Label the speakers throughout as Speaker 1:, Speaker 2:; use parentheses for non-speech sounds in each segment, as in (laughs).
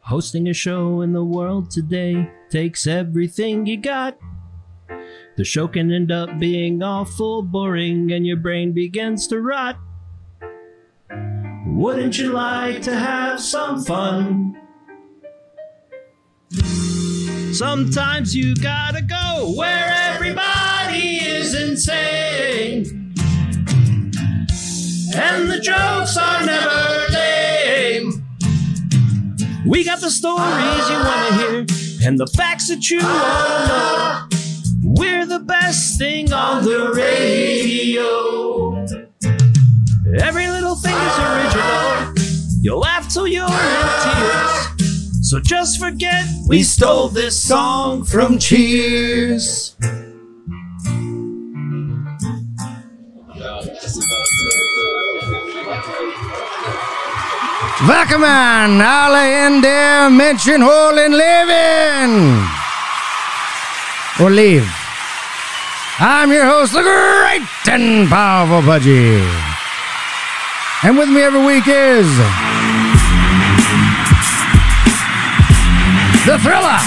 Speaker 1: Hosting a show in the world today takes everything you got. The show can end up being awful boring and your brain begins to rot. Wouldn't you like to have some fun? Sometimes you gotta go where everybody is insane. And the jokes are never lame. We got the stories you wanna hear and the facts that you wanna know. We're the best thing on the radio. Every little thing is original. You'll laugh till you're in tears. So just forget we stole this song from Cheers.
Speaker 2: Welkom aan alle in der Menschenholen Leben! Or leave. I'm your host, the great and powerful Pudgy. And with me every week is. The thriller,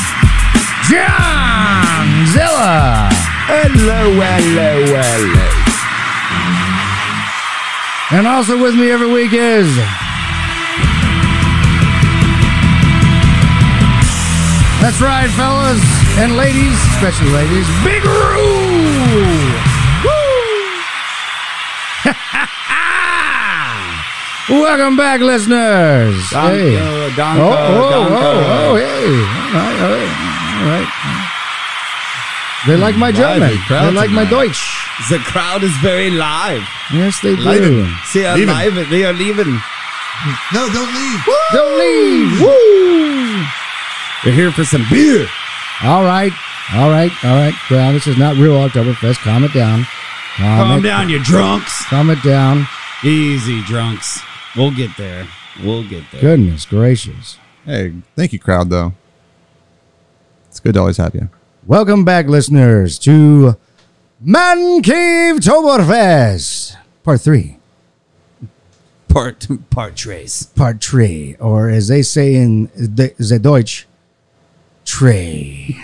Speaker 2: John Zilla.
Speaker 3: Hello, hello, hello.
Speaker 2: And also with me every week is. That's right, fellas and ladies, especially ladies, Big Roo! Woo! (laughs) Welcome back, listeners. Hey.
Speaker 3: Donka, Donka,
Speaker 2: Oh, oh,
Speaker 3: Donka.
Speaker 2: oh, oh, hey. All right, all right, all right. They like my
Speaker 3: Lively
Speaker 2: German.
Speaker 3: crowd
Speaker 2: They like my
Speaker 3: tonight.
Speaker 2: Deutsch.
Speaker 3: The crowd is very live.
Speaker 2: Yes, they do.
Speaker 3: Leiden. See, are
Speaker 4: Leiden.
Speaker 3: live. They are leaving.
Speaker 4: No, don't leave.
Speaker 2: Don't leave. Woo!
Speaker 3: They're here for some beer.
Speaker 2: All right, all right, all right. Well, this is not real Oktoberfest. Calm it down. Calm,
Speaker 3: Calm
Speaker 2: it,
Speaker 3: down, you drunks.
Speaker 2: Calm it down.
Speaker 3: Easy, drunks. We'll get there. We'll get there.
Speaker 2: Goodness gracious.
Speaker 4: Hey, thank you, crowd, though. It's good to always have you.
Speaker 2: Welcome back, listeners, to Man Cave Toberfest, part three.
Speaker 3: Part part trace.
Speaker 2: Part three, or as they say in the, the Deutsch, Trey.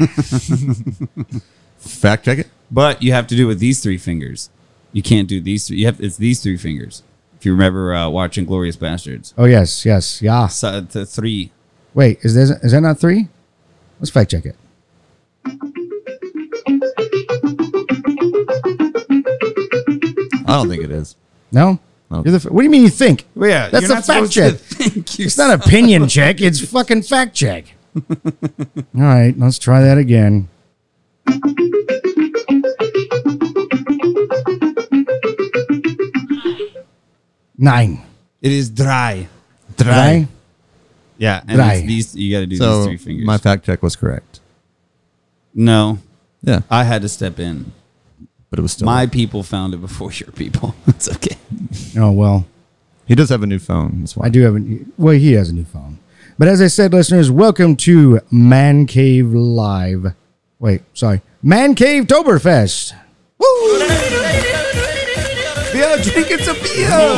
Speaker 4: Fact check it.
Speaker 3: But you have to do it with these three fingers. You can't do these three. You have it's these three fingers. If you remember uh, watching Glorious Bastards,
Speaker 2: Oh, yes, yes, yeah.
Speaker 3: so, the three.
Speaker 2: Wait, is, there, is that not three? Let's fact check it.
Speaker 4: I don't think it is.
Speaker 2: No?
Speaker 4: No.
Speaker 2: You're the, f- what do you mean you think?
Speaker 3: Well, yeah,
Speaker 2: That's
Speaker 3: you're
Speaker 2: a
Speaker 3: not
Speaker 2: fact
Speaker 3: supposed to
Speaker 2: check.
Speaker 3: (laughs) think
Speaker 2: It's not
Speaker 3: (laughs)
Speaker 2: opinion check. It's fucking fact check. All right, let's try that again. Nine.
Speaker 3: It is dry.
Speaker 2: Right?
Speaker 3: Yeah, and
Speaker 2: Dry.
Speaker 3: it's these you got to do these
Speaker 4: (laughs) So
Speaker 3: three fingers.
Speaker 4: my fact check was correct.
Speaker 3: no,
Speaker 4: Yeah,
Speaker 3: I had to step in.
Speaker 4: but it was still.
Speaker 3: My people found it before your people. (laughs) It's okay.
Speaker 2: Oh well,
Speaker 4: he does have a new phone. That's why.
Speaker 2: I do have a. Well, he has a new phone. But as I said, listeners, welcome to Man Cave Live. Wait, sorry, Man Cave Toberfest.
Speaker 3: We are drinking some beer.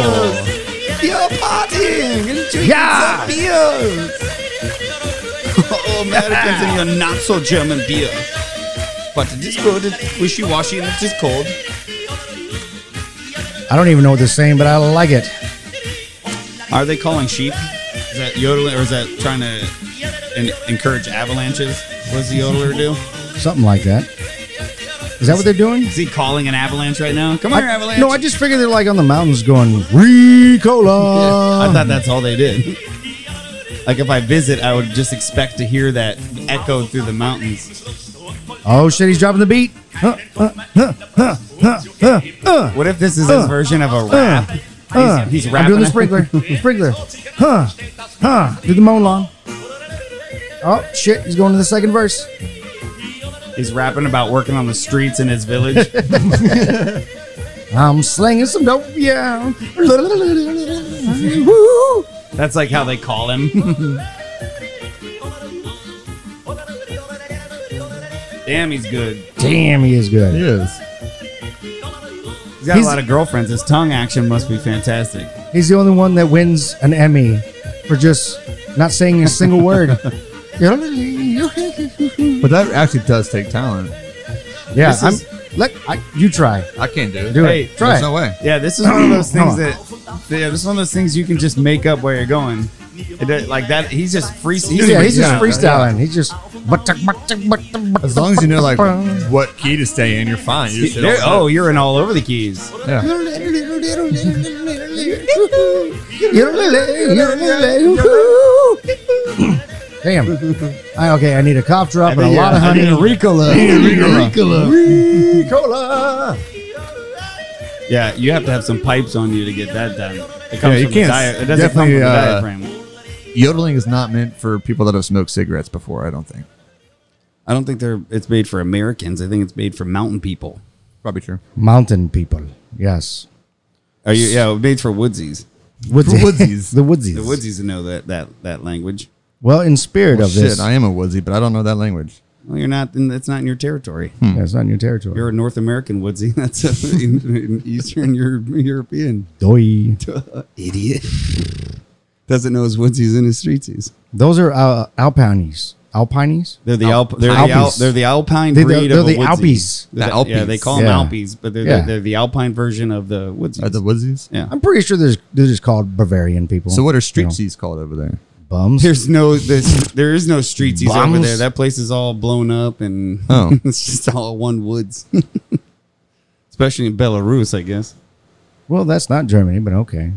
Speaker 3: We are partying and drinking
Speaker 2: Yeah.
Speaker 3: beer. (laughs) oh, Americans and your not so German beer. But it is good. It's wishy washy and it is cold.
Speaker 2: I don't even know what they're saying, but I like it.
Speaker 3: Are they calling sheep? Is that yodeling or is that trying to en- encourage avalanches? What does the yodeler do?
Speaker 2: Something like that. Is that what they're doing?
Speaker 3: Is he calling an avalanche right now? Come
Speaker 2: I-
Speaker 3: on, avalanche.
Speaker 2: No, I just figured they're like on the mountains going Ricola.
Speaker 3: I thought that's all they did. Like if I visit, I would just expect to hear that echoed through the mountains.
Speaker 2: oh shit, he's dropping the beat. Huh, huh, huh, huh, huh, huh, huh.
Speaker 3: What if this is his
Speaker 2: Uh,
Speaker 3: version of a rap?
Speaker 2: Uh,
Speaker 3: he's, he's
Speaker 2: I'm
Speaker 3: rapping.
Speaker 2: doing the
Speaker 3: it.
Speaker 2: sprinkler. sprinkler. Huh. Huh. Do the moan long. Oh shit, he's going to the second verse.
Speaker 3: (laughs) He's rapping about working on the streets in
Speaker 2: (laughs)
Speaker 3: his village.
Speaker 2: I'm slinging some dope, yeah.
Speaker 3: Woo! That's like how they call
Speaker 2: (laughs)
Speaker 3: him. Damn, he's good.
Speaker 2: Damn, he is good.
Speaker 4: He is.
Speaker 3: He's got
Speaker 2: He's-
Speaker 3: a lot of girlfriends. His tongue action must be fantastic.
Speaker 2: He's the only one that wins an Emmy for just not saying a single word. yeah,
Speaker 4: But that actually does take talent.
Speaker 3: This
Speaker 2: I'm.
Speaker 3: is-
Speaker 2: Let I, you try.
Speaker 4: I can't do it.
Speaker 2: Do
Speaker 3: Hey,
Speaker 2: it. Try
Speaker 4: There's
Speaker 2: it.
Speaker 4: no way.
Speaker 3: Yeah, this is one
Speaker 2: (clears throat)
Speaker 3: of those
Speaker 2: Come
Speaker 3: things that. Yeah, this is one of those things you can just make up where you're going. It does- like that, he's just free. He's
Speaker 2: yeah, he's just
Speaker 4: Yeah,
Speaker 2: freestyling. He's just.
Speaker 4: As long as you know like (laughs) what key to stay in, you're fine. You just hit
Speaker 3: There-
Speaker 4: all
Speaker 3: oh, you're in all over the keys.
Speaker 4: the- yeah.
Speaker 2: (laughs) Damn. I, okay, I need a cough drop and a
Speaker 3: think
Speaker 2: lot of
Speaker 3: I
Speaker 2: honey.
Speaker 3: need a (laughs)
Speaker 2: Ricola. Ricola.
Speaker 3: Yeah, you have to have some pipes on you to get that done. It comes
Speaker 4: Yeah, you
Speaker 3: from the
Speaker 4: can't
Speaker 3: dia-
Speaker 4: s-
Speaker 3: It doesn't come
Speaker 4: definitely,
Speaker 3: from the
Speaker 4: uh,
Speaker 3: diaphragm.
Speaker 4: Yodeling is not meant for people that have smoked cigarettes before. I don't think.
Speaker 3: I don't think they're. It's made for Americans. I think it's made for mountain people.
Speaker 4: Probably true.
Speaker 2: Mountain people. Yes.
Speaker 3: Are you? Yeah, it's made for woodsies.
Speaker 2: Woodsy. (laughs)
Speaker 4: Woodsies.
Speaker 2: the Woodsies.
Speaker 3: The woodsies know that that that language.
Speaker 2: Well, in spirit
Speaker 4: Well,
Speaker 2: of
Speaker 4: Oh, shit,
Speaker 2: this.
Speaker 4: I am a woodsy, but I don't know that language.
Speaker 3: Well, you're not. In, that's not in your territory.
Speaker 2: Yeah, it's not in your territory.
Speaker 3: You're a North American woodsy. (laughs) That's a, in, in Eastern Europe, European
Speaker 4: (laughs)
Speaker 2: Doi.
Speaker 3: idiot. Doesn't know his woodsies and his streetsies.
Speaker 2: Those are uh, Alpines. Alpines?
Speaker 3: They're the Alp. They're the Alp.
Speaker 2: Alpes.
Speaker 3: They're the Alpine
Speaker 2: They're the-
Speaker 3: breed
Speaker 2: they're
Speaker 3: of a
Speaker 2: the
Speaker 3: woodsy.
Speaker 2: Alpes.
Speaker 3: They're
Speaker 4: The
Speaker 3: the- Yeah,
Speaker 4: Alpes.
Speaker 3: they call them
Speaker 2: Yeah.
Speaker 3: Alpes, but they're,
Speaker 2: Yeah.
Speaker 3: the, they're the Alpine version of the woodsies.
Speaker 4: Are the woodsies?
Speaker 3: yeah.
Speaker 2: I'm pretty sure there's they're just called Bavarian people.
Speaker 4: So what are
Speaker 2: You know,
Speaker 4: streetsies called over there?
Speaker 2: Bums.
Speaker 3: There's no this. There is no streetsies over
Speaker 2: Bombs?
Speaker 3: there. That place is all blown up and
Speaker 4: Oh.
Speaker 3: (laughs) it's just all one woods. (laughs) Especially in Belarus, I guess.
Speaker 2: well, that's not Germany, but okay.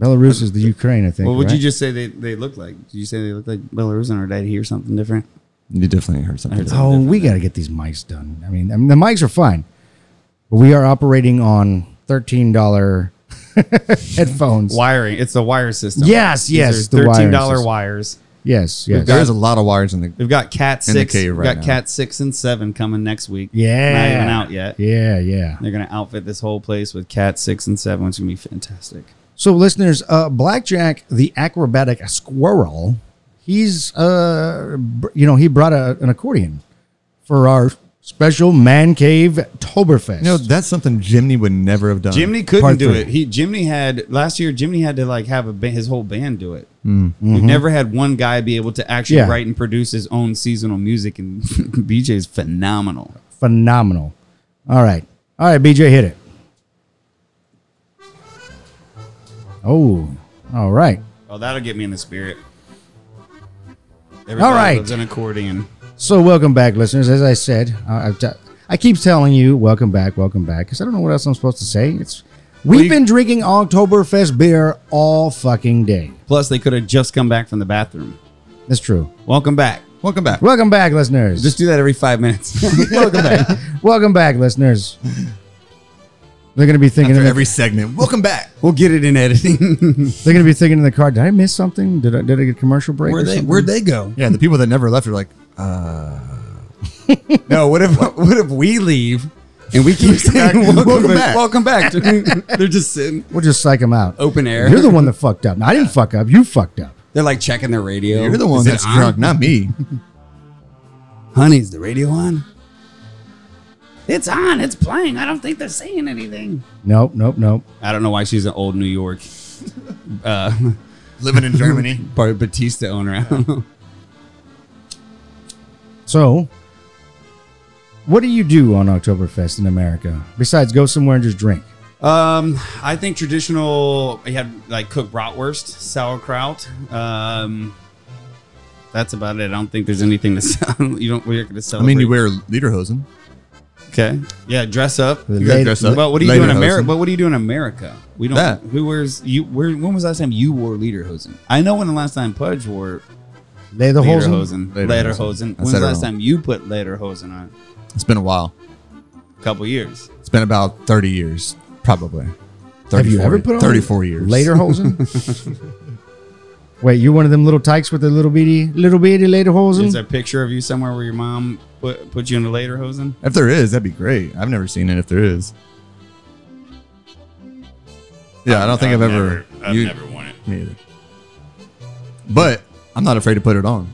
Speaker 2: Belarus is the Ukraine, I think.
Speaker 3: What would you
Speaker 2: right?
Speaker 3: just say they, they look like? Did you say they look like Belarusian or did I hear something different?
Speaker 4: You definitely heard something.
Speaker 3: I heard something.
Speaker 2: Oh, we got to get these mics done. I mean, I mean, the mics are fine, but we are operating on thirteen dollar (laughs) headphones.
Speaker 3: Wiring. It's the wire system.
Speaker 2: Yes,
Speaker 3: These
Speaker 2: yes,
Speaker 3: are
Speaker 2: the wire
Speaker 3: Thirteen dollar
Speaker 2: system.
Speaker 3: wires.
Speaker 2: Yes,
Speaker 4: There
Speaker 2: yes.
Speaker 4: is a lot of wires in the.
Speaker 3: We've got cat
Speaker 4: In the
Speaker 3: six.
Speaker 4: cave
Speaker 3: We've
Speaker 4: right
Speaker 3: got
Speaker 4: now.
Speaker 3: cat six and seven coming next week.
Speaker 2: Yeah.
Speaker 3: Not even out yet.
Speaker 2: Yeah, yeah.
Speaker 3: They're gonna outfit this whole place with cat six and seven, which is gonna be fantastic.
Speaker 2: So, listeners, uh, Blackjack, the acrobatic squirrel, he's uh, br- you know, he brought a, an accordion for our special man cave Toberfest.
Speaker 4: You know, that's something Jimny would never have done.
Speaker 3: Jimny couldn't
Speaker 2: Part
Speaker 3: do
Speaker 2: three.
Speaker 3: it. He Jimny had last year. Jimny had to like have a ba- his whole band do it. We've never had one guy be able to actually
Speaker 2: Yeah.
Speaker 3: write and produce his own seasonal music, and (laughs) BJ is phenomenal.
Speaker 2: phenomenal. All right, all right, BJ, hit it. Oh, all right.
Speaker 3: Oh, that'll get me in the spirit.
Speaker 2: All right.
Speaker 3: loves an accordion.
Speaker 2: So, welcome back, listeners. As I said, uh, I, I've t- I keep telling you, welcome back, welcome back, because I don't know what else I'm supposed to say. It's we've
Speaker 3: you-
Speaker 2: been drinking Oktoberfest beer all fucking day.
Speaker 3: Plus, they could have just come back from the bathroom.
Speaker 2: That's true.
Speaker 3: Welcome back.
Speaker 4: Welcome back.
Speaker 2: Welcome back, listeners.
Speaker 3: Just do that every five minutes. (laughs) Welcome
Speaker 4: (laughs)
Speaker 3: back.
Speaker 2: welcome back, listeners. They're gonna be thinking.
Speaker 4: After
Speaker 2: In
Speaker 4: every
Speaker 2: the,
Speaker 4: segment, welcome back.
Speaker 3: We'll get it in editing.
Speaker 2: they're gonna be thinking in the car. Did I miss something? Did I did I get a commercial break? or something?
Speaker 3: they go?
Speaker 4: Yeah, the people that never left are like,
Speaker 3: No, what if what if we leave and we keep saying welcome,
Speaker 4: Welcome
Speaker 3: back,
Speaker 4: back."
Speaker 3: welcome back? (laughs) They're just sitting
Speaker 2: We'll just psych them out.
Speaker 3: open air.
Speaker 2: You're the one
Speaker 4: (laughs)
Speaker 2: that fucked up. No, I didn't fuck up. You fucked up.
Speaker 3: They're like checking their radio.
Speaker 4: "You're the one
Speaker 3: Is it
Speaker 4: that's
Speaker 3: on?
Speaker 4: drunk, not me."
Speaker 3: Honey, is the radio on? It's on. It's playing. I don't think they're saying anything.
Speaker 2: Nope, nope, nope.
Speaker 3: I don't know why she's an old New York
Speaker 4: (laughs)
Speaker 3: (laughs) uh,
Speaker 4: Living in Germany.
Speaker 3: Bar- Batista owner. I don't know.
Speaker 2: So, what do you do on Oktoberfest in America besides go somewhere and just drink?
Speaker 3: Um, I think traditional. You had like cooked bratwurst, sauerkraut. Um, that's about it. I don't think there's anything to (laughs) sell. You don't. We're not going to
Speaker 4: I
Speaker 3: celebrate.
Speaker 4: mean, you wear lederhosen.
Speaker 3: Okay. Yeah, dress up.
Speaker 2: The
Speaker 4: You gotta
Speaker 2: lady-
Speaker 4: dress up.
Speaker 3: Well, what do you do in America?
Speaker 4: Lederhosen.
Speaker 3: But what do you do in America? We don't.
Speaker 4: That.
Speaker 3: Who wears you? Where? When was the last time you wore lederhosen? I know when the last time Pudge wore
Speaker 2: Lederhosen.
Speaker 3: lederhosen.
Speaker 4: Lederhosen.
Speaker 3: Lederhosen.
Speaker 4: I
Speaker 3: When was
Speaker 4: said
Speaker 3: the
Speaker 4: it
Speaker 3: last
Speaker 4: wrong.
Speaker 3: time you put lederhosen on?
Speaker 4: It's been a while.
Speaker 3: A couple years.
Speaker 4: It's been about 30 years, probably. 30,
Speaker 2: Have you ever
Speaker 4: 40
Speaker 2: put on
Speaker 4: 34 years.
Speaker 2: Lederhosen?
Speaker 4: (laughs)
Speaker 2: Wait, you're one of them little tykes with the little bitty, little bitty lederhosen?
Speaker 3: Is there a picture of you somewhere where your mom put put you in a lederhosen?
Speaker 4: If there is, that'd be great. I've never seen it if there is. Yeah, I don't think I've, ever.
Speaker 3: I've
Speaker 4: you,
Speaker 3: never worn
Speaker 4: Me either. But I'm not afraid to put it on.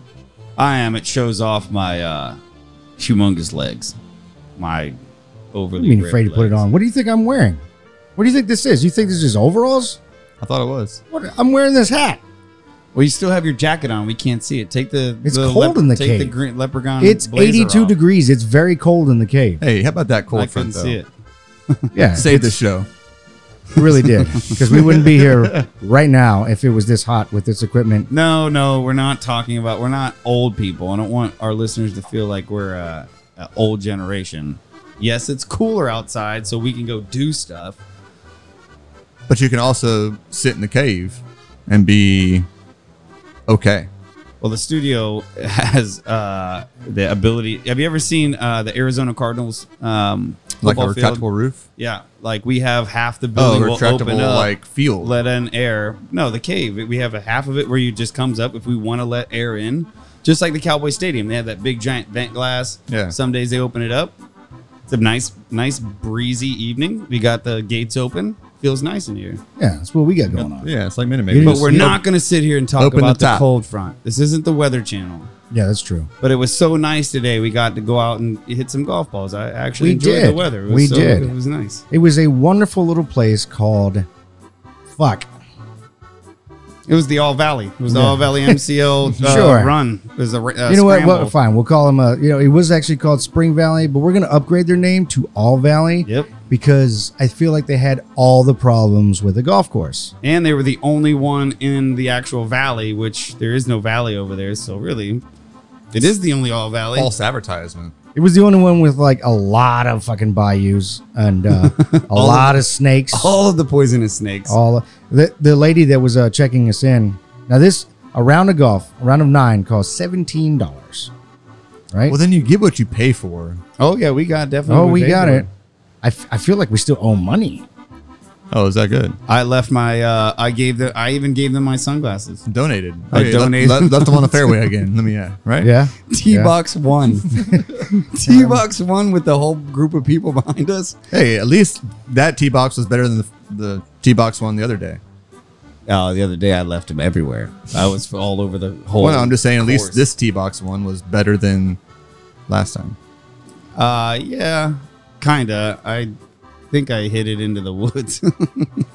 Speaker 3: I am. It shows off my uh, humongous legs, my
Speaker 2: I
Speaker 3: overly.
Speaker 2: mean,
Speaker 3: ripped
Speaker 2: afraid to put it
Speaker 3: legs.
Speaker 2: on. What do you think I'm wearing? What do you think this is? You think this is overalls?
Speaker 4: I thought it was.
Speaker 2: What? I'm wearing this hat.
Speaker 3: Well, you still have your jacket on. We can't see it. Take the.
Speaker 2: It's
Speaker 3: the
Speaker 2: cold in the
Speaker 3: take the
Speaker 2: cave.
Speaker 3: green leprechaun.
Speaker 2: It's
Speaker 3: blazer
Speaker 2: 82
Speaker 3: off.
Speaker 2: degrees. It's very cold in the
Speaker 3: (laughs)
Speaker 2: cave.
Speaker 4: Hey, how about that cold
Speaker 3: I
Speaker 4: front
Speaker 3: couldn't see
Speaker 4: though?
Speaker 3: it.
Speaker 2: Yeah,
Speaker 4: Save the show.
Speaker 2: it (laughs) really did. Because we wouldn't be
Speaker 3: (laughs)
Speaker 2: here right now if it was this hot with this equipment.
Speaker 3: No, no, we're not talking about. We're not old people. I don't want our listeners to feel like we're uh, an old generation. Yes, it's cooler outside, so we can go do stuff.
Speaker 4: But you can also sit in the cave and be okay.
Speaker 3: Well, the studio (laughs) has uh, the ability. Have you ever seen uh, the Arizona Cardinals? Um,
Speaker 4: Like a
Speaker 3: football field?
Speaker 4: retractable roof.
Speaker 3: Yeah, like we have half the
Speaker 4: Oh,
Speaker 3: building will
Speaker 4: retractable
Speaker 3: open up,
Speaker 4: like field.
Speaker 3: let in air. No, the cave. We have a half of it where you just comes up if we want to let air in, just like the Cowboy Stadium. They have that big giant vent glass.
Speaker 4: Yeah.
Speaker 3: Some days they open it up. It's a nice, nice breezy evening. We got the gates open. Feels nice in here.
Speaker 2: Yeah, that's what we got going on.
Speaker 4: yeah, it's like Minute
Speaker 2: You
Speaker 4: Maid.
Speaker 2: didn't
Speaker 3: But we're not going to sit here and talk
Speaker 4: Open the
Speaker 3: about the
Speaker 4: top.
Speaker 3: cold front. This isn't the Weather Channel.
Speaker 2: Yeah, that's true.
Speaker 3: But it was so nice today. We got to go out and hit some golf balls. I actually
Speaker 2: We
Speaker 3: enjoyed the
Speaker 2: did.
Speaker 3: weather. It was
Speaker 2: We
Speaker 3: so-
Speaker 2: did.
Speaker 3: It was nice.
Speaker 2: It was a wonderful little place called Fuck.
Speaker 3: It was the All Valley. It was the
Speaker 2: Yeah.
Speaker 3: All Valley MCL
Speaker 2: (laughs)
Speaker 3: uh,
Speaker 2: Sure.
Speaker 3: run. It was a ra- uh,
Speaker 2: you know what?
Speaker 3: scramble.
Speaker 2: Well, fine. We'll call them a. You know, it was actually called Spring Valley, but we're gonna upgrade their name to All Valley.
Speaker 3: Yep.
Speaker 2: Because I feel like they had all the problems with the golf course.
Speaker 3: And they were the only one in the actual valley, which there is no valley over there. So really, it is the only All Valley.
Speaker 4: false advertisement.
Speaker 2: It was the only one with like a lot of fucking bayous and uh, a lot of snakes.
Speaker 3: All of the poisonous snakes.
Speaker 4: Oh.
Speaker 2: all the the lady that was uh, checking us in. Now this a round of golf, a round of nine, costs seventeen dollars. Right.
Speaker 4: Well, then you get what you pay for.
Speaker 3: oh yeah, we got definitely.
Speaker 2: oh, we
Speaker 3: paid
Speaker 2: got
Speaker 3: for
Speaker 2: it. I, f- I feel like we still owe money.
Speaker 4: Oh, is that good?
Speaker 3: I left my. Uh, I gave the. I even gave them my
Speaker 4: (laughs)
Speaker 3: sunglasses.
Speaker 4: Donated.
Speaker 3: I
Speaker 4: Okay, left-
Speaker 3: donated.
Speaker 4: Left, left them
Speaker 2: (laughs)
Speaker 4: on the fairway again. Let me yeah. Right.
Speaker 2: Yeah.
Speaker 3: T box
Speaker 4: (laughs)
Speaker 3: one. T box one with the whole group of people (laughs) behind us.
Speaker 4: Hey, at least that tee box was better than the, the tee box one the other day.
Speaker 3: Oh, the other day I left them everywhere. I was all over the whole.
Speaker 4: well, no, I'm just saying, at least
Speaker 3: course.
Speaker 4: this tee box one was better than last time.
Speaker 3: Uh, yeah, kinda. I think I hit it into the woods. no,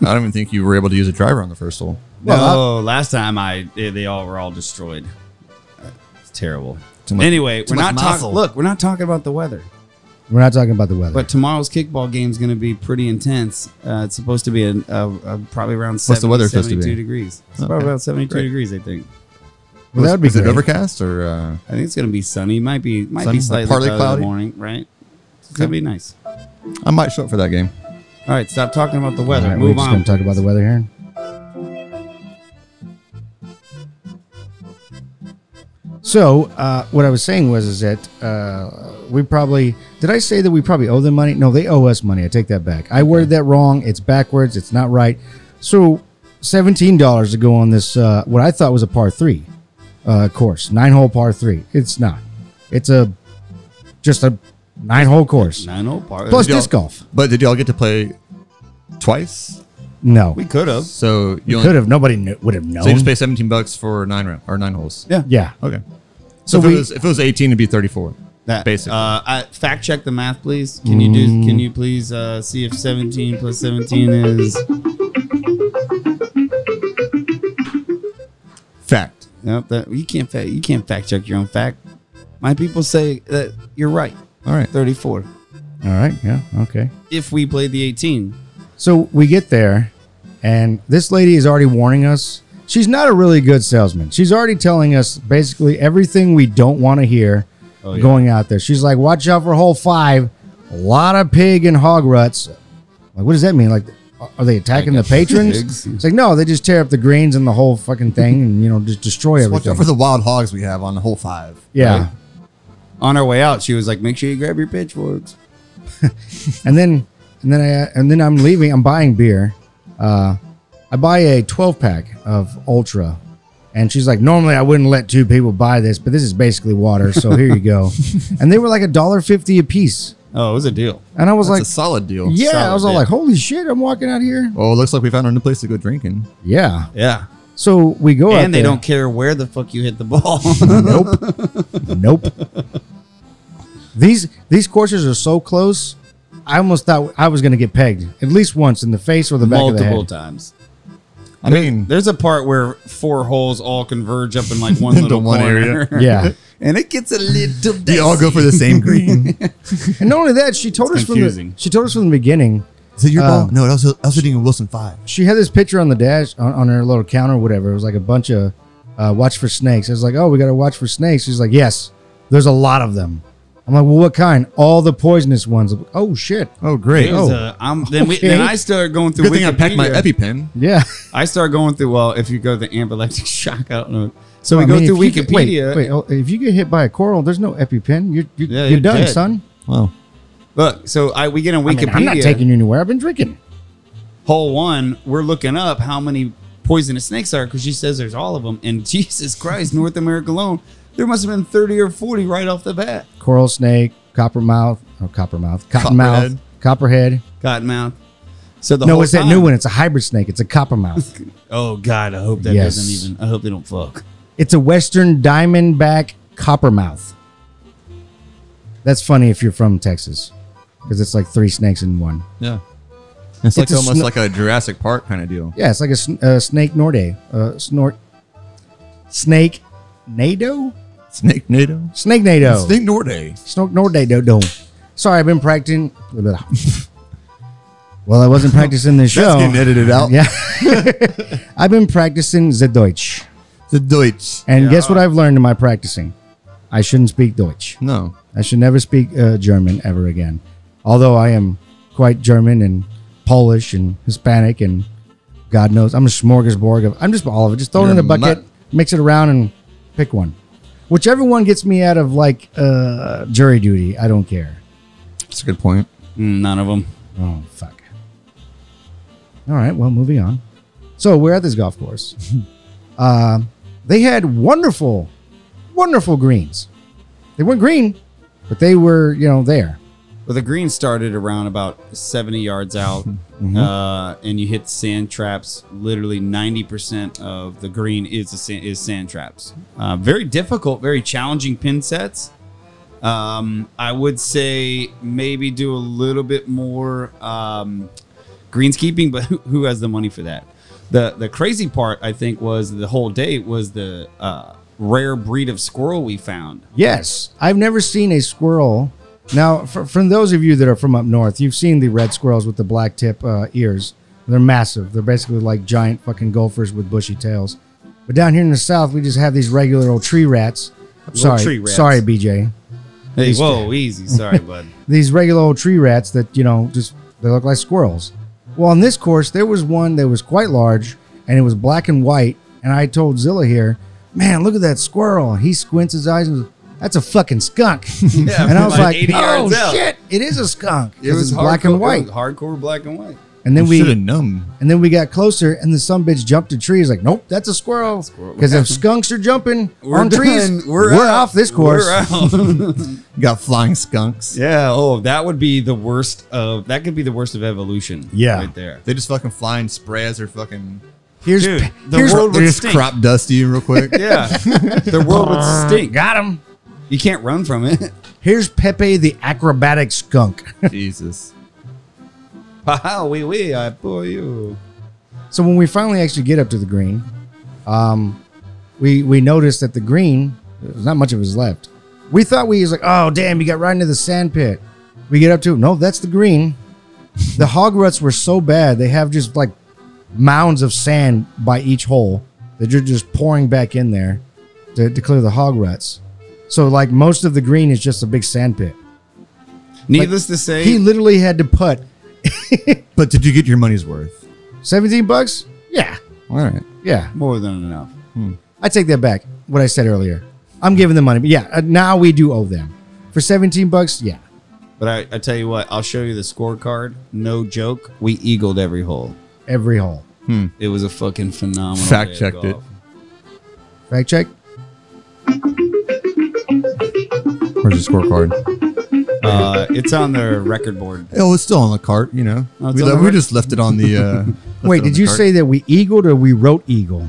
Speaker 4: I don't even think you were able to use a driver on the first hole.
Speaker 2: Well,
Speaker 4: uh,
Speaker 3: last time I they they all were all destroyed. Uh, It's terrible.
Speaker 4: Too much-
Speaker 3: anyway,
Speaker 4: too
Speaker 3: we're
Speaker 4: much
Speaker 3: not talking.
Speaker 4: muscle.
Speaker 3: Look, we're not talking about the weather.
Speaker 2: We're not talking about the weather.
Speaker 3: But tomorrow's kickball game is going to be pretty intense. Uh, it's supposed to be a, a, a probably around 70,
Speaker 4: What's the weather supposed to
Speaker 3: 72
Speaker 4: be?
Speaker 3: degrees. It's
Speaker 4: Okay.
Speaker 3: probably about 72
Speaker 4: Great.
Speaker 3: degrees, I think.
Speaker 2: well, that would be
Speaker 4: Is it
Speaker 2: great.
Speaker 4: overcast or? Uh,
Speaker 3: I think it's going to be sunny. Might be might
Speaker 4: Sunny,
Speaker 3: be slightly
Speaker 4: partly
Speaker 3: cloudy, in the
Speaker 4: cloudy?
Speaker 3: morning, right? It's going to be nice.
Speaker 4: I might show up for that game.
Speaker 3: All right, stop talking about the weather.
Speaker 2: All right, we're
Speaker 3: Move
Speaker 2: just
Speaker 3: on.
Speaker 2: gonna talk about the weather here. So uh, what I was saying was is that uh, we probably did I say that we probably owe them money? No, they owe us money. I take that back. I worded that wrong. It's backwards. It's not right. So seventeen dollars to go on this uh, what I thought was a par three uh, course, nine hole par three. It's not. It's a just a nine hole course
Speaker 3: Nine oh hole par.
Speaker 2: plus
Speaker 4: Y'all-
Speaker 2: disc golf.
Speaker 4: But did y'all get to play twice?
Speaker 2: No,
Speaker 3: we could have.
Speaker 4: So you only-
Speaker 2: could have. Nobody knew, would have known.
Speaker 4: So you just pay 17 bucks for nine round or nine holes.
Speaker 3: Yeah.
Speaker 2: Yeah.
Speaker 4: Okay. So,
Speaker 2: So
Speaker 4: if,
Speaker 2: we-
Speaker 4: it was, if it was 18, it'd be 34.
Speaker 3: That
Speaker 4: Basically.
Speaker 3: Uh, I, fact check the math, please. Can you do? Can you please uh, see if seventeen plus seventeen is?
Speaker 4: Fact.
Speaker 3: Nope, that, you can't. Fact, you can't fact check your own fact. My people say that you're right.
Speaker 4: All right.
Speaker 3: Thirty-four.
Speaker 2: All right. Yeah. Okay.
Speaker 3: If we played the eighteen,
Speaker 2: So we get there, and this lady is already warning us. She's not a really good salesman. She's already telling us basically everything we don't want to hear
Speaker 3: Oh, yeah.
Speaker 2: going out there. She's like, watch out for hole five. A lot of pig and hog ruts. Like, what does that mean? Like, are they attacking the patrons?
Speaker 3: pigs.
Speaker 2: It's like, no, they just tear up the greens and the whole fucking thing and, you know, just destroy
Speaker 4: Watch out
Speaker 2: everything.
Speaker 4: for the wild hogs we have on hole five.
Speaker 2: yeah.
Speaker 4: Right?
Speaker 3: on our way out, she was like, "Make sure you grab your pitchforks."
Speaker 2: and then and then I and then I'm leaving. I'm buying beer. Uh, I buy a 12 pack of Ultra, and she's like, normally I wouldn't let two people buy this, but this is basically water, so here you
Speaker 3: (laughs)
Speaker 2: go. and they were like a dollar fifty a piece,
Speaker 3: Oh, it was a deal.
Speaker 2: and I was
Speaker 4: That's a
Speaker 2: like,
Speaker 4: solid deal. Oh,
Speaker 2: yeah, I
Speaker 3: solid
Speaker 2: was all
Speaker 3: bid.
Speaker 2: like, holy shit, I'm walking out here.
Speaker 4: Well, it looks like we found a new place to go drinking.
Speaker 2: Yeah,
Speaker 3: Yeah,
Speaker 2: So we go out
Speaker 3: and they
Speaker 2: there.
Speaker 3: don't care where the fuck you hit (laughs) the ball.
Speaker 2: Nope. nope.
Speaker 3: (laughs)
Speaker 2: These these courses are so close. I almost thought I was going to get pegged at least once in the face or the back of the
Speaker 3: (laughs) Multiple
Speaker 2: head.
Speaker 3: times.
Speaker 4: I mean,
Speaker 3: There's a part where four holes all converge up in (laughs) like one
Speaker 4: Into
Speaker 3: little
Speaker 4: one
Speaker 3: corner.
Speaker 2: Yeah.
Speaker 3: (laughs) and it gets a little.
Speaker 4: you all go
Speaker 2: (laughs)
Speaker 4: for the same green.
Speaker 2: And not only that, she told
Speaker 3: It's
Speaker 2: us from the
Speaker 3: confusing.
Speaker 2: she told us from the beginning.
Speaker 4: Is it your
Speaker 2: Um,
Speaker 4: ball? Uh, No, I was, I was hitting a Wilson five.
Speaker 2: She had this picture on the dash on, on her little counter, or whatever. It was like a bunch of uh, watch for snakes. I was like, oh, we got to watch for snakes. She's like, yes, there's a lot of them. I'm like, well, what kind? All the poisonous ones. I'm like, oh shit.
Speaker 4: Oh, great.
Speaker 3: There's
Speaker 4: Oh,
Speaker 3: a- uh, I'm- then, we, then
Speaker 2: Okay.
Speaker 3: I start going through.
Speaker 4: good thing I packed my
Speaker 3: Wikipedia.
Speaker 4: EpiPen.
Speaker 2: Yeah. (laughs)
Speaker 3: I start going through. Well, if you go to the ambulectic (laughs) shock, I don't know. So we
Speaker 2: I
Speaker 3: go
Speaker 2: mean,
Speaker 3: through
Speaker 2: if you get-
Speaker 3: Wikipedia.
Speaker 2: wait, wait, oh, if you get hit by a coral, there's no EpiPen. You're you're,
Speaker 3: Yeah,
Speaker 2: you're,
Speaker 3: you're
Speaker 2: done,
Speaker 3: dead.
Speaker 2: son.
Speaker 4: Wow.
Speaker 3: Look, so I we get on
Speaker 2: I mean,
Speaker 3: Wikipedia.
Speaker 2: I'm not taking you anywhere. I've been drinking.
Speaker 3: hole one, we're looking up how many poisonous snakes are because she says there's all of them. And (laughs) Jesus Christ, North America alone, there must have been 30 or 40 right off the bat.
Speaker 2: Coral snake, oh, coppermouth, or coppermouth, cottonmouth,
Speaker 4: Copperhead.
Speaker 2: copperhead.
Speaker 3: Cottonmouth. So the
Speaker 2: no,
Speaker 3: whole
Speaker 2: it's that
Speaker 3: time-
Speaker 2: new one. It's a hybrid snake. It's a coppermouth.
Speaker 3: Oh, God, I hope that
Speaker 2: Yes.
Speaker 3: doesn't even, I hope they don't fuck.
Speaker 2: It's a Western Diamondback Coppermouth. That's funny if you're from Texas, because it's like three snakes in one.
Speaker 4: Yeah. It's, like
Speaker 2: a
Speaker 4: almost
Speaker 2: sno-
Speaker 4: like a Jurassic Park kind of deal.
Speaker 2: Yeah, it's like a, sn- uh snake norday, uh, snort, snake nado,
Speaker 4: Snake NATO.
Speaker 2: snake nado,
Speaker 4: Snake Norday.
Speaker 2: snort norday do do. Sorry, I've been practicing. (laughs) well, I wasn't practicing this
Speaker 4: That's
Speaker 2: show.
Speaker 4: getting edited out.
Speaker 2: Yeah, (laughs) I've been practicing the Deutsch,
Speaker 4: The Deutsch.
Speaker 2: and guess what I've learned in my practicing? I shouldn't speak Deutsch.
Speaker 4: No.
Speaker 2: I should never speak uh, German ever again. Although I am quite German and Polish and Hispanic and God knows I'm a smorgasbord of I'm just all of it. Just throw it in
Speaker 4: You're
Speaker 2: a bucket,
Speaker 4: mutt.
Speaker 2: mix it around, and pick one. Whichever one gets me out of like uh, jury duty, I don't care.
Speaker 4: That's a good point.
Speaker 3: Mm, none of them.
Speaker 2: Oh fuck. All right, well, moving on. So we're at this golf course. (laughs) uh, they had wonderful, wonderful greens. They weren't green, but they were you know there.
Speaker 3: Well, the green started around about 70 yards out, uh, and you hit sand traps. Literally 90% of the green is a sand, is sand traps. Uh, very difficult, very challenging pin sets. Um, I would say maybe do a little bit more um, greenskeeping, but who, who has the money for that? The the crazy part I think was the whole day was the uh, rare breed of squirrel we found.
Speaker 2: Yes, I've never seen a squirrel. Now, for, from those of you that are from up north, you've seen the red squirrels with the black tip uh, ears. They're massive. They're basically like giant fucking gophers with bushy tails. But down here in the south, we just have these regular old tree rats. sorry,
Speaker 3: tree rats.
Speaker 2: sorry, BJ.
Speaker 3: Hey,
Speaker 2: These-
Speaker 3: whoa, easy, sorry, bud.
Speaker 2: These regular old tree rats that you know just they look like squirrels. Well, on this course, there was one that was quite large, and it was black and white. And I told Zilla here, man, look at that squirrel. He squints his eyes and goes, that's a fucking skunk.
Speaker 3: (laughs) Yeah,
Speaker 2: and I was
Speaker 3: like
Speaker 2: like,
Speaker 3: 80
Speaker 2: oh
Speaker 3: yards out."
Speaker 2: shit, it is a skunk.
Speaker 3: It
Speaker 2: it's
Speaker 3: was
Speaker 2: black and
Speaker 3: hardcore-
Speaker 2: white.
Speaker 3: it was hardcore black and white.
Speaker 2: And then
Speaker 4: should have
Speaker 2: we
Speaker 4: known.
Speaker 2: and then we got closer, and the some bitch jumped a tree. He's like, nope, that's a squirrel. Because if skunks are jumping on trees, we're,
Speaker 3: out.
Speaker 2: off this course.
Speaker 3: (laughs) We're
Speaker 2: (laughs)
Speaker 3: out.
Speaker 4: Got flying skunks.
Speaker 3: yeah. Oh, that would be the worst of. That could be the worst of evolution.
Speaker 2: Yeah.
Speaker 3: Right there.
Speaker 4: They just fucking fly and spray as they're fucking.
Speaker 2: Here's
Speaker 3: Dude, the
Speaker 2: here's
Speaker 3: world
Speaker 4: They
Speaker 3: would
Speaker 4: just
Speaker 3: stink.
Speaker 4: crop dust you real quick.
Speaker 3: Yeah. the world would
Speaker 2: (laughs)
Speaker 3: stink.
Speaker 2: got him.
Speaker 3: You can't run from it. (laughs)
Speaker 2: Here's Pepe the acrobatic skunk. (laughs)
Speaker 4: Jesus.
Speaker 3: Haha, wee wee, I pull you.
Speaker 2: So when we finally actually get up to the green, um, we we noticed that the green there's not much of his left. We thought we was like, oh damn, you got right into the sand pit. We get up to no, that's the green. the hog ruts were so bad; they have just like mounds of sand by each hole that you're just pouring back in there to, to clear the hog ruts. So like most of the green is just a big sand pit.
Speaker 3: Needless to say,
Speaker 2: He literally had to put
Speaker 4: But did you get your money's worth?
Speaker 2: 17 bucks. Yeah,
Speaker 4: All right.
Speaker 2: yeah.
Speaker 3: more than enough.
Speaker 2: I take that back. What I said earlier. I'm giving them money. But yeah, uh, now we do owe them for 17 bucks. Yeah.
Speaker 3: But I, I tell you what, I'll show you the scorecard. No joke, we eagled every hole.
Speaker 2: Every hole.
Speaker 3: It was a fucking phenomenal.
Speaker 4: Fact
Speaker 3: day of
Speaker 4: checked it.
Speaker 3: golf.
Speaker 2: Fact check.
Speaker 4: Where's your (laughs) scorecard?
Speaker 3: Uh, it's on the record board.
Speaker 4: Oh, it's still on the cart, you know.
Speaker 3: Oh, it's
Speaker 4: we
Speaker 3: on
Speaker 4: le-
Speaker 3: the
Speaker 4: we
Speaker 3: cart?
Speaker 4: (laughs) just left it on the. Uh, left it
Speaker 2: Wait,
Speaker 4: on
Speaker 2: did
Speaker 4: the
Speaker 2: you
Speaker 4: cart.
Speaker 2: say that we eagled or we wrote eagle?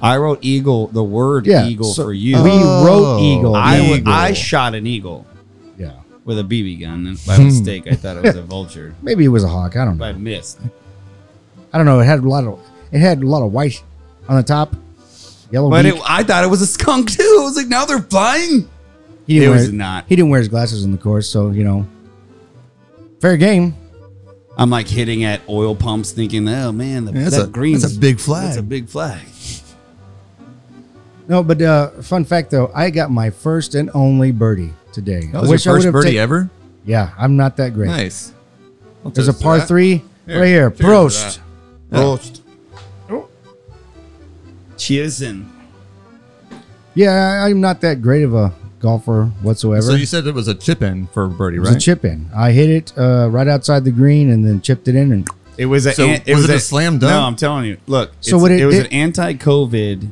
Speaker 3: I wrote eagle, the word
Speaker 2: Yeah,
Speaker 3: eagle
Speaker 2: so
Speaker 3: for you.
Speaker 2: We
Speaker 4: Oh.
Speaker 2: wrote Eagle.
Speaker 3: I
Speaker 2: yeah.
Speaker 3: wa- I shot an eagle
Speaker 2: yeah.
Speaker 3: with a BB gun and by mistake. I thought it was a vulture,
Speaker 2: Maybe it was a hawk. I don't know.
Speaker 3: but I missed.
Speaker 2: I don't know. It had a lot of it had a lot of white on the top, yellow.
Speaker 3: But
Speaker 2: beak.
Speaker 3: it, I thought it was a skunk too. I was like, now they're flying.
Speaker 2: he didn't
Speaker 3: it
Speaker 2: wear,
Speaker 3: was not.
Speaker 2: He didn't wear his glasses on the course, so you know, fair game.
Speaker 3: I'm like hitting at oil pumps, thinking, oh man, the,
Speaker 4: Yeah, that's
Speaker 3: that
Speaker 4: a-
Speaker 3: green.
Speaker 4: that's a big flag.
Speaker 3: That's a big flag.
Speaker 2: No, but uh, fun fact though, I got my first and only birdie today.
Speaker 4: That was your first
Speaker 2: would've
Speaker 4: birdie
Speaker 2: ta-
Speaker 4: ever.
Speaker 2: Yeah, I'm not that great.
Speaker 4: Nice. I'll
Speaker 2: There's a
Speaker 4: toast to
Speaker 2: par
Speaker 4: that.
Speaker 2: three
Speaker 4: Here,
Speaker 2: right here.
Speaker 4: cheers to
Speaker 2: Prost.
Speaker 3: Prost.
Speaker 4: Yeah.
Speaker 3: Cheers and
Speaker 2: Yeah, I- I'm not that great of a golfer whatsoever.
Speaker 4: So you said it was a chip in for birdie,
Speaker 2: it was
Speaker 4: right?
Speaker 2: a chip in. I hit it uh, right outside the green and then chipped it in. And
Speaker 3: It was a.
Speaker 4: So, was it a slam dunk?
Speaker 3: No, I'm telling you. Look,
Speaker 2: So
Speaker 3: it's-
Speaker 2: what
Speaker 3: it,
Speaker 2: it
Speaker 3: was
Speaker 2: did-
Speaker 3: an anti-COVID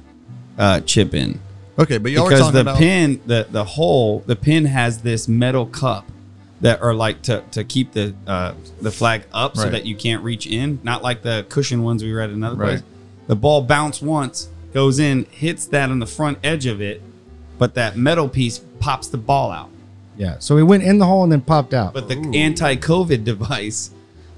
Speaker 3: uh, chip in
Speaker 4: Okay, but y'all were
Speaker 3: because
Speaker 4: talking
Speaker 3: the
Speaker 4: about
Speaker 3: pin, the the hole, the pin has this metal cup that are like to to keep the uh, the flag up so
Speaker 4: Right.
Speaker 3: that you can't reach in. Not like the cushion ones we read in another
Speaker 4: Right.
Speaker 3: place. The ball bounced once, goes in, hits that on the front edge of it, but that metal piece pops the ball out.
Speaker 2: yeah, so we went in the hole and then popped out.
Speaker 3: but the anti-COVID (laughs) device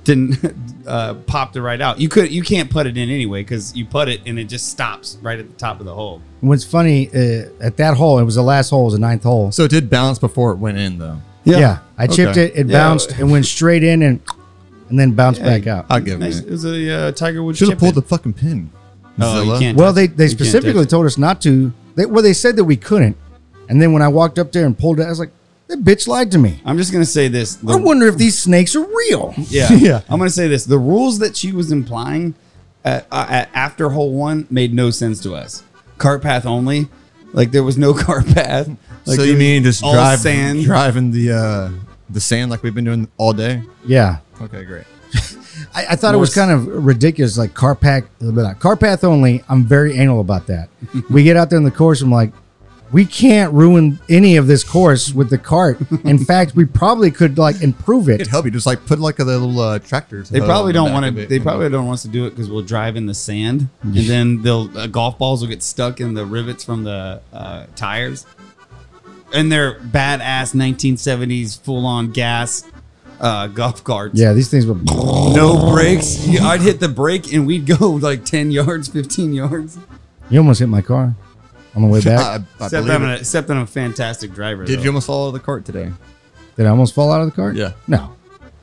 Speaker 3: didn't (laughs) uh, popped it right out. You could you can't put it in anyway because you put it and it just stops right at the top of the hole.
Speaker 2: And What's funny uh, at that hole, it was the last hole, it was the ninth hole.
Speaker 4: So it did bounce before it went in, though.
Speaker 2: yeah. I chipped
Speaker 4: Okay.
Speaker 2: it, it
Speaker 3: Yeah.
Speaker 2: bounced and went straight in and and then bounced back out.
Speaker 4: I give
Speaker 3: Nice.
Speaker 4: it.
Speaker 3: It was a uh, Tiger Woods.
Speaker 4: Should have
Speaker 3: chip
Speaker 4: pulled
Speaker 3: in.
Speaker 4: the fucking pin.
Speaker 3: Oh, you
Speaker 4: Zilla.
Speaker 3: can't
Speaker 2: well,
Speaker 3: touch
Speaker 2: they
Speaker 3: it.
Speaker 2: they
Speaker 3: You can't touch
Speaker 2: specifically
Speaker 3: it.
Speaker 2: told us not to. They, well, they said that we couldn't, and then when I walked up there and pulled it, I was like, "That bitch lied to me."
Speaker 3: I'm just gonna say this. The-
Speaker 2: I wonder if these snakes are real. (laughs)
Speaker 3: yeah.
Speaker 4: Yeah.
Speaker 3: I'm gonna say this. The rules that she was implying at, uh, at after hole one made no sense to us. Cart path only. Like there was no (laughs) cart path. Like,
Speaker 4: so
Speaker 3: it
Speaker 4: you
Speaker 3: was
Speaker 4: mean just
Speaker 3: all
Speaker 4: drive,
Speaker 3: sand?
Speaker 4: driving the uh, the sand like we've been doing all day?
Speaker 2: Yeah,
Speaker 4: Okay, great.
Speaker 2: I, I thought it was
Speaker 3: More
Speaker 2: kind of ridiculous, like car pack, car path only. I'm very anal about that. we get out there in the course. I'm like, we can't ruin any of this course with the cart. In fact, we probably could like improve it.
Speaker 4: It'd help you just like put like a little uh, tractor.
Speaker 3: They probably don't want to. They probably don't want us to do it because we'll drive in the sand, and then they'll uh, golf balls will get stuck in the rivets from the uh, tires. And they're badass 1970s full on gas uh, golf carts.
Speaker 2: Yeah, these things were.
Speaker 3: No brakes. Yeah, I'd hit the brake and we'd go (laughs) like 10 yards, 15 (laughs) yards.
Speaker 2: You almost hit my car on the way back.
Speaker 4: (laughs) I, I
Speaker 3: Except
Speaker 4: believe
Speaker 3: I'm,
Speaker 4: it.
Speaker 3: a, except I'm a fantastic driver.
Speaker 4: Did
Speaker 3: though.
Speaker 4: you almost fall out of the cart today?
Speaker 2: Did I almost fall out of the car?
Speaker 4: Yeah.
Speaker 2: No.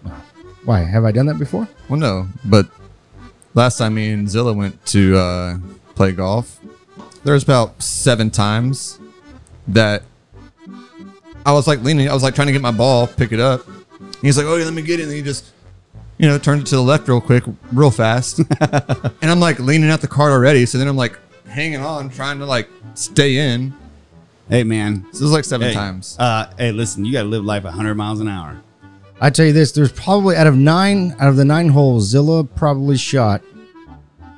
Speaker 2: No. Why? Have I done that before?
Speaker 4: Well, no, but last time me and Zilla went to uh, play golf, there was about seven times that I was like leaning, I was like trying to get my ball, pick it up. And he's like, "Oh, yeah, let me get it," and he just, you know, turned it to the left real quick, real
Speaker 3: (laughs)
Speaker 4: fast. and I'm like leaning out the cart already, so then I'm like hanging on, trying to like stay in.
Speaker 3: Hey, man.
Speaker 4: So it was like seven
Speaker 3: Hey,
Speaker 4: times.
Speaker 3: Uh, hey, listen, you got to live life 100 miles an hour.
Speaker 2: I tell you this: there's probably out of nine out of the nine holes, Zilla probably shot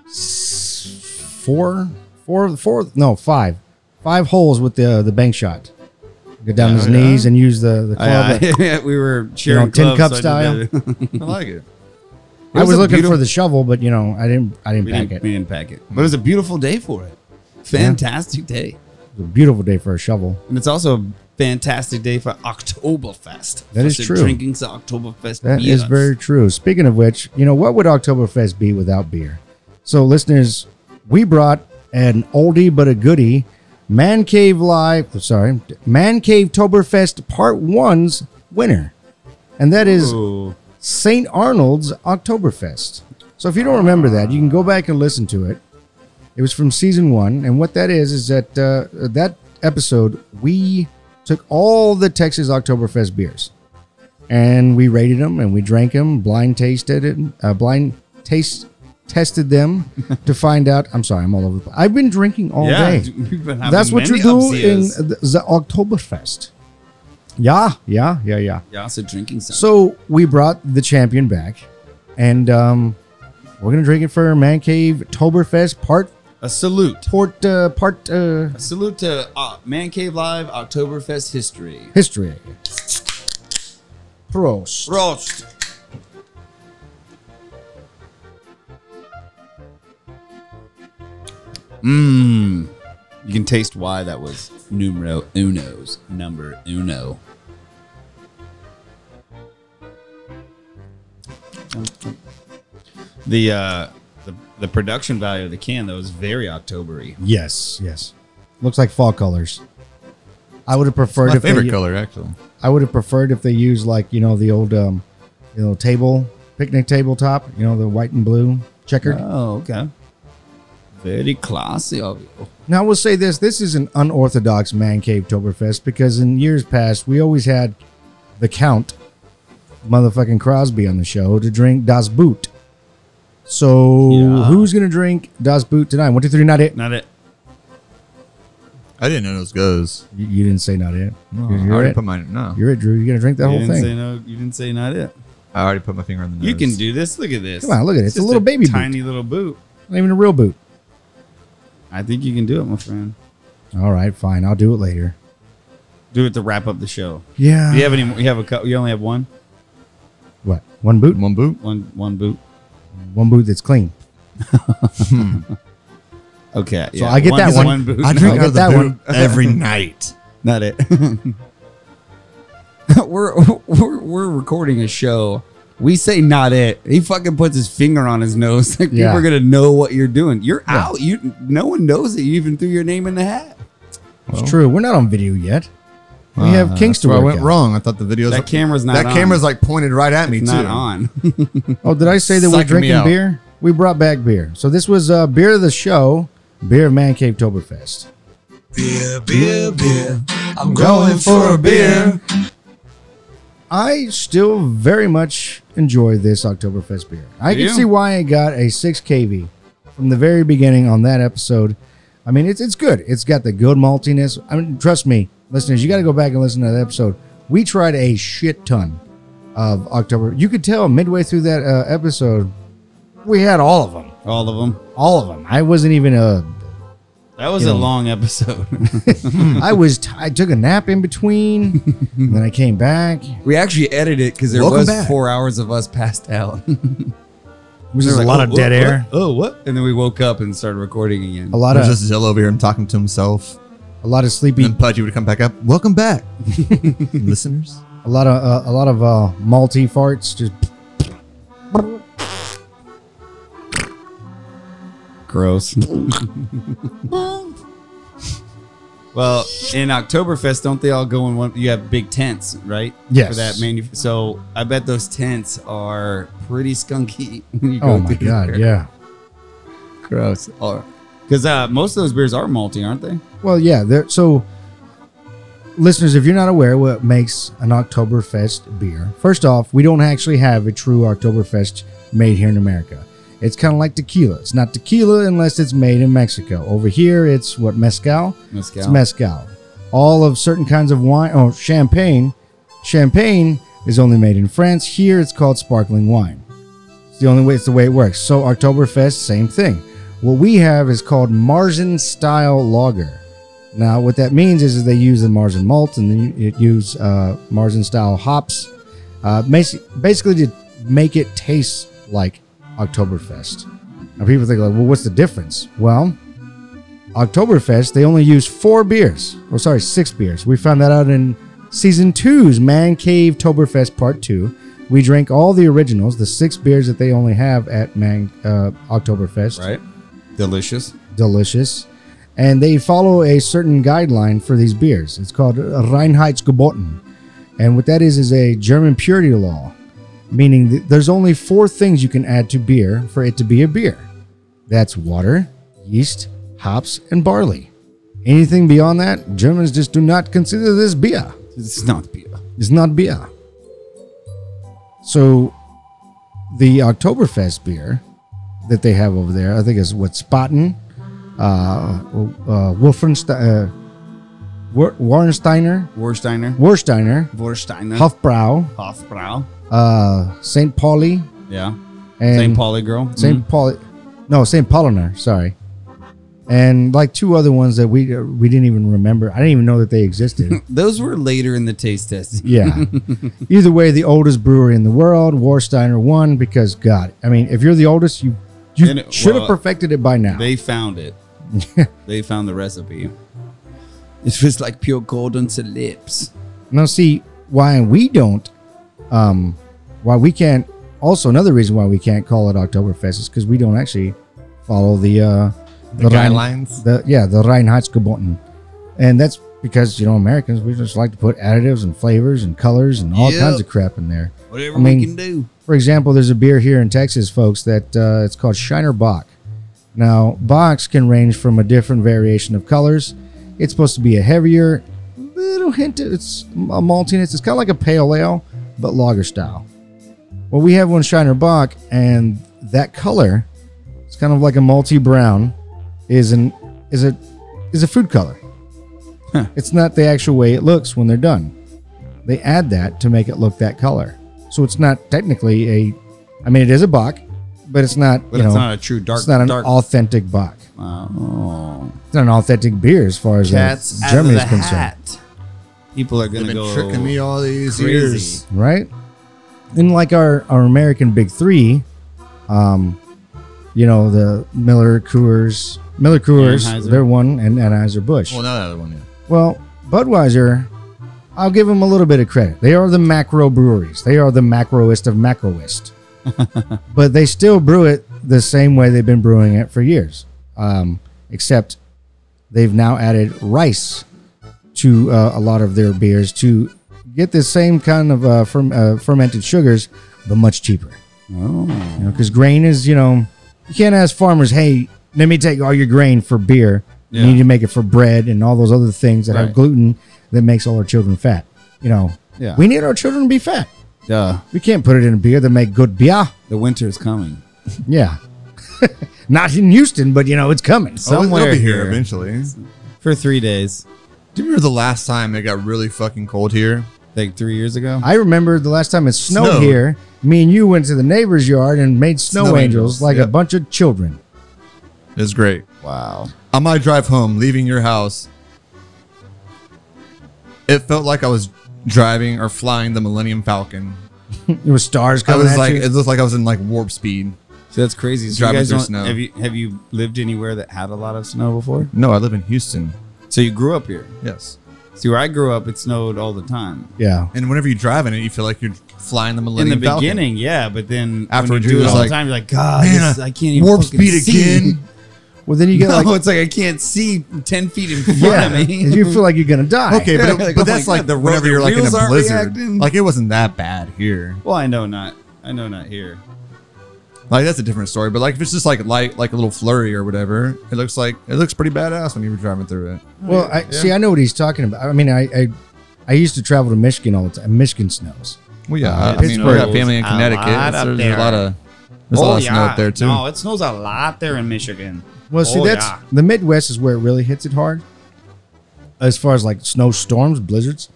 Speaker 2: s- four, four, four, no, five, five holes with the the bank shot. Go down his
Speaker 4: Yeah.
Speaker 2: knees and use the the club.
Speaker 3: (laughs) Uh, we were sharing
Speaker 2: tin
Speaker 3: clubs,
Speaker 2: cup
Speaker 3: I did that.
Speaker 4: I like it.
Speaker 2: I
Speaker 3: was
Speaker 2: was
Speaker 3: a
Speaker 2: looking
Speaker 3: beautiful-
Speaker 2: for the shovel, but you know, I didn't. I didn't
Speaker 3: (laughs) We
Speaker 2: pack
Speaker 3: didn't, we
Speaker 2: it.
Speaker 3: didn't pack it. But it was a beautiful day for it. Fantastic day.
Speaker 2: It was a beautiful day for a shovel.
Speaker 3: And it's also a fantastic day for Oktoberfest.
Speaker 2: That
Speaker 3: For
Speaker 2: is
Speaker 3: some
Speaker 2: true.
Speaker 3: Drinking some Oktoberfest
Speaker 2: That is
Speaker 3: beers.
Speaker 2: very true. Speaking of which, you know, what would Oktoberfest be without beer? So, listeners, we brought an oldie but a goodie Man Cave Live, sorry, Man Cave Toberfest Part 1's winner. And that is
Speaker 3: Ooh.
Speaker 2: St. Arnold's Oktoberfest. So, if you don't remember that, you can go back and listen to it. It was from season one. And what that is, is that uh, that episode, we took all the Texas Oktoberfest beers and we rated them and we drank them, blind tasted it, uh, blind taste tested
Speaker 3: (laughs)
Speaker 2: them to find out. I'm sorry, I'm all over the place. I've been drinking all
Speaker 3: Yeah,
Speaker 2: day.
Speaker 3: (laughs) we've been having
Speaker 2: That's what you
Speaker 3: many
Speaker 2: do in
Speaker 3: upsias.
Speaker 2: the, the Oktoberfest. Yeah, yeah, yeah, yeah.
Speaker 3: Yeah, also drinking some.
Speaker 2: So we brought the champion back, and um, we're gonna drink it for Man Cave Toberfest Part
Speaker 3: a salute.
Speaker 2: Port uh, Part uh,
Speaker 3: A salute to uh, Man Cave Live Oktoberfest history.
Speaker 2: History. Prost.
Speaker 3: Roast. Mmm. You can taste why that was numero uno's number uno. The uh, the the production value of the can though is very Octobery.
Speaker 2: Yes, yes. Looks like fall colors. I would have preferred
Speaker 4: My
Speaker 2: if
Speaker 4: favorite
Speaker 2: they,
Speaker 4: color, actually.
Speaker 2: I would have preferred if they used like you know the old um, you know table picnic table top. You know the white and blue checkered.
Speaker 3: Oh, okay. Very classy of you.
Speaker 2: Now, I will say this this is an unorthodox man cave Toberfest because in years past, we always had the Count, motherfucking Crosby, on the show to drink Das Boot. So,
Speaker 3: Yeah.
Speaker 2: who's going to drink Das Boot tonight? One, two, three, not it.
Speaker 3: Not it.
Speaker 4: I didn't know those goes.
Speaker 2: You, you didn't say not it. you're,
Speaker 4: I
Speaker 2: you're
Speaker 4: already
Speaker 2: it.
Speaker 4: put my no.
Speaker 2: you're it, Drew. You're going to drink that
Speaker 3: you
Speaker 2: whole
Speaker 3: didn't say
Speaker 2: thing.
Speaker 3: no. You didn't say not it.
Speaker 4: I already put my finger on the nose.
Speaker 3: You can do this. Look at this.
Speaker 2: Come on, look at it. It's a
Speaker 3: just
Speaker 2: little baby boot.
Speaker 3: tiny little boot.
Speaker 2: Not even a real boot.
Speaker 3: I think you can do it, my friend.
Speaker 2: All right, fine. I'll do it later.
Speaker 3: Do it to wrap up the show.
Speaker 2: Yeah.
Speaker 3: Do you have any? You have a. cou- You only have one.
Speaker 2: What? One boot?
Speaker 4: one boot.
Speaker 3: One. One boot.
Speaker 2: One boot that's clean.
Speaker 3: Okay.
Speaker 2: So
Speaker 3: yeah.
Speaker 2: I get
Speaker 3: One-
Speaker 2: that one.
Speaker 3: boot.
Speaker 2: I
Speaker 3: No,
Speaker 2: drink
Speaker 4: I'll go
Speaker 2: out
Speaker 4: to
Speaker 2: that
Speaker 4: boot
Speaker 2: one.
Speaker 4: (laughs) every night.
Speaker 3: Not it. (laughs) we're, we're we're recording a show. We say not it. He fucking puts his finger on his nose. (laughs) Like
Speaker 2: Yeah.
Speaker 3: people are gonna know what you're doing. You're out. You no one knows that you even threw your name in the hat.
Speaker 2: It's true. We're not on video yet. We have kinks to
Speaker 4: Uh, Where I
Speaker 2: work
Speaker 4: went
Speaker 2: out.
Speaker 4: wrong. I thought the videos.
Speaker 3: That camera's not
Speaker 4: That
Speaker 3: on.
Speaker 4: camera's like pointed right at me
Speaker 3: It's
Speaker 4: too.
Speaker 3: not on.
Speaker 2: Oh, did I say that we're
Speaker 4: Sucking me
Speaker 2: drinking
Speaker 4: out.
Speaker 2: beer? We brought back beer. So this was uh, beer of the show, beer of Man Cave Toberfest.
Speaker 5: Beer, beer, beer. I'm going for a beer.
Speaker 2: I still very much enjoy this Oktoberfest beer. I
Speaker 3: Do
Speaker 2: can
Speaker 3: you?
Speaker 2: see why it got a 6 kV from the very beginning on that episode. I mean, it's it's good. It's got the good maltiness. I mean, trust me, listeners, you got to go back and listen to that episode. We tried a shit ton of October. You could tell midway through that uh, episode, we had all of them.
Speaker 3: (laughs) All of them.
Speaker 2: All of them. I wasn't even uh, a
Speaker 3: That was a long episode.
Speaker 2: I was t- I took a nap in between, and then I came back. It
Speaker 3: (laughs) we actually edited it because there
Speaker 2: Welcome
Speaker 3: was
Speaker 2: back.
Speaker 3: four hours of us passed out.
Speaker 2: was just
Speaker 3: They're
Speaker 2: a
Speaker 3: like,
Speaker 2: lot
Speaker 3: "Oh,
Speaker 2: of dead
Speaker 3: what,
Speaker 2: air,
Speaker 3: What, oh, what? And then we woke up and started recording again.
Speaker 2: a lot
Speaker 4: There's
Speaker 2: of
Speaker 4: just Zill over here and talking to himself.
Speaker 2: a lot of sleepy,
Speaker 4: And Pudgy would come back up. Welcome
Speaker 2: (laughs)
Speaker 4: back, listeners.
Speaker 2: a lot of uh, a lot of uh, malty farts. Just (laughs)
Speaker 3: Gross. well, in Oktoberfest, don't they all go in one? You have big tents, right?
Speaker 2: Yes.
Speaker 3: For that manu- So I bet those tents are pretty skunky. (laughs) When you go
Speaker 2: oh my
Speaker 3: through
Speaker 2: god,
Speaker 3: there.
Speaker 2: yeah.
Speaker 3: (laughs) Gross. Because uh, most of those beers are malty, aren't they?
Speaker 2: Well, yeah. There, so, listeners, if you're not aware, what makes an Oktoberfest beer? First off, we don't actually have a true Oktoberfest made here in America. It's kind of like tequila. It's not tequila unless it's made in Mexico. Over here, it's what mezcal.
Speaker 3: Mezcal.
Speaker 2: It's mezcal. All of certain kinds of wine. Oh, champagne. Champagne is only made in France. Here, it's called sparkling wine. It's the only way. It's the way it works. So Oktoberfest, same thing. What we have is called Marzen style lager. Now, what that means is, is they use the Marzen malt and then you- it use uh, Marzen style hops, uh, basi- basically to make it taste like Oktoberfest. Now, people think like, well, what's the difference? Well, Oktoberfest, they only use four beers. Or sorry, six beers. We found that out in season two's Man Cave Toberfest Part Two. We drank all the originals, the six beers that they only have at Man uh, Oktoberfest.
Speaker 3: Right. Delicious.
Speaker 2: Delicious. And they follow a certain guideline for these beers. It's called Reinheitsgeboten. And what that is is a German purity law, meaning that there's only four things you can add to beer for it to be a beer. That's water, yeast, hops, and barley. Anything beyond that, Germans just do not consider this beer.
Speaker 3: It's not beer.
Speaker 2: It's not beer. So the Oktoberfest beer that they have over there, I think is what Spaten, uh, uh, Wolfenstein, uh, Wa- Warrensteiner,
Speaker 3: Warsteiner.
Speaker 2: Warsteiner,
Speaker 3: Warsteiner.
Speaker 2: Hofbrau,
Speaker 3: Hofbrau.
Speaker 2: uh, St. Pauli,
Speaker 3: Yeah.
Speaker 2: and
Speaker 3: St. Pauli Mm-hmm. girl.
Speaker 2: St. Pauli, no, St. Pauliner, sorry, and like two other ones that we we didn't even remember. I didn't even know that they existed.
Speaker 3: Those were later in the taste testing.
Speaker 2: Yeah. (laughs) Either way, the oldest brewery in the world, Warsteiner won because God, I mean, if you're the oldest, you you
Speaker 3: And it-
Speaker 2: should have
Speaker 3: well,
Speaker 2: perfected it by now. (laughs)
Speaker 3: They found it. they found the recipe. It was like pure gold on the lips.
Speaker 2: Now, see why we don't, um, why we can't. Also, another reason why we can't call it Oktoberfest is because we don't actually follow the uh, the,
Speaker 4: guidelines?
Speaker 2: The yeah, the Reinheitsgeboten, and that's because you know Americans we just like to put additives and flavors and colors and all
Speaker 3: Yep.
Speaker 2: kinds of crap in there.
Speaker 3: Whatever
Speaker 2: I mean-
Speaker 3: we can do.
Speaker 2: For example, there's a beer here in Texas, folks, that uh, it's called Shiner Bock. Now, Bocks can range from a different variation of colors. It's supposed to be a heavier, little hint of it's a maltiness. It's kind of like a pale ale, but lager style. Well, we have one Shiner Bock, and that color, it's kind of like a multi brown, is an is a is a food color.
Speaker 3: Huh.
Speaker 2: It's not the actual way it looks when they're done. They add that to make it look that color. So it's not technically a, I mean, it is a Bock, but it's not,
Speaker 3: But
Speaker 2: you
Speaker 3: it's
Speaker 2: know,
Speaker 3: not a true dark.
Speaker 2: it's not an
Speaker 3: dark.
Speaker 2: authentic Bock.
Speaker 3: oh.
Speaker 2: It's not an authentic beer as far as
Speaker 3: Cats
Speaker 2: uh,
Speaker 3: out
Speaker 2: Germany is
Speaker 3: of the
Speaker 2: concerned.
Speaker 3: hat. People are
Speaker 4: They've
Speaker 3: gonna
Speaker 4: been
Speaker 3: go
Speaker 4: tricking me all these
Speaker 3: crazy.
Speaker 4: years.
Speaker 2: right? And like our, our American big three, um, you know, the Miller Coors, Miller Coors,
Speaker 3: Anheuser.
Speaker 2: they're one, and Anheuser Busch.
Speaker 4: Well,
Speaker 2: Well,
Speaker 4: not that other one yet. Oh,
Speaker 2: Budweiser, I'll give them a little bit of credit. They are the macro breweries. They are the macroist of macroist, but they still brew it the same way they've been brewing it for years, um, except they've now added rice to uh, a lot of their beers to get the same kind of uh, ferm uh, fermented sugars, but much cheaper.
Speaker 3: Oh.
Speaker 2: You know, because grain is, you know, you can't ask farmers, hey, let me take all your grain for beer.
Speaker 3: Yeah.
Speaker 2: You need to make it for bread and all those other things that have
Speaker 3: Right.
Speaker 2: gluten that makes all our children fat. You know,
Speaker 3: Yeah.
Speaker 2: we need our children to be fat.
Speaker 3: Duh.
Speaker 2: We can't put it in a beer that make good beer.
Speaker 3: The winter is coming.
Speaker 2: Yeah. (laughs) Not in Houston, but you know, it's coming.
Speaker 4: Oh, they'll
Speaker 3: Somewhere
Speaker 4: be here,
Speaker 3: here.
Speaker 4: eventually.
Speaker 3: For three days.
Speaker 4: Do you remember the last time it got really fucking cold here?
Speaker 3: Like three years ago?
Speaker 2: I remember the last time it snowed
Speaker 4: Snow.
Speaker 2: here, me and you went to the neighbor's yard and made snow,
Speaker 4: Snow
Speaker 2: angels
Speaker 4: angels,
Speaker 2: like a
Speaker 4: yep.
Speaker 2: bunch of children.
Speaker 4: It was great.
Speaker 3: wow.
Speaker 4: On my drive home, leaving your house, it felt like I was driving or flying the Millennium Falcon.
Speaker 2: There were stars
Speaker 4: I
Speaker 2: coming
Speaker 4: was
Speaker 2: at
Speaker 4: like, uh,
Speaker 2: you.
Speaker 4: it looked like I was in like warp speed.
Speaker 3: So that's crazy. So
Speaker 4: Driving
Speaker 3: you guys
Speaker 4: through
Speaker 3: don't-
Speaker 4: snow.
Speaker 3: Have you have you lived anywhere that had a lot of snow before?
Speaker 4: No, I live in Houston.
Speaker 3: So you grew up here.
Speaker 4: Yes.
Speaker 3: See where I grew up, it snowed all the time.
Speaker 2: yeah.
Speaker 4: And whenever you're driving it, you feel like you're flying the
Speaker 3: In
Speaker 4: Millennium
Speaker 3: the
Speaker 4: Falcon.
Speaker 3: beginning, yeah, but then after
Speaker 4: After it
Speaker 3: you do it
Speaker 4: was
Speaker 3: all
Speaker 4: like,
Speaker 3: the time, you're like, God,
Speaker 4: man, uh,
Speaker 3: this- I can't even
Speaker 4: warp
Speaker 3: fucking
Speaker 4: speed
Speaker 3: see." (laughs)
Speaker 4: again.
Speaker 2: Well, then you
Speaker 4: (laughs)
Speaker 2: get
Speaker 3: No,
Speaker 2: like,
Speaker 3: it's like I can't see ten feet in front
Speaker 2: yeah,
Speaker 3: of me.
Speaker 2: you feel like you're gonna die.
Speaker 4: Okay,
Speaker 3: (laughs)
Speaker 4: but,
Speaker 3: Like, oh
Speaker 4: but
Speaker 3: my
Speaker 4: that's
Speaker 3: God,
Speaker 4: like
Speaker 3: the
Speaker 4: the
Speaker 3: road-
Speaker 4: whenever
Speaker 3: the
Speaker 4: you're like in
Speaker 3: wheels
Speaker 4: a
Speaker 3: aren't
Speaker 4: blizzard.
Speaker 3: reacting.
Speaker 4: Like it wasn't that bad here.
Speaker 3: (laughs) well, I know not. I know not here.
Speaker 4: Like that's a different story. But like if it's just like light, like a little flurry or whatever, it looks like it looks pretty badass when you were driving through it.
Speaker 2: Well, I, see, I know what he's talking about. I mean, I, I, I used to travel to Michigan all the time. Michigan snows.
Speaker 4: Well, yeah,
Speaker 3: Uh,
Speaker 4: I mean, we
Speaker 3: Pittsburgh
Speaker 4: got family in
Speaker 3: is a
Speaker 4: Connecticut.
Speaker 3: lot up
Speaker 4: so there's
Speaker 3: there.
Speaker 4: a lot Oh, of there's a lot of snow up there too.
Speaker 3: Oh, No, it snows a lot there in Michigan.
Speaker 2: Well, see,
Speaker 3: Oh,
Speaker 2: that's
Speaker 3: yeah.
Speaker 2: the Midwest is where it really hits it hard, as far as like snowstorms, blizzards.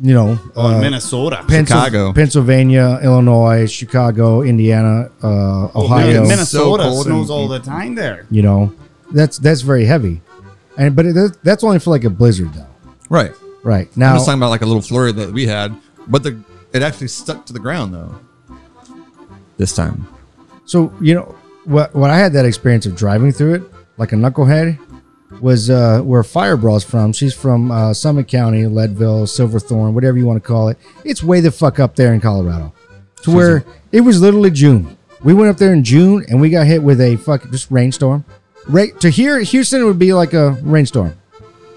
Speaker 2: You know,
Speaker 3: Oh,
Speaker 2: uh,
Speaker 3: in Minnesota.
Speaker 2: Pennsyl-
Speaker 4: Chicago.
Speaker 2: Pennsylvania, Illinois, Chicago, Indiana, uh,
Speaker 3: Oh,
Speaker 2: Ohio.
Speaker 3: Min-
Speaker 4: Minnesota.
Speaker 3: Minnesota
Speaker 4: So cold
Speaker 3: snows
Speaker 4: and-
Speaker 3: all the time there.
Speaker 2: you know, that's that's very heavy, and but it, that's only for like a blizzard though.
Speaker 4: Right.
Speaker 2: Right
Speaker 4: I'm
Speaker 2: now,
Speaker 4: just talking about like a little flurry that we had, but the it actually stuck to the ground though. This time.
Speaker 2: So you know what? What I had that experience of driving through it, like a knucklehead, was uh, where Firebraw's from. She's from uh, Summit County, Leadville, Silverthorne, whatever you want to call it. It's way the fuck up there in Colorado, to where it was literally June. We went up there in June and we got hit with a fucking just rainstorm. Right to here, Houston it would be like a rainstorm.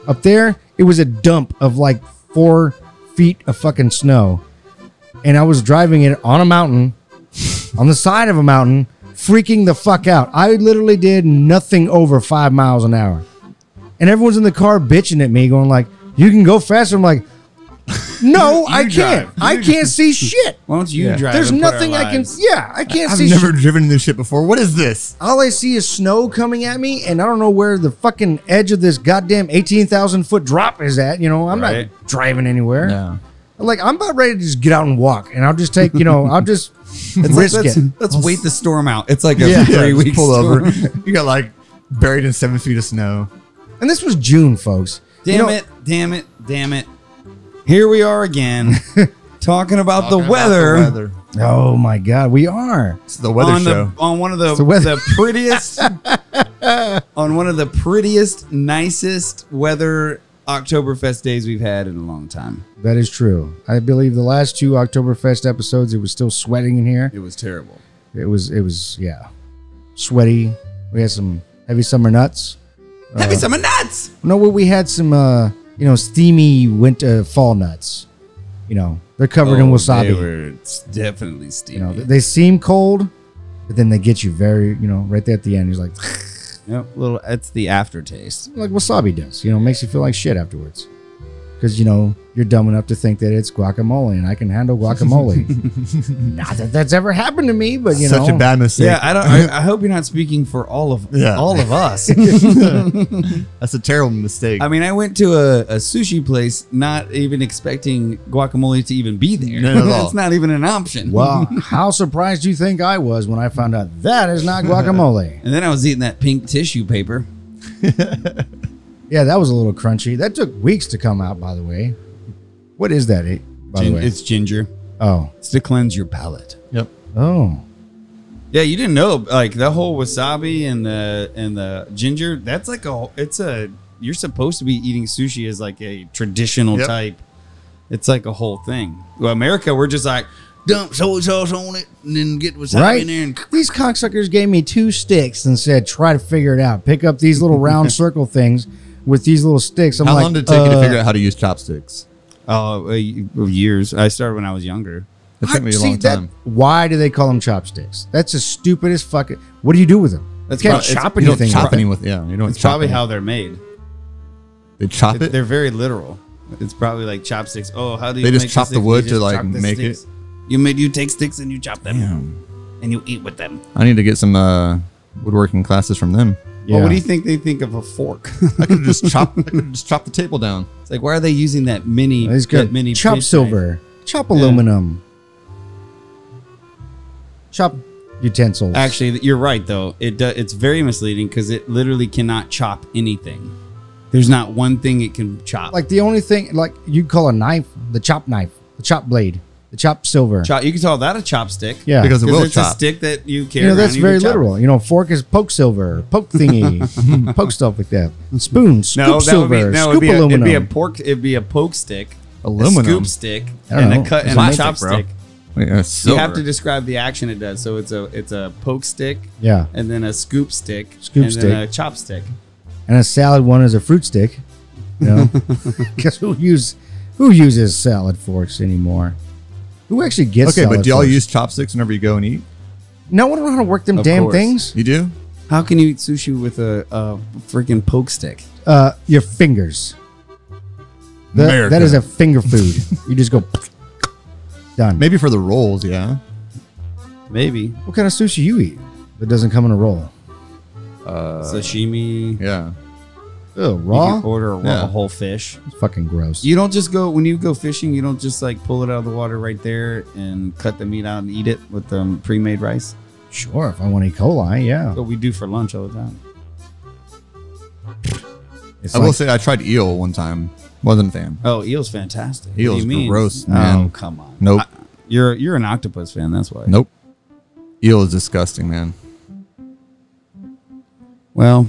Speaker 2: Up there, it was a dump of like four feet of fucking snow, and I was driving it on a mountain on the side of a mountain, freaking the fuck out. I literally did nothing over five miles an hour. And everyone's in the car bitching at me, going like, you can go faster. I'm like, no, I can't.
Speaker 3: drive.
Speaker 2: I can't see shit.
Speaker 3: Why don't you
Speaker 4: Yeah.
Speaker 3: drive?
Speaker 2: There's
Speaker 3: and put our
Speaker 2: nothing I can.
Speaker 3: lives-
Speaker 2: Yeah, I can't
Speaker 4: I've
Speaker 2: see
Speaker 4: never
Speaker 2: shit.
Speaker 4: driven this shit before. What is this?
Speaker 2: All I see is snow coming at me, and I don't know where the fucking edge of this goddamn 18,000 foot drop is at. You know, I'm
Speaker 3: Right.
Speaker 2: not driving anywhere.
Speaker 4: Yeah.
Speaker 2: Like, I'm about ready to just get out and walk, and I'll just take, you know, I'll just risk
Speaker 3: let's,
Speaker 2: it.
Speaker 3: Let's wait the storm out. It's (laughs) like a
Speaker 4: Yeah,
Speaker 3: three
Speaker 4: just
Speaker 3: week
Speaker 4: pull
Speaker 3: storm.
Speaker 4: over.
Speaker 3: (laughs)
Speaker 4: (laughs) you got like buried in seven feet of snow.
Speaker 2: And this was June, folks. You
Speaker 3: Damn
Speaker 2: know-
Speaker 3: it! Damn it! Damn it! Here we are again.
Speaker 5: Talking about the
Speaker 4: Talking about
Speaker 5: weather.
Speaker 4: The weather.
Speaker 2: Oh my God, we are.
Speaker 4: It's the weather
Speaker 3: on
Speaker 4: show.
Speaker 3: The, on one of the,
Speaker 2: the
Speaker 3: the,
Speaker 2: weather.
Speaker 3: prettiest, on one of the prettiest, nicest weather Oktoberfest days we've had in a long time.
Speaker 2: That is true. I believe the last two Oktoberfest episodes, it was still sweating in here.
Speaker 3: It was terrible.
Speaker 2: It was, it was, yeah, sweaty. We had some heavy summer nuts.
Speaker 3: Happy summer nuts.
Speaker 2: No, well, we had some, uh, you know, steamy winter fall nuts. You know, they're covered in
Speaker 3: Oh,
Speaker 2: wasabi.
Speaker 3: They were definitely steamy.
Speaker 2: you know, they seem cold, but then they get you very, you know, right there at the end. He's like, (laughs)
Speaker 3: Yep, little. It's the aftertaste.
Speaker 2: like wasabi does. You know, makes you feel like shit afterwards. Because you know you're dumb enough to think that it's guacamole, and I can handle guacamole. Not that that's ever happened to me, but you
Speaker 4: Such
Speaker 2: know,
Speaker 4: a bad mistake.
Speaker 3: Yeah, I don't. I, I hope you're not speaking for all of
Speaker 4: Yeah.
Speaker 3: all of us.
Speaker 4: That's a terrible mistake.
Speaker 3: I mean, I went to a, a sushi place, not even expecting guacamole to even be there. (laughs)
Speaker 4: Not at all.
Speaker 3: That's not even an option.
Speaker 2: Well, how surprised do you think I was when I found out that is not guacamole?
Speaker 3: And then I was eating that pink tissue paper.
Speaker 2: yeah, that was a little crunchy. That took weeks to come out, by the way. What is that? eh, By
Speaker 3: Gin-
Speaker 2: the way,
Speaker 3: It's ginger.
Speaker 2: oh,
Speaker 3: It's to cleanse your palate.
Speaker 4: yep.
Speaker 2: oh,
Speaker 3: Yeah, you didn't know like the whole wasabi and the and the ginger. That's like a it's a you're supposed to be eating sushi as like a traditional
Speaker 4: Yep.
Speaker 3: type. It's like a whole thing. Well, America, we're just like dump soy sauce on it and then get wasabi
Speaker 2: right.
Speaker 3: in there and
Speaker 2: These cocksuckers gave me two sticks and said, "Try to figure it out. Pick up these little
Speaker 4: (laughs)
Speaker 2: round circle things." With these little sticks, I'm
Speaker 4: How
Speaker 2: like,
Speaker 4: long did it take you to
Speaker 2: uh,
Speaker 4: figure out how to use chopsticks?
Speaker 3: oh uh, years. I started when I was younger.
Speaker 4: It took me a
Speaker 2: See,
Speaker 4: long
Speaker 2: that-
Speaker 4: time.
Speaker 2: why do they call them chopsticks? That's the stupidest fucking. What do you do with them?
Speaker 3: That's
Speaker 2: you can't
Speaker 3: prob- it's-
Speaker 2: chop
Speaker 4: You don't
Speaker 2: anything. with
Speaker 4: chop
Speaker 2: them.
Speaker 4: any with yeah. You don't.
Speaker 3: It's
Speaker 4: chop
Speaker 3: probably
Speaker 4: any-
Speaker 3: how they're made.
Speaker 4: they chop
Speaker 3: It-
Speaker 4: it.
Speaker 3: they're very literal. It's probably like chopsticks. Oh, how do you?
Speaker 4: They just
Speaker 3: make
Speaker 4: chop the
Speaker 3: sticks?
Speaker 4: wood
Speaker 3: You
Speaker 4: to,
Speaker 3: just
Speaker 4: like,
Speaker 3: chop the
Speaker 4: make it?
Speaker 3: sticks. You made you take sticks and you chop them
Speaker 4: Damn.
Speaker 3: and you eat with them.
Speaker 4: I need to get some uh, woodworking classes from them.
Speaker 3: Well,
Speaker 2: Yeah.
Speaker 3: what do you think they think of a fork? (laughs)
Speaker 4: I could just chop. I could just chop the table down.
Speaker 3: it's like why are they using that mini?
Speaker 2: He's got
Speaker 3: that mini
Speaker 2: chop
Speaker 3: pitch knife?
Speaker 2: silver, chop aluminum, chop utensils.
Speaker 3: Actually, th- you're right though. It do, it's very misleading because it literally cannot chop anything. There's not one thing it can chop.
Speaker 2: like the only thing, like you'd call a knife, the chop knife, the chop blade, the chop silver.
Speaker 3: chop, you can call that a chopstick.
Speaker 2: yeah,
Speaker 4: Because it will
Speaker 3: it's a
Speaker 4: chop.
Speaker 3: stick that you carry.
Speaker 2: you know
Speaker 3: around,
Speaker 2: that's
Speaker 3: you
Speaker 2: very
Speaker 3: can chop it.
Speaker 2: literal. You know, fork is poke silver, poke
Speaker 3: (laughs)
Speaker 2: thingy, poke stuff like that. Spoon, scoop
Speaker 3: No, that would
Speaker 2: silver,
Speaker 3: be no.
Speaker 2: scoop
Speaker 3: it'd, be a,
Speaker 2: aluminum.
Speaker 3: it'd be a pork. It'd be a poke stick, a
Speaker 4: Aluminum.
Speaker 3: scoop stick,
Speaker 2: I don't
Speaker 3: and
Speaker 2: know.
Speaker 3: a cut
Speaker 2: It's
Speaker 3: and a
Speaker 2: amazing,
Speaker 3: chopstick.
Speaker 4: Wait, uh,
Speaker 3: You
Speaker 4: silver.
Speaker 3: have to describe the action it does. So it's a it's a poke stick,
Speaker 2: yeah,
Speaker 3: and then a scoop stick,
Speaker 2: Scoop
Speaker 3: and
Speaker 2: stick.
Speaker 3: then a chopstick.
Speaker 2: and a salad one is a fruit stick. You
Speaker 3: (laughs)
Speaker 2: know, because who use who uses salad forks anymore? Who actually gets
Speaker 4: okay, but
Speaker 2: salad
Speaker 4: do y'all
Speaker 2: forks?
Speaker 4: use chopsticks whenever you go and eat?
Speaker 2: No one know how to work them
Speaker 3: Of
Speaker 2: damn
Speaker 3: course.
Speaker 2: things.
Speaker 4: You do?
Speaker 3: How can you eat sushi with a, a freaking poke stick?
Speaker 2: Uh, your fingers. That- that
Speaker 4: America.
Speaker 2: is a finger food. you just go (laughs) done.
Speaker 4: Maybe for the rolls, yeah.
Speaker 3: Maybe
Speaker 2: What kind of sushi you eat that doesn't come in a roll?
Speaker 3: Uh, sashimi.
Speaker 4: Yeah.
Speaker 2: Ugh,
Speaker 3: You
Speaker 2: raw.
Speaker 3: can order a, raw-
Speaker 4: Yeah.
Speaker 3: a whole fish.
Speaker 2: It's fucking gross.
Speaker 3: You don't just go when you go fishing. You don't just like pull it out of the water right there and cut the meat out and eat it with the um, pre-made rice.
Speaker 2: sure, if I want E. coli, yeah.
Speaker 3: That's what we do for lunch all the time.
Speaker 2: It's
Speaker 4: I will
Speaker 2: like-
Speaker 4: say I tried eel one time. Wasn't a fan.
Speaker 3: Oh, eel's fantastic. What do
Speaker 4: Eel's
Speaker 3: you mean?
Speaker 4: gross, man.
Speaker 3: Oh come on.
Speaker 4: Nope.
Speaker 3: I- you're you're an octopus fan. That's why.
Speaker 4: Nope. Eel is disgusting, man.
Speaker 3: Well,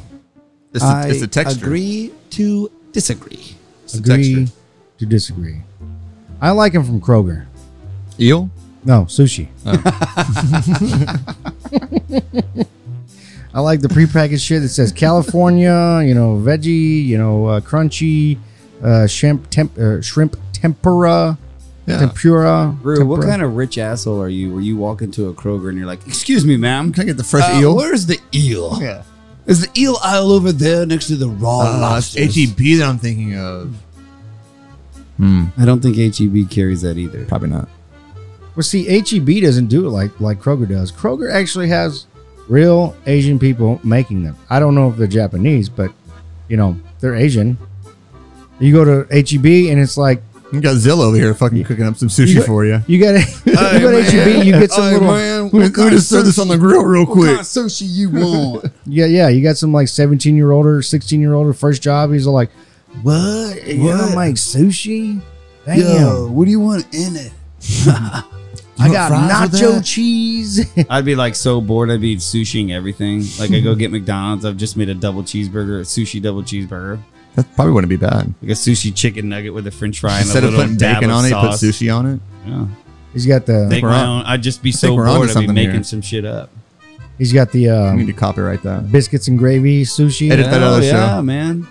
Speaker 4: It's, the, it's the texture.
Speaker 3: Agree to disagree.
Speaker 4: It's the
Speaker 2: agree
Speaker 4: texture.
Speaker 2: to disagree. I like him from Kroger.
Speaker 4: Eel?
Speaker 2: No, sushi.
Speaker 4: Oh.
Speaker 2: (laughs) I like the prepackaged shit that says California, you know, veggie, you know, uh, crunchy, uh, shrimp, temp, uh, shrimp tempura,
Speaker 4: Yeah.
Speaker 2: tempura.
Speaker 3: Rue,
Speaker 2: tempura.
Speaker 3: what kind of rich asshole are you? Where you walk into a Kroger and you're like, "Excuse me, ma'am,
Speaker 4: Can I get the fresh
Speaker 3: Uh,
Speaker 4: eel?
Speaker 3: Where's the eel?
Speaker 4: Yeah.
Speaker 3: Is the eel aisle over there next to the raw
Speaker 4: Uh, it's
Speaker 3: lobsters?
Speaker 4: HEB that I'm thinking of.
Speaker 3: I don't think HEB carries that either.
Speaker 4: Probably not.
Speaker 2: Well, see, HEB doesn't do it like like Kroger does. Kroger actually has real Asian people making them. I don't know if they're Japanese, but you know they're Asian. You go to HEB and it's like
Speaker 4: You got Zillow over here fucking cooking up some sushi
Speaker 2: got-
Speaker 4: for you.
Speaker 2: you got (laughs) you go to HEB, you get some little
Speaker 4: we just serve this on the grill real quick.
Speaker 3: sushi you want?
Speaker 2: yeah yeah you got some like seventeen year older, sixteen year older first job. He's like, what? You don't
Speaker 3: What?
Speaker 2: make sushi? Damn.
Speaker 3: what do you want in it?
Speaker 2: I got
Speaker 4: fries with
Speaker 2: nacho
Speaker 4: that?
Speaker 2: cheese. (laughs)
Speaker 3: I'd be like so bored. I'd be sushiing everything. Like I
Speaker 4: (laughs)
Speaker 3: go get McDonald's. I've just made a double cheeseburger, a sushi double cheeseburger,
Speaker 4: That probably wouldn't be bad.
Speaker 3: like a sushi chicken nugget with a French fry. And
Speaker 4: Instead
Speaker 3: a
Speaker 4: of
Speaker 3: little
Speaker 4: putting
Speaker 3: dab
Speaker 4: bacon
Speaker 3: of
Speaker 4: on
Speaker 3: sauce.
Speaker 4: it, put sushi on it.
Speaker 3: Yeah.
Speaker 2: he's got the
Speaker 3: Make
Speaker 4: we're
Speaker 3: my
Speaker 4: on-
Speaker 3: own. I'd just be so
Speaker 4: we're onto
Speaker 3: bored. I'd be
Speaker 4: something
Speaker 3: making
Speaker 4: here.
Speaker 3: some shit up.
Speaker 2: he's got the
Speaker 4: I need to
Speaker 2: um,
Speaker 4: copyright that.
Speaker 2: biscuits and gravy sushi.
Speaker 4: Edit that
Speaker 3: Hell
Speaker 4: other
Speaker 3: yeah,
Speaker 4: show.
Speaker 3: man.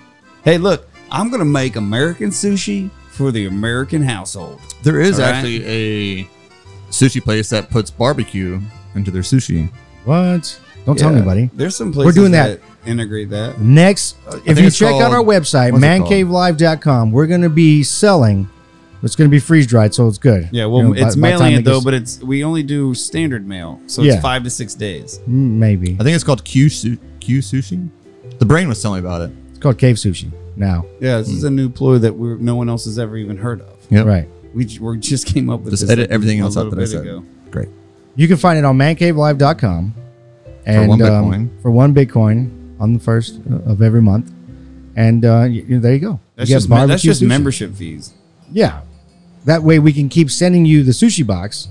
Speaker 3: Hey, look, I'm gonna make American sushi for the American household.
Speaker 4: There is
Speaker 3: All right.
Speaker 4: actually a sushi place that puts barbecue into their sushi.
Speaker 2: What? Don't tell
Speaker 3: Yeah.
Speaker 2: anybody.
Speaker 3: There's some places
Speaker 2: doing that.
Speaker 3: integrate that.
Speaker 2: Next, if
Speaker 4: think
Speaker 2: you
Speaker 4: it's
Speaker 2: check out
Speaker 4: called-
Speaker 2: our website,
Speaker 4: what's it called?
Speaker 2: mancavelive.com, we're going to be selling. It's going to be freeze dried, so it's good.
Speaker 3: Yeah,
Speaker 2: You
Speaker 3: well,
Speaker 2: know, by-
Speaker 3: it's
Speaker 2: by the time
Speaker 3: mailing it though,
Speaker 2: gets-
Speaker 3: but it's we only do standard mail, so
Speaker 2: Yeah.
Speaker 3: it's five to six days.
Speaker 2: Mm, maybe.
Speaker 4: I think it's called Q su- Q sushi. The brain was telling me about it.
Speaker 2: It's called cave sushi now.
Speaker 3: Yeah, this
Speaker 2: Hmm.
Speaker 3: is a new ploy that we're, no one else has ever even heard of.
Speaker 4: Yep.
Speaker 2: Right.
Speaker 3: We, j- we just came up with
Speaker 4: Just
Speaker 3: this
Speaker 4: edit
Speaker 3: a-
Speaker 4: everything
Speaker 3: a
Speaker 4: else out
Speaker 3: little
Speaker 4: that I
Speaker 3: bit
Speaker 4: said.
Speaker 3: ago.
Speaker 4: Great.
Speaker 2: You can find it on mancavelive.com. And,
Speaker 4: one
Speaker 2: um,
Speaker 4: Bitcoin.
Speaker 2: for one Bitcoin on the first uh, of every month. And uh, y y- there you go.
Speaker 3: That's
Speaker 2: You get
Speaker 3: just me- that's
Speaker 2: barbecue
Speaker 3: just
Speaker 2: sushi.
Speaker 3: membership fees.
Speaker 2: Yeah. That way we can keep sending you the sushi box,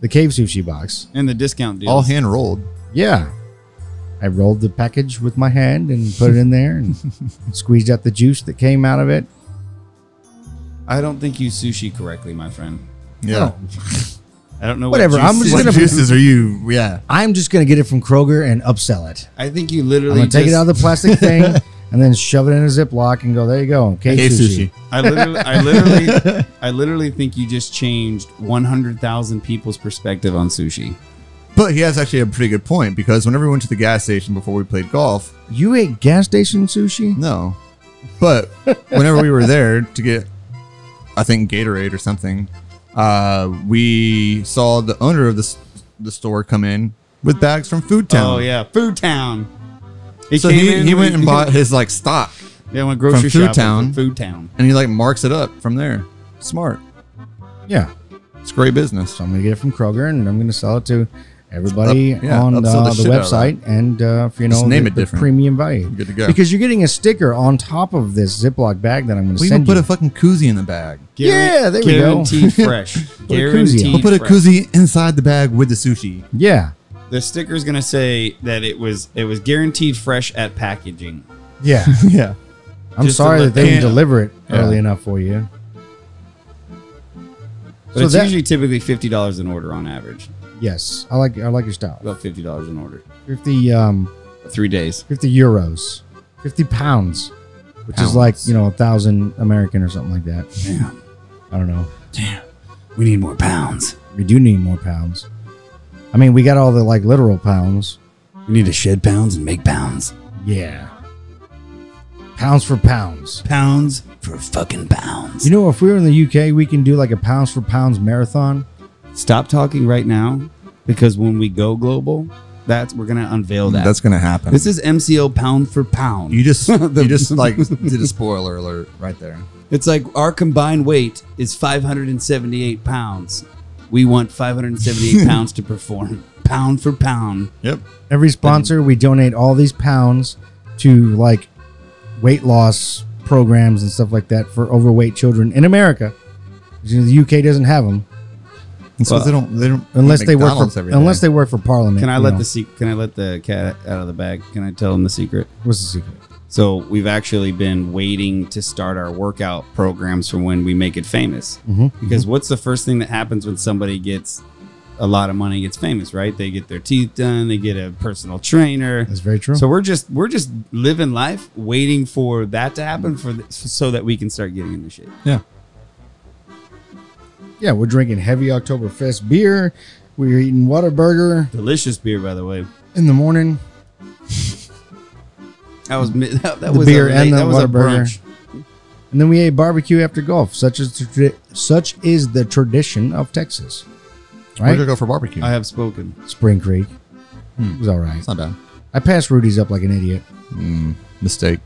Speaker 2: the cave sushi box.
Speaker 3: And the discount deal.
Speaker 4: All hand rolled.
Speaker 2: Yeah. I rolled the package with my hand and put it in there
Speaker 4: (laughs)
Speaker 2: and squeezed out the juice that came out of it.
Speaker 3: I don't think you sushi correctly, my friend.
Speaker 2: Oh,
Speaker 4: Yeah.
Speaker 3: I don't know.
Speaker 2: Whatever,
Speaker 3: What
Speaker 2: I'm
Speaker 3: juice-
Speaker 2: just
Speaker 4: What
Speaker 2: gonna-
Speaker 4: juices are you? Yeah.
Speaker 2: I'm just going to get it from Kroger and upsell it.
Speaker 3: I think you
Speaker 2: I'm
Speaker 3: literally
Speaker 2: going to take it
Speaker 3: just-
Speaker 2: out of the
Speaker 4: (laughs)
Speaker 2: plastic thing and then shove it in a Ziploc and go, there you go. Cave,
Speaker 4: Cave
Speaker 2: sushi.
Speaker 4: sushi.
Speaker 3: I literally, I
Speaker 2: (laughs)
Speaker 3: literally, I literally think you just changed 100,000 people's perspective on sushi.
Speaker 4: But he has actually a pretty good point because whenever we went to the gas station before we played golf,
Speaker 2: You ate gas station sushi?
Speaker 4: no. But whenever we were there to get, I think Gatorade or something, uh, we saw the owner of the s- the store come in with bags from Food Town.
Speaker 3: Oh yeah, Food Town. He
Speaker 4: So
Speaker 3: came
Speaker 4: he,
Speaker 3: in
Speaker 4: he
Speaker 3: with- (laughs)
Speaker 4: went and bought his like stock
Speaker 3: Yeah, went grocery
Speaker 4: from Food
Speaker 3: shopping
Speaker 4: Town.
Speaker 3: from Food Town.
Speaker 4: and he like marks it up from there. Smart.
Speaker 2: Yeah.
Speaker 4: It's great business.
Speaker 2: So I'm going to get it from Kroger and I'm going to sell it to everybody
Speaker 4: Up- yeah,
Speaker 2: on uh,
Speaker 4: upsell
Speaker 2: the,
Speaker 4: the shit out of
Speaker 2: website and, uh, for, you know,
Speaker 4: Just name
Speaker 2: the,
Speaker 4: it
Speaker 2: the
Speaker 4: different.
Speaker 2: premium value.
Speaker 4: Good to go.
Speaker 2: Because you're getting a sticker on top of this Ziploc bag that I'm going to
Speaker 4: We
Speaker 2: send
Speaker 4: even put
Speaker 2: you.
Speaker 4: a fucking koozie in the bag.
Speaker 2: Yeah, there we go.
Speaker 3: guaranteed
Speaker 2: (laughs)
Speaker 3: Guaranteed fresh.
Speaker 2: koozie on.
Speaker 3: guaranteed.
Speaker 4: We'll put a
Speaker 3: fresh.
Speaker 4: koozie inside the bag with the
Speaker 3: (laughs)
Speaker 4: sushi.
Speaker 2: yeah.
Speaker 3: The sticker's gonna say that it was it was guaranteed fresh at packaging.
Speaker 2: Yeah.
Speaker 4: yeah.
Speaker 2: I'm
Speaker 3: Just to
Speaker 2: sorry that
Speaker 3: let
Speaker 2: they
Speaker 3: them
Speaker 2: didn't
Speaker 3: know.
Speaker 2: deliver it
Speaker 4: Yeah.
Speaker 2: early enough for you.
Speaker 3: But
Speaker 2: So
Speaker 3: it's
Speaker 2: that-
Speaker 3: usually typically fifty dollars an order on average.
Speaker 2: Yes, I like I like your style.
Speaker 3: About fifty dollars an order.
Speaker 2: Fifty um
Speaker 3: Three days.
Speaker 2: fifty euros, fifty pounds, which is like
Speaker 4: Pounds.
Speaker 2: you know a thousand American or something like that.
Speaker 3: Yeah.
Speaker 2: I don't know.
Speaker 3: We need more pounds.
Speaker 2: We do need more pounds. I mean, we got all the like literal pounds.
Speaker 3: We need to shed pounds and make pounds.
Speaker 2: Yeah, pounds for pounds.
Speaker 3: Pounds for fucking pounds.
Speaker 2: You know, if we were in the UK, we can do like a pounds for pounds marathon.
Speaker 3: stop talking right now because when we go global, that's we're gonna unveil that.
Speaker 4: That's gonna happen.
Speaker 3: this is MCO pound for pound.
Speaker 4: you (laughs) just
Speaker 3: The-
Speaker 4: you just like did a spoiler alert right there.
Speaker 3: it's like our combined weight is 578 pounds. We want 578 pounds to perform pound for pound.
Speaker 4: Yep.
Speaker 2: Every sponsor, we donate all these pounds to like weight loss programs and stuff like that for overweight children in America. You know, The UK doesn't have them
Speaker 4: It's 'cause
Speaker 3: Well,
Speaker 4: they don't they don't
Speaker 2: unless
Speaker 4: eat
Speaker 2: they work
Speaker 4: McDonald's
Speaker 2: for
Speaker 4: every
Speaker 2: unless
Speaker 4: day.
Speaker 2: they work for Parliament.
Speaker 3: Can I
Speaker 2: you
Speaker 3: let
Speaker 2: know.
Speaker 3: the sec- Can I let the cat out of the bag? Can I tell them the secret?
Speaker 2: What's the secret?
Speaker 3: So we've actually been waiting to start our workout programs from when we make it famous.
Speaker 2: Mhm.
Speaker 3: Because what's the first thing that happens when somebody gets a lot of money, gets famous, right? They get their teeth done, they get a personal trainer.
Speaker 2: That's very true.
Speaker 3: So we're just we're just living life, waiting for that to happen, for th- so that we can start getting into shape.
Speaker 2: yeah, we're drinking heavy Oktoberfest beer. We're eating Whataburger
Speaker 3: Delicious beer, by the way.
Speaker 2: in the morning.
Speaker 3: That was mi- (laughs) that, that
Speaker 2: The
Speaker 3: was
Speaker 2: beer
Speaker 3: a,
Speaker 2: and
Speaker 3: late-
Speaker 2: the
Speaker 3: that was a
Speaker 2: Whataburger.
Speaker 3: brunch.
Speaker 2: And then we ate barbecue after golf, such as the tradi- such is the tradition of Texas.
Speaker 4: Where'd you
Speaker 2: Right?
Speaker 4: go for barbecue?
Speaker 3: I have spoken.
Speaker 2: Spring Creek. It was all right.
Speaker 4: it's not bad.
Speaker 2: I passed Rudy's up like an idiot.
Speaker 4: Mistake.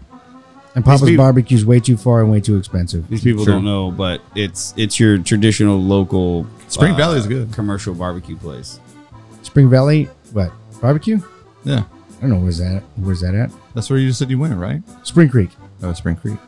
Speaker 2: And Papa's
Speaker 3: people-
Speaker 2: barbecue's way too far and way too expensive.
Speaker 3: These people
Speaker 4: Sure.
Speaker 3: don't know, but it's it's your traditional local uh,
Speaker 4: Spring Valley's good.
Speaker 3: commercial barbecue place.
Speaker 2: Spring Valley, what barbecue?
Speaker 4: Yeah.
Speaker 2: I don't know where's that. Where's that at?
Speaker 4: That's where you said you went, right?
Speaker 2: Spring Creek.
Speaker 4: Oh, Spring Creek.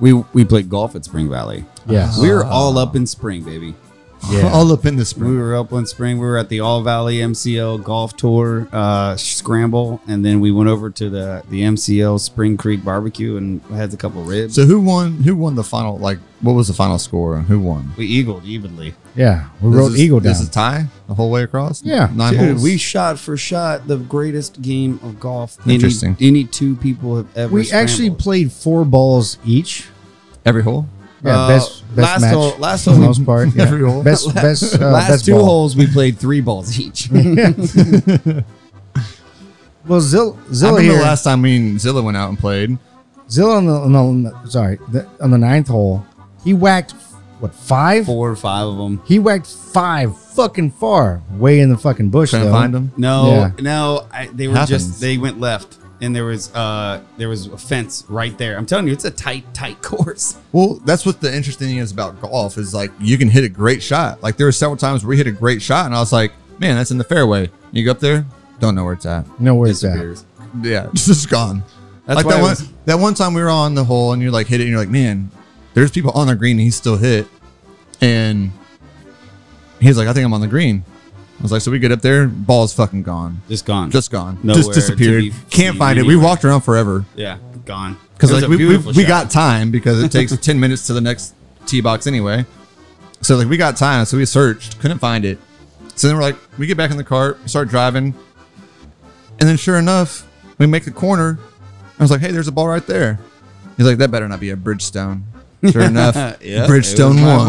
Speaker 3: We we played golf at Spring Valley.
Speaker 2: Yeah,
Speaker 3: We were all up in spring, baby.
Speaker 2: (laughs) Yeah.
Speaker 4: all up in the spring.
Speaker 3: We were up one spring. We were at the All Valley MCL Golf Tour uh, scramble, and then we went over to the the MCL Spring Creek Barbecue and had a couple ribs.
Speaker 4: So who won? Who won the final? Like, what was the final score? Who won?
Speaker 3: we eagled evenly.
Speaker 2: Yeah, we
Speaker 4: This
Speaker 2: wrote
Speaker 4: is-
Speaker 2: Eagle down.
Speaker 4: This is tie the whole way across.
Speaker 2: Yeah.
Speaker 4: nine
Speaker 3: Dude,
Speaker 4: holes.
Speaker 3: we shot for shot the greatest game of golf. any-
Speaker 4: Interesting.
Speaker 3: Any, two people have ever.
Speaker 2: we actually
Speaker 3: scrambled.
Speaker 2: played four balls each.
Speaker 4: every hole.
Speaker 2: Yeah,
Speaker 3: Uh,
Speaker 2: best best
Speaker 3: last
Speaker 2: match.
Speaker 3: hole- last
Speaker 2: for the
Speaker 3: hole we-
Speaker 2: most
Speaker 4: (laughs)
Speaker 2: part. Yeah.
Speaker 4: Every
Speaker 3: (laughs)
Speaker 4: hole.
Speaker 2: Best best uh,
Speaker 3: Last
Speaker 2: best
Speaker 3: two
Speaker 2: ball.
Speaker 3: holes, we played three
Speaker 2: (laughs)
Speaker 3: balls each.
Speaker 2: Well, Zill,
Speaker 4: I
Speaker 2: Zilla
Speaker 4: remember
Speaker 2: here.
Speaker 4: the last time me and Zilla went out and played.
Speaker 2: Zilla on the, on the sorry the, on the ninth hole, he whacked what five?
Speaker 3: Four or five of them.
Speaker 2: He whacked five fucking far, way in the fucking bush.
Speaker 4: Trying to
Speaker 2: though.
Speaker 4: find him.
Speaker 3: No,
Speaker 2: Yeah.
Speaker 3: no, I, they were
Speaker 4: Happens.
Speaker 3: just they went left, and there was uh there was a fence right there. I'm telling you, it's a tight, tight (laughs) course.
Speaker 4: Well, that's what the interesting thing is about golf is like you can hit a great shot. Like there were several times where we hit a great shot, and I was like, man, that's in the fairway. You go up there, don't know where it's at.
Speaker 2: No, where's that?
Speaker 3: Disappears.
Speaker 4: Yeah, (laughs) it's just gone.
Speaker 3: That's
Speaker 4: like
Speaker 3: why
Speaker 4: that
Speaker 3: I
Speaker 4: one.
Speaker 3: was-
Speaker 4: That one time we were on the hole, and you're like hit it, and you're like, man, there's people on the green, and he still hit, and he's like, I think I'm on the green. I was like, so we get up there, ball's fucking gone,
Speaker 3: Just gone.
Speaker 4: just gone,
Speaker 3: Nowhere
Speaker 4: just
Speaker 3: to
Speaker 4: disappeared.
Speaker 3: be seen
Speaker 4: Can't find it. We
Speaker 3: anywhere.
Speaker 4: walked around forever
Speaker 3: yeah, gone.
Speaker 4: because
Speaker 3: It was
Speaker 4: like
Speaker 3: a
Speaker 4: we, we,
Speaker 3: beautiful
Speaker 4: we
Speaker 3: shot.
Speaker 4: got time because it
Speaker 3: (laughs)
Speaker 4: takes 10 minutes to the next tee box anyway so like we got time so we searched couldn't find it so then we're like we get back in the cart start driving and then sure enough we make the corner i was like hey there's a ball right there he's like that better not be a bridgestone
Speaker 3: (laughs)
Speaker 4: sure enough
Speaker 3: Yeah,
Speaker 4: bridgestone
Speaker 3: it was my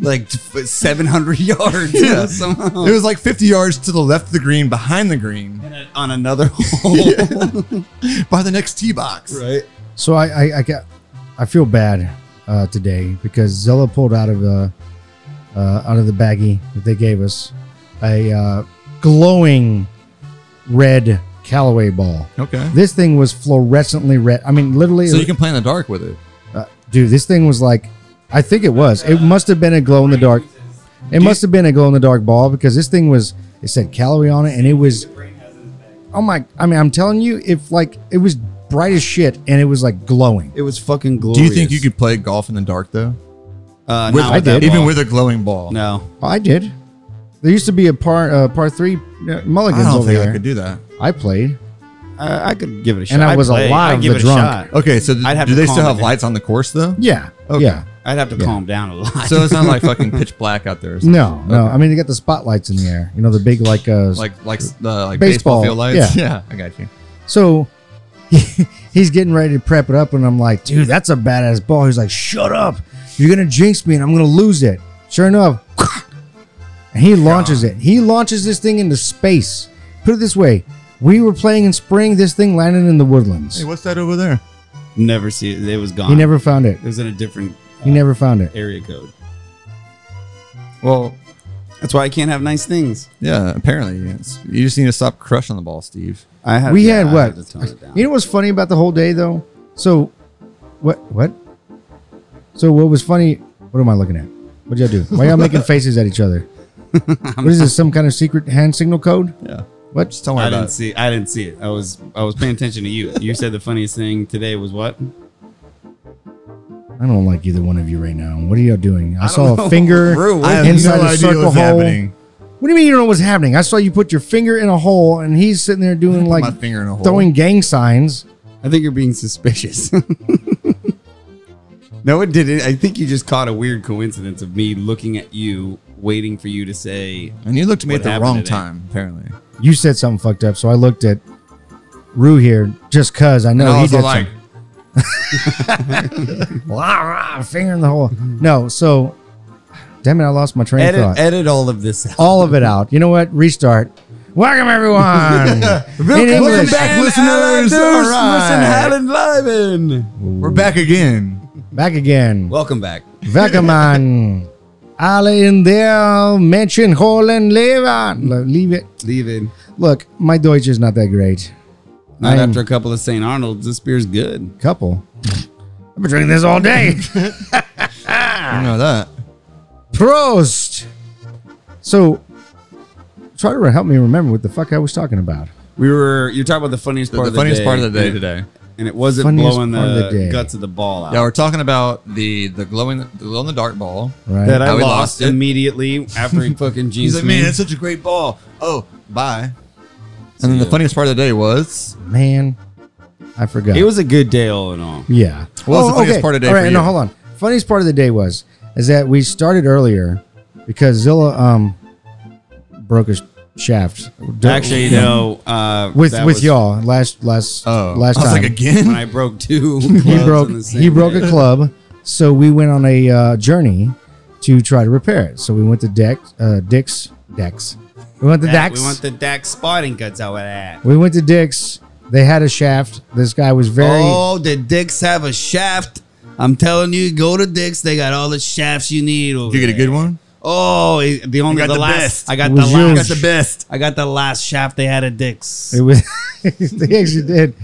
Speaker 3: ball.
Speaker 4: (laughs)
Speaker 3: like seven hundred yards.
Speaker 4: Yeah.
Speaker 3: (laughs) somehow.
Speaker 4: it was like 50 yards to the left of the green behind the green
Speaker 3: on another (laughs)
Speaker 4: (laughs)
Speaker 3: hole.
Speaker 4: by the next tee box
Speaker 3: Right.
Speaker 2: So I I I, got, I feel bad uh, today because Zilla pulled out of the uh, out of the baggie that they gave us a uh, glowing red Callaway ball.
Speaker 4: okay
Speaker 2: This thing was fluorescently red. I mean, literally,
Speaker 4: so you can play in the dark with it
Speaker 2: uh, dude. This thing was like, I think it was. It must have been a glow in the dark. It must have been a glow in the dark ball because this thing was. It said Callaway on it, and it was. Oh my! I mean, I'm telling you, if like it was bright as shit, and it was like glowing.
Speaker 3: It was fucking glorious.
Speaker 4: do you think you could play golf in the dark though
Speaker 3: Uh,
Speaker 4: With-
Speaker 3: not
Speaker 2: I
Speaker 3: with that
Speaker 2: did.
Speaker 4: even
Speaker 3: ball.
Speaker 4: with a glowing ball
Speaker 3: no.
Speaker 2: I did. There used to be a par uh, par three uh, mulligans
Speaker 4: I don't
Speaker 2: over
Speaker 4: think
Speaker 2: there.
Speaker 4: I could do that.
Speaker 2: I played.
Speaker 3: I, I could give it a shot.
Speaker 2: And I
Speaker 3: I'd
Speaker 2: was a
Speaker 3: play.
Speaker 2: lot
Speaker 3: I'd
Speaker 2: of
Speaker 3: give
Speaker 2: the
Speaker 3: it a
Speaker 2: drunk.
Speaker 3: shot.
Speaker 4: Okay, so th-
Speaker 3: I'd have
Speaker 4: do
Speaker 3: to
Speaker 4: they still
Speaker 3: calm it
Speaker 4: have
Speaker 3: down.
Speaker 4: lights on the course though?
Speaker 2: Yeah.
Speaker 4: Okay.
Speaker 2: Yeah.
Speaker 3: I'd have to calm down a lot.
Speaker 4: So it's not
Speaker 2: (laughs)
Speaker 4: like fucking pitch black out there. or something.
Speaker 2: No, no. I mean, they got the spotlights in the air. You know, the big like uh,
Speaker 4: Like like s- the like baseball,
Speaker 2: Baseball,
Speaker 4: field lights.
Speaker 2: yeah.
Speaker 4: I got you.
Speaker 2: So (laughs) he's getting ready to prep it up, and I'm like, dude, that's a badass ball. He's like, shut up. You're going to jinx me, and I'm going to lose it. Sure enough, (laughs) and he launches it. He launches this thing into space. Put it this way we were playing in spring, this thing landed in the woodlands.
Speaker 4: Hey, what's that over there?
Speaker 3: (laughs) Never see it. It was gone.
Speaker 2: He never found it.
Speaker 3: It was in a different uh,
Speaker 2: He never found it.
Speaker 3: area code.
Speaker 4: Well,
Speaker 3: That's why I can't have nice things.
Speaker 4: yeah, apparently it's, you just need to stop crushing the ball, Steve.
Speaker 3: I have.
Speaker 2: We
Speaker 3: yeah,
Speaker 2: had
Speaker 3: I
Speaker 2: what?
Speaker 3: to tone it down.
Speaker 2: You know what's funny about the whole day, though? So, what? What? So, what was funny? What am I looking at? What y'all do? Why y'all
Speaker 4: (laughs)
Speaker 2: making faces at each other? What is this? Some kind of secret hand signal code?
Speaker 4: Yeah.
Speaker 2: What?
Speaker 4: Just don't worry
Speaker 3: I
Speaker 4: about
Speaker 3: didn't
Speaker 4: it.
Speaker 3: see. I didn't see it. I was. I was paying attention to you. You said the funniest thing today was what?
Speaker 2: I don't like either one of you right now. What are y'all doing? I, saw a
Speaker 4: (laughs)
Speaker 2: finger
Speaker 4: I have
Speaker 2: inside
Speaker 4: no
Speaker 2: a
Speaker 4: idea
Speaker 2: circle
Speaker 4: what's
Speaker 2: hole.
Speaker 4: happening.
Speaker 2: What do you mean you don't know what's happening? I saw you put your finger in a hole, and he's sitting there doing like
Speaker 4: (laughs) my finger in a hole.
Speaker 2: throwing gang signs.
Speaker 3: I think you're being suspicious. (laughs) no, it didn't. I think you just caught a weird coincidence of me looking at you, waiting for you to say.
Speaker 4: And you looked at me
Speaker 3: What
Speaker 4: at the
Speaker 3: happened
Speaker 4: wrong
Speaker 3: today?
Speaker 4: time, apparently.
Speaker 2: You said something fucked up, so I looked at Rue here just cause I know
Speaker 4: And I
Speaker 2: he
Speaker 4: was
Speaker 2: did
Speaker 4: like,
Speaker 2: something. Blah, rah, finger in the hole. No, so damn it, I lost my train of
Speaker 3: Edit,
Speaker 2: thought.
Speaker 3: edit all of this out.
Speaker 2: All of it out. You know what? Restart. Welcome everyone.
Speaker 3: (laughs)
Speaker 2: in English.
Speaker 4: back, listeners. All right.
Speaker 3: Listen, Alan Lyman.
Speaker 4: we're back again.
Speaker 2: Back again.
Speaker 3: Welcome back.
Speaker 2: Welcome Alle in der Menschen holen Leben. Le- Leave it.
Speaker 3: Leaving.
Speaker 2: Look, my Deutsch is not that great.
Speaker 3: Not
Speaker 2: I'm-
Speaker 3: after a couple of St. Arnold's, this beer's good.
Speaker 2: Couple. I've been drinking this all
Speaker 3: (laughs)
Speaker 2: day.
Speaker 4: You know that.
Speaker 2: Prost. So, try to help me remember what the fuck I was talking about.
Speaker 3: We were you're talking about the funniest
Speaker 4: The,
Speaker 3: part
Speaker 4: the
Speaker 3: of the
Speaker 4: funniest
Speaker 3: day.
Speaker 4: part of the day today.
Speaker 3: and it wasn't
Speaker 2: Funniest
Speaker 3: blowing
Speaker 2: part of
Speaker 3: the,
Speaker 2: the day.
Speaker 3: guts of the ball out.
Speaker 4: Yeah, we're talking about the the glowing the glow in the dark ball.
Speaker 2: Right.
Speaker 3: that I
Speaker 4: How we
Speaker 3: lost,
Speaker 4: lost it.
Speaker 3: immediately after (laughs) he fucking
Speaker 4: He's
Speaker 3: jeans
Speaker 4: like,
Speaker 3: me.
Speaker 4: man, that's such a great ball. Oh, bye. And then the funniest part of the day was
Speaker 2: Man, I forgot.
Speaker 3: it was a good day all in all.
Speaker 2: yeah. Oh,
Speaker 4: What was the funniest part of the day
Speaker 2: All right,
Speaker 4: for
Speaker 2: no,
Speaker 4: you?
Speaker 2: hold on. Funniest part of the day was is that we started earlier because Zilla um broke his shaft.
Speaker 3: Actually, no. Uh,
Speaker 2: with
Speaker 3: that
Speaker 2: with
Speaker 3: was
Speaker 2: y'all last last
Speaker 4: oh
Speaker 2: last
Speaker 4: I was
Speaker 2: time
Speaker 4: like
Speaker 2: (laughs)
Speaker 3: (laughs)
Speaker 4: again. (laughs)
Speaker 3: when I broke two.
Speaker 2: he broke he broke a club. So we went on a uh, journey to try to repair it. So we went to Dex uh, Dick's Dex. We went to
Speaker 3: Dax.
Speaker 2: Dex.
Speaker 3: We want the Dax spotting guts out of that.
Speaker 2: We went to Dick's. They had a shaft. This guy was very.
Speaker 3: Oh, the dicks have a shaft. I'm telling you, go to Dick's. They got all the shafts you need. Over
Speaker 4: Did you get a
Speaker 3: there.
Speaker 4: good one?
Speaker 3: Oh, it- the only
Speaker 4: got
Speaker 3: the,
Speaker 4: the
Speaker 3: last.
Speaker 4: best.
Speaker 3: I got
Speaker 2: It
Speaker 3: the
Speaker 2: was yours.
Speaker 3: last.
Speaker 2: Got the
Speaker 3: best. I got the last shaft they had at Dick's.
Speaker 2: It was. (laughs) they actually did.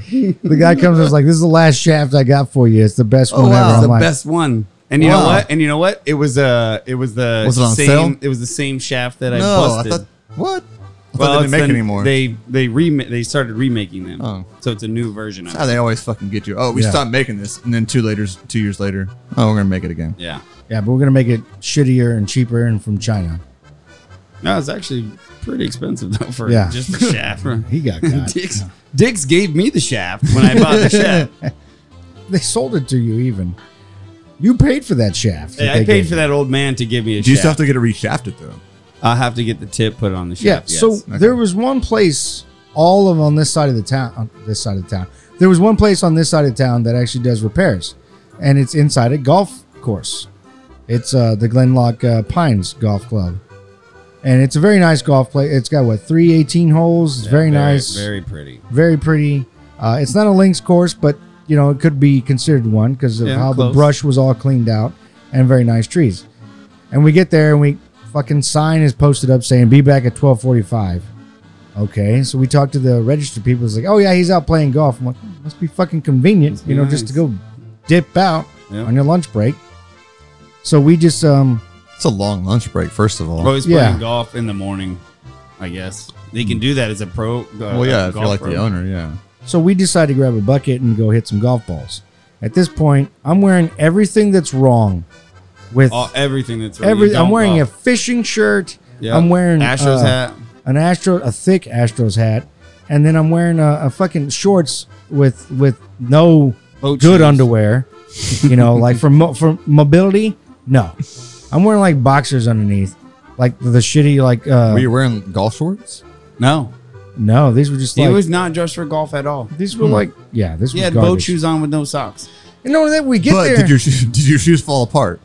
Speaker 2: The guy comes and was like, "This is the last shaft I got for you. It's the best one
Speaker 3: Oh wow,
Speaker 2: ever."
Speaker 3: the
Speaker 2: I'm like,
Speaker 3: best one. And you know
Speaker 4: Wow.
Speaker 3: what? And you know what? It was uh it was the
Speaker 4: Was it on
Speaker 3: same
Speaker 4: sale?
Speaker 3: it was the same shaft that I
Speaker 4: No, I
Speaker 3: busted.
Speaker 4: thought what? I
Speaker 3: well,
Speaker 4: thought
Speaker 3: it's
Speaker 4: they didn't make
Speaker 3: the-
Speaker 4: anymore. They,
Speaker 3: They they rema- they started remaking them.
Speaker 4: Oh.
Speaker 3: So it's a new version of
Speaker 4: How
Speaker 3: it.
Speaker 4: they always fucking get you. Oh, we
Speaker 2: Yeah.
Speaker 4: stopped making this, and then two later, two years later, oh, we're gonna make it again.
Speaker 3: Yeah.
Speaker 2: Yeah, but we're gonna make it shittier and cheaper and from China.
Speaker 3: No, it's actually pretty expensive though for
Speaker 2: Yeah.
Speaker 3: just the shaft.
Speaker 4: (laughs)
Speaker 2: He
Speaker 3: (laughs)
Speaker 2: got caught.
Speaker 3: Dix Dix gave me the shaft when I bought the
Speaker 4: (laughs)
Speaker 3: shaft.
Speaker 2: they sold it to you. Even you paid for that shaft.
Speaker 3: Hey,
Speaker 2: that
Speaker 3: I
Speaker 2: they
Speaker 3: paid
Speaker 2: gave
Speaker 3: for
Speaker 2: you.
Speaker 3: that old man to give me a
Speaker 4: Do you
Speaker 3: shaft.
Speaker 4: still have to get it reshafted though?
Speaker 3: I'll have to get the tip put on the
Speaker 2: Yeah.
Speaker 3: shaft. yes.
Speaker 2: So there was one place all of on this side of the town. On this side of the town, there was one place on this side of town that actually does repairs, and it's inside a golf course. It's uh, the Glenlock uh, Pines Golf Club, and it's a very nice golf play. It's got what three 18 holes. It's
Speaker 3: Yeah,
Speaker 2: very, nice, very,
Speaker 3: Very pretty.
Speaker 2: pretty. Uh, it's not a links course, but you know it could be considered one because of
Speaker 3: Yeah,
Speaker 2: how the
Speaker 3: close.
Speaker 2: brush was all cleaned out and very nice trees. And we get there and we fucking sign is posted up saying be back at twelve forty five. Okay, so we talked to the registered people. It's like, oh yeah, he's out playing golf. I'm like, "Hmm, must be fucking convenient,
Speaker 3: Must be
Speaker 2: you know, just to
Speaker 3: nice.
Speaker 2: go dip out
Speaker 3: Yep.
Speaker 2: on your lunch break. So we just um
Speaker 4: It's a long lunch break, first of all.
Speaker 3: Pro is
Speaker 2: Yeah.
Speaker 3: playing golf in the morning, I guess. They can do that as a pro. Uh,
Speaker 4: well, yeah, if you're
Speaker 3: golf
Speaker 4: like
Speaker 3: pro.
Speaker 4: the owner, yeah.
Speaker 2: so we decided to grab a bucket and go hit some golf balls. At this point, I'm wearing everything that's wrong with
Speaker 3: All, everything that's
Speaker 2: every.
Speaker 3: you
Speaker 2: I'm
Speaker 3: don't
Speaker 2: wearing
Speaker 3: golf.
Speaker 2: a fishing shirt.
Speaker 3: Yeah.
Speaker 2: I'm wearing
Speaker 3: Astros
Speaker 2: uh,
Speaker 3: hat.
Speaker 2: an Astro, a thick Astros hat, and then I'm wearing a, a fucking shorts with with no
Speaker 3: Boat
Speaker 2: good
Speaker 3: shoes.
Speaker 2: underwear. You know, like for mo- for mobility, no. I'm wearing like boxers underneath, like the shitty like. Uh,
Speaker 4: Were you wearing golf shorts?
Speaker 3: No,
Speaker 2: no, these were just
Speaker 3: he
Speaker 2: like
Speaker 3: was not dressed for golf at all.
Speaker 2: these were like yeah, this
Speaker 3: He
Speaker 2: was
Speaker 3: had boat
Speaker 2: garbage.
Speaker 3: shoes on with no socks.
Speaker 2: You know that we get
Speaker 4: but
Speaker 2: there.
Speaker 4: did your shoes, (laughs) did your shoes fall apart?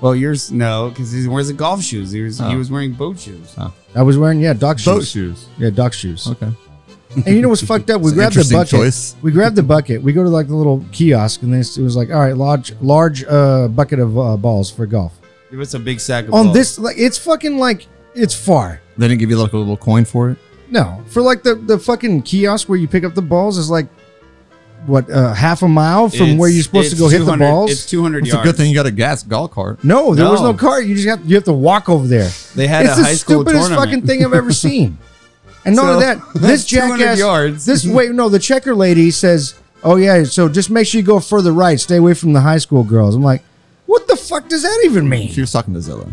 Speaker 3: Well, yours no, because he wears the golf shoes. He was he
Speaker 4: Oh.
Speaker 3: was wearing boat shoes.
Speaker 2: I was wearing yeah, dock shoes.
Speaker 4: Boat shoes.
Speaker 2: Yeah, dock shoes.
Speaker 4: Okay.
Speaker 2: And you know what's fucked up? We
Speaker 4: (laughs) It's an
Speaker 2: grabbed the
Speaker 4: interesting
Speaker 2: bucket.
Speaker 4: choice.
Speaker 2: We grabbed the bucket. We go to like the little kiosk, and this it was like, all right, large, large uh, bucket of uh, balls for golf.
Speaker 3: It was a big sack of
Speaker 2: On
Speaker 3: balls.
Speaker 2: this, like, it's fucking like it's far.
Speaker 4: They didn't give you like a little coin for it.
Speaker 2: No, for like the the fucking kiosk where you pick up the balls is like what uh, half a mile from
Speaker 3: It's-
Speaker 2: where you're supposed to
Speaker 3: it's
Speaker 2: go hit the
Speaker 3: 200
Speaker 2: balls.
Speaker 3: It's two hundred
Speaker 4: It's
Speaker 3: yards.
Speaker 4: a good thing you got a gas golf cart.
Speaker 2: no, there was no
Speaker 3: No.
Speaker 2: cart. You just have you have to walk over there.
Speaker 3: They had
Speaker 2: it's
Speaker 3: a
Speaker 2: the
Speaker 3: high school
Speaker 2: stupidest
Speaker 3: tournament.
Speaker 2: fucking thing I've ever
Speaker 3: (laughs)
Speaker 2: seen. And none of
Speaker 3: So,
Speaker 2: that. This
Speaker 3: (laughs) that's 200
Speaker 2: jackass.
Speaker 3: yards. (laughs)
Speaker 2: This way. No, the checker lady says, "Oh yeah, so just make sure you go further right. Stay away from the high school girls." I'm like, what the fuck does that even mean?
Speaker 4: She was talking to Zilla.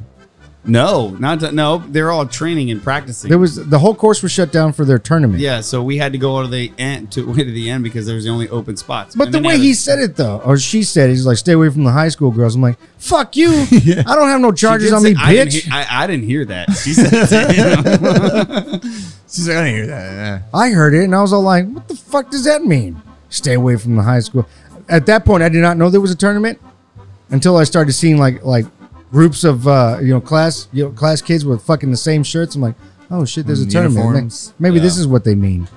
Speaker 3: No, not to, no. They're all training and practicing.
Speaker 2: There was the whole course was shut down for their tournament.
Speaker 3: Yeah, so we had to go to the end to (laughs) way to the end because there was the only open spots.
Speaker 2: But
Speaker 3: And
Speaker 2: the
Speaker 3: then they
Speaker 2: way
Speaker 3: had
Speaker 2: he
Speaker 3: a-
Speaker 2: said it though, or she said, it, he's like, "Stay away from the high school girls." I'm like, "Fuck you!
Speaker 3: (laughs)
Speaker 2: I don't have no
Speaker 3: She
Speaker 2: charges
Speaker 3: did
Speaker 2: on
Speaker 3: say-
Speaker 2: me,
Speaker 3: I didn't
Speaker 2: bitch."
Speaker 3: hear- I, I didn't hear that. She said that.
Speaker 4: She's like, I didn't hear that.
Speaker 2: I heard it and I was all like, "What the fuck does that mean? Stay away from the high school." At that point, I did not know there was a tournament until I started seeing like like groups of uh, you know class you know class kids with fucking the same shirts. I'm like, "Oh shit, there's a
Speaker 4: Mm,
Speaker 2: tournament. Like,
Speaker 4: uniforms.
Speaker 2: Maybe this
Speaker 3: Yeah.
Speaker 2: is what they mean.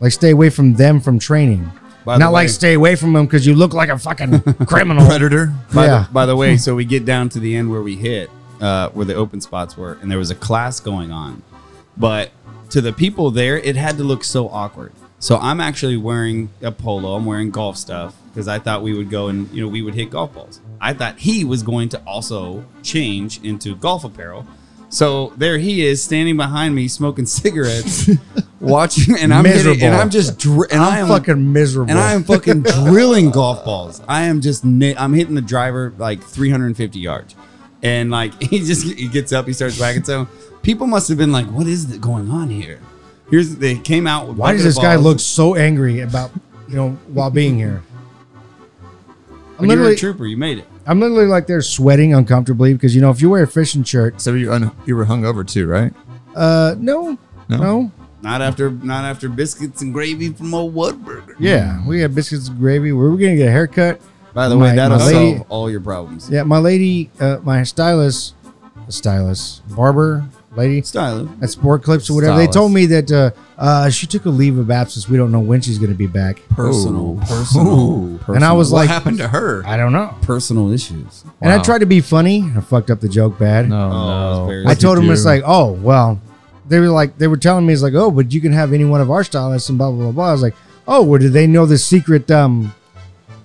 Speaker 2: Like, stay away from them from training."
Speaker 3: By the
Speaker 2: Not like
Speaker 3: way-
Speaker 2: stay away from them because you look like a
Speaker 3: (laughs)
Speaker 2: fucking criminal.
Speaker 4: Predator. (laughs)
Speaker 3: by,
Speaker 2: Yeah.
Speaker 3: the, by the way, so we get down to the end where we hit, uh, where the open spots were, and there was a class going on. But to the people there, it had to look so awkward. So I'm actually wearing a polo. I'm wearing golf stuff because I thought we would go and you know we would hit golf balls. I thought he was going to also change into golf apparel. So there he is standing behind me smoking (laughs) cigarettes, watching, and I'm hitting,
Speaker 2: Miserable.
Speaker 3: and I'm just dr- and I
Speaker 2: I'm
Speaker 3: am
Speaker 2: fucking miserable.
Speaker 3: and I am
Speaker 2: (laughs)
Speaker 3: fucking drilling golf balls. I am just ni- I'm hitting the driver like 350 yards, and like (laughs) he just he gets up, he starts whacking. So people must have been like, "What is th- going on here?" Here's they came out. With
Speaker 2: Why does
Speaker 3: bucket of
Speaker 2: this guy
Speaker 3: balls.
Speaker 2: look so angry about you know while being here? I'm
Speaker 3: When you were a
Speaker 2: literally,
Speaker 3: trooper. You made it.
Speaker 2: I'm literally like there sweating uncomfortably because you know if you wear a fishing shirt,
Speaker 4: So you un- you were hungover too, right?
Speaker 2: uh, no, no,
Speaker 4: No.
Speaker 3: Not after not after biscuits and gravy from old Woodburger.
Speaker 4: Mm.
Speaker 2: yeah, we had biscuits and gravy. We were gonna get a haircut.
Speaker 3: By the
Speaker 2: My-
Speaker 3: way, that'll
Speaker 2: my lady-
Speaker 3: solve all your problems.
Speaker 2: Yeah, my lady, uh, my stylist, stylist, barber lady,
Speaker 3: Styling.
Speaker 2: at Sport Clips or whatever. They
Speaker 4: Stylist.
Speaker 2: told me that uh, uh, she took a leave of absence. We don't know when she's going to be back.
Speaker 3: Personal,
Speaker 4: Personal-
Speaker 3: personal,
Speaker 2: And I was
Speaker 4: what
Speaker 2: like,
Speaker 4: happened to her?
Speaker 2: I don't know.
Speaker 3: personal issues.
Speaker 2: And I
Speaker 4: Wow.
Speaker 2: tried to be funny. I fucked up the joke bad.
Speaker 4: No,
Speaker 3: Oh, it's
Speaker 4: no.
Speaker 3: very-
Speaker 2: I
Speaker 3: What'd
Speaker 2: told him it's like, oh well, they were like they were telling me it's like, oh, but you can have any one of our stylists and blah blah blah. blah. I was like, oh, well, do they know the secret
Speaker 4: (laughs)
Speaker 2: um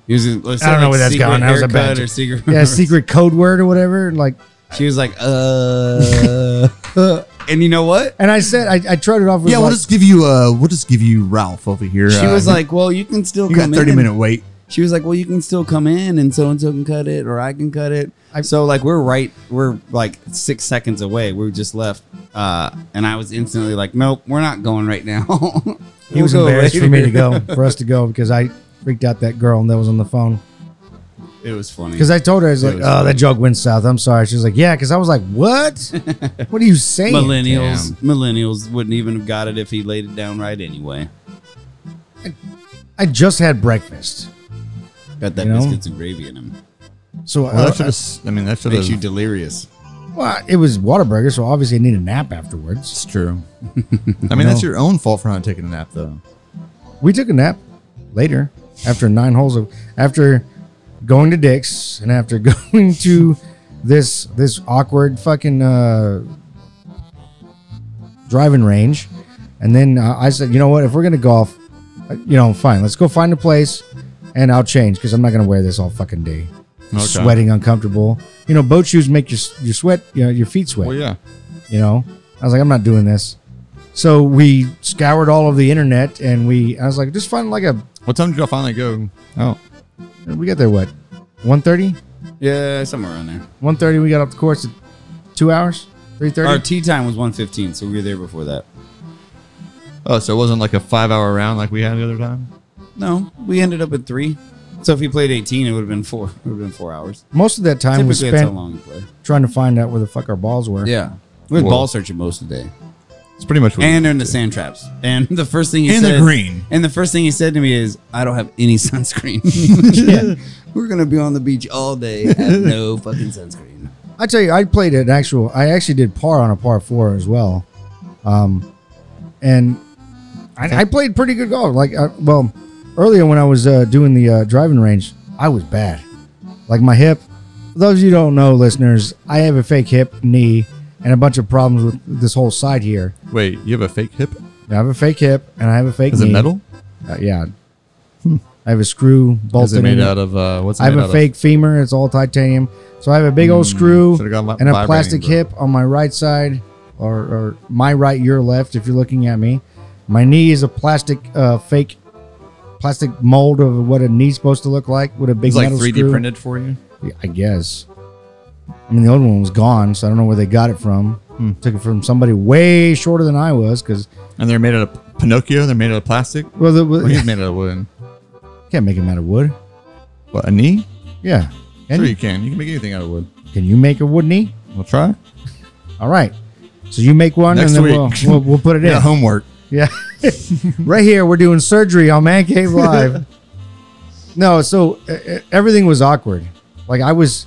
Speaker 3: He was in- let's
Speaker 2: I don't
Speaker 3: say,
Speaker 2: know
Speaker 3: like,
Speaker 2: where that's
Speaker 3: secret
Speaker 2: going. That was a
Speaker 3: haircut
Speaker 2: bad
Speaker 3: or secret. (laughs)
Speaker 2: yeah secret code word or whatever? And like,
Speaker 3: She was like,
Speaker 2: (laughs)
Speaker 3: uh, and you know what?
Speaker 2: and I said I, I tried it off. With
Speaker 4: Yeah,
Speaker 2: like,
Speaker 4: we'll just give you uh, we'll just give you Ralph over here.
Speaker 3: She
Speaker 4: Uh,
Speaker 3: was like, well, you can still
Speaker 4: you got
Speaker 3: come
Speaker 4: thirty
Speaker 3: in.
Speaker 4: minute wait.
Speaker 3: She was like, well, you can still come in, and so and so can cut it, or I can cut it.
Speaker 2: I-
Speaker 3: so like, we're right, we're like six seconds away. We just left, uh, and I was instantly like, nope, we're not going right now. (laughs)
Speaker 2: he was embarrassed
Speaker 4: (laughs)
Speaker 2: for me to go for us to go because I freaked out that girl that was on the phone.
Speaker 3: It was funny.
Speaker 2: Because I told her, I was like,
Speaker 3: It was
Speaker 2: oh, that joke went south. I'm sorry. She was like, yeah, because I was like,
Speaker 4: (laughs)
Speaker 2: what? what are you saying?
Speaker 3: millennials, millennials wouldn't even have got it if he laid it down right anyway.
Speaker 2: I just had breakfast.
Speaker 3: Got that
Speaker 2: You know?
Speaker 3: biscuits and gravy in him.
Speaker 2: So
Speaker 4: Well,
Speaker 2: uh,
Speaker 3: (laughs)
Speaker 4: that should have. I mean, that should
Speaker 3: Makes you
Speaker 4: (laughs) have.
Speaker 3: delirious.
Speaker 2: well, it was Whataburger, so obviously I need a nap afterwards.
Speaker 3: (laughs)
Speaker 4: It's true. I mean, that's your own fault for not taking a nap, though.
Speaker 2: We took a nap later after nine holes of, after going to Dick's and after (laughs) going to this this awkward fucking uh, driving range. And then uh, I said, you know what? If we're going to golf, uh, you know, fine, let's go find a place and I'll change because I'm not going to wear this all fucking day.
Speaker 4: Okay.
Speaker 2: Sweating, uncomfortable. You know, boat shoes make your, s- your sweat, you know, your feet sweat
Speaker 4: Well, yeah.
Speaker 2: you know i was like i'm not doing this so we scoured all of the internet and we i was like just find like a
Speaker 4: What time did y'all finally go? Oh,
Speaker 2: we got there what 1.30
Speaker 3: Yeah, somewhere around there.
Speaker 2: 1.30 we got off the course at two hours 3.30
Speaker 3: Our tea time was 115, so we were there before that.
Speaker 4: oh, so it wasn't like a five hour round like we had the other time.
Speaker 3: No, we ended up at three. So if he played 18, it would have been four. It would have been four hours.
Speaker 2: most of that time was
Speaker 3: Typically, that's how
Speaker 2: spent
Speaker 3: long we play.
Speaker 2: trying to find out where the fuck our balls were
Speaker 3: Yeah. We had
Speaker 4: Whoa.
Speaker 3: ball searching most of the day.
Speaker 4: It's pretty much. What
Speaker 3: And in the sand traps. And the first thing he
Speaker 4: In the
Speaker 3: said
Speaker 4: green.
Speaker 3: And the first thing he said to me is, I don't have any (laughs)
Speaker 4: (laughs)
Speaker 3: sunscreen. We're gonna be on the beach all day. I have no (laughs) fucking sunscreen.
Speaker 2: i tell you i played an actual i actually did par on a par four as well um and i, I played pretty good golf like I, well earlier when i was uh, doing the uh, driving range i was bad like my hip. For those of you who don't know, listeners, I have a fake hip, knee, and a bunch of problems with this whole side here.
Speaker 4: Wait, you have a fake hip?
Speaker 2: I have a fake hip and I have a fake
Speaker 4: Is it
Speaker 2: knee.
Speaker 4: metal?
Speaker 2: Uh, yeah. I have a screw
Speaker 4: Is
Speaker 2: bolted
Speaker 4: it made
Speaker 2: in.
Speaker 4: out of? Uh, what's it
Speaker 2: I have
Speaker 4: made
Speaker 2: a
Speaker 4: out
Speaker 2: fake femur. It's all titanium. So I have a big old screw
Speaker 4: Mm, should've gone li-
Speaker 2: and a
Speaker 4: vibrating,
Speaker 2: plastic
Speaker 4: bro.
Speaker 2: hip on my right side, or, or my right, your left, if you're looking at me. My knee is a plastic, uh, fake, plastic mold of what a knee's supposed to look like with a
Speaker 4: Of?
Speaker 2: big
Speaker 4: It's like
Speaker 2: metal
Speaker 4: three D
Speaker 2: screw.
Speaker 4: printed for you.
Speaker 2: Yeah, I guess. I mean, the old one was gone, so I don't know where they got it from.
Speaker 4: Hmm.
Speaker 2: Took it from somebody way shorter than I was, because
Speaker 4: And they're made out of Pinocchio. They're made out of plastic.
Speaker 2: well, the,
Speaker 4: Or he's made out of wood.
Speaker 2: can't make them out of wood.
Speaker 4: What a knee?
Speaker 2: Yeah, can
Speaker 4: sure,
Speaker 2: you?
Speaker 4: you can. You can make anything out of wood.
Speaker 2: Can you make a wood knee?
Speaker 4: We'll try.
Speaker 2: All right, so you make one,
Speaker 4: Next
Speaker 2: and then
Speaker 4: week.
Speaker 2: we'll, we'll we'll put it
Speaker 4: (laughs) Yeah,
Speaker 2: in.
Speaker 4: homework.
Speaker 2: Yeah. (laughs) right here, we're doing surgery on Man Cave Live. no, so uh, uh, everything was awkward. Like I was,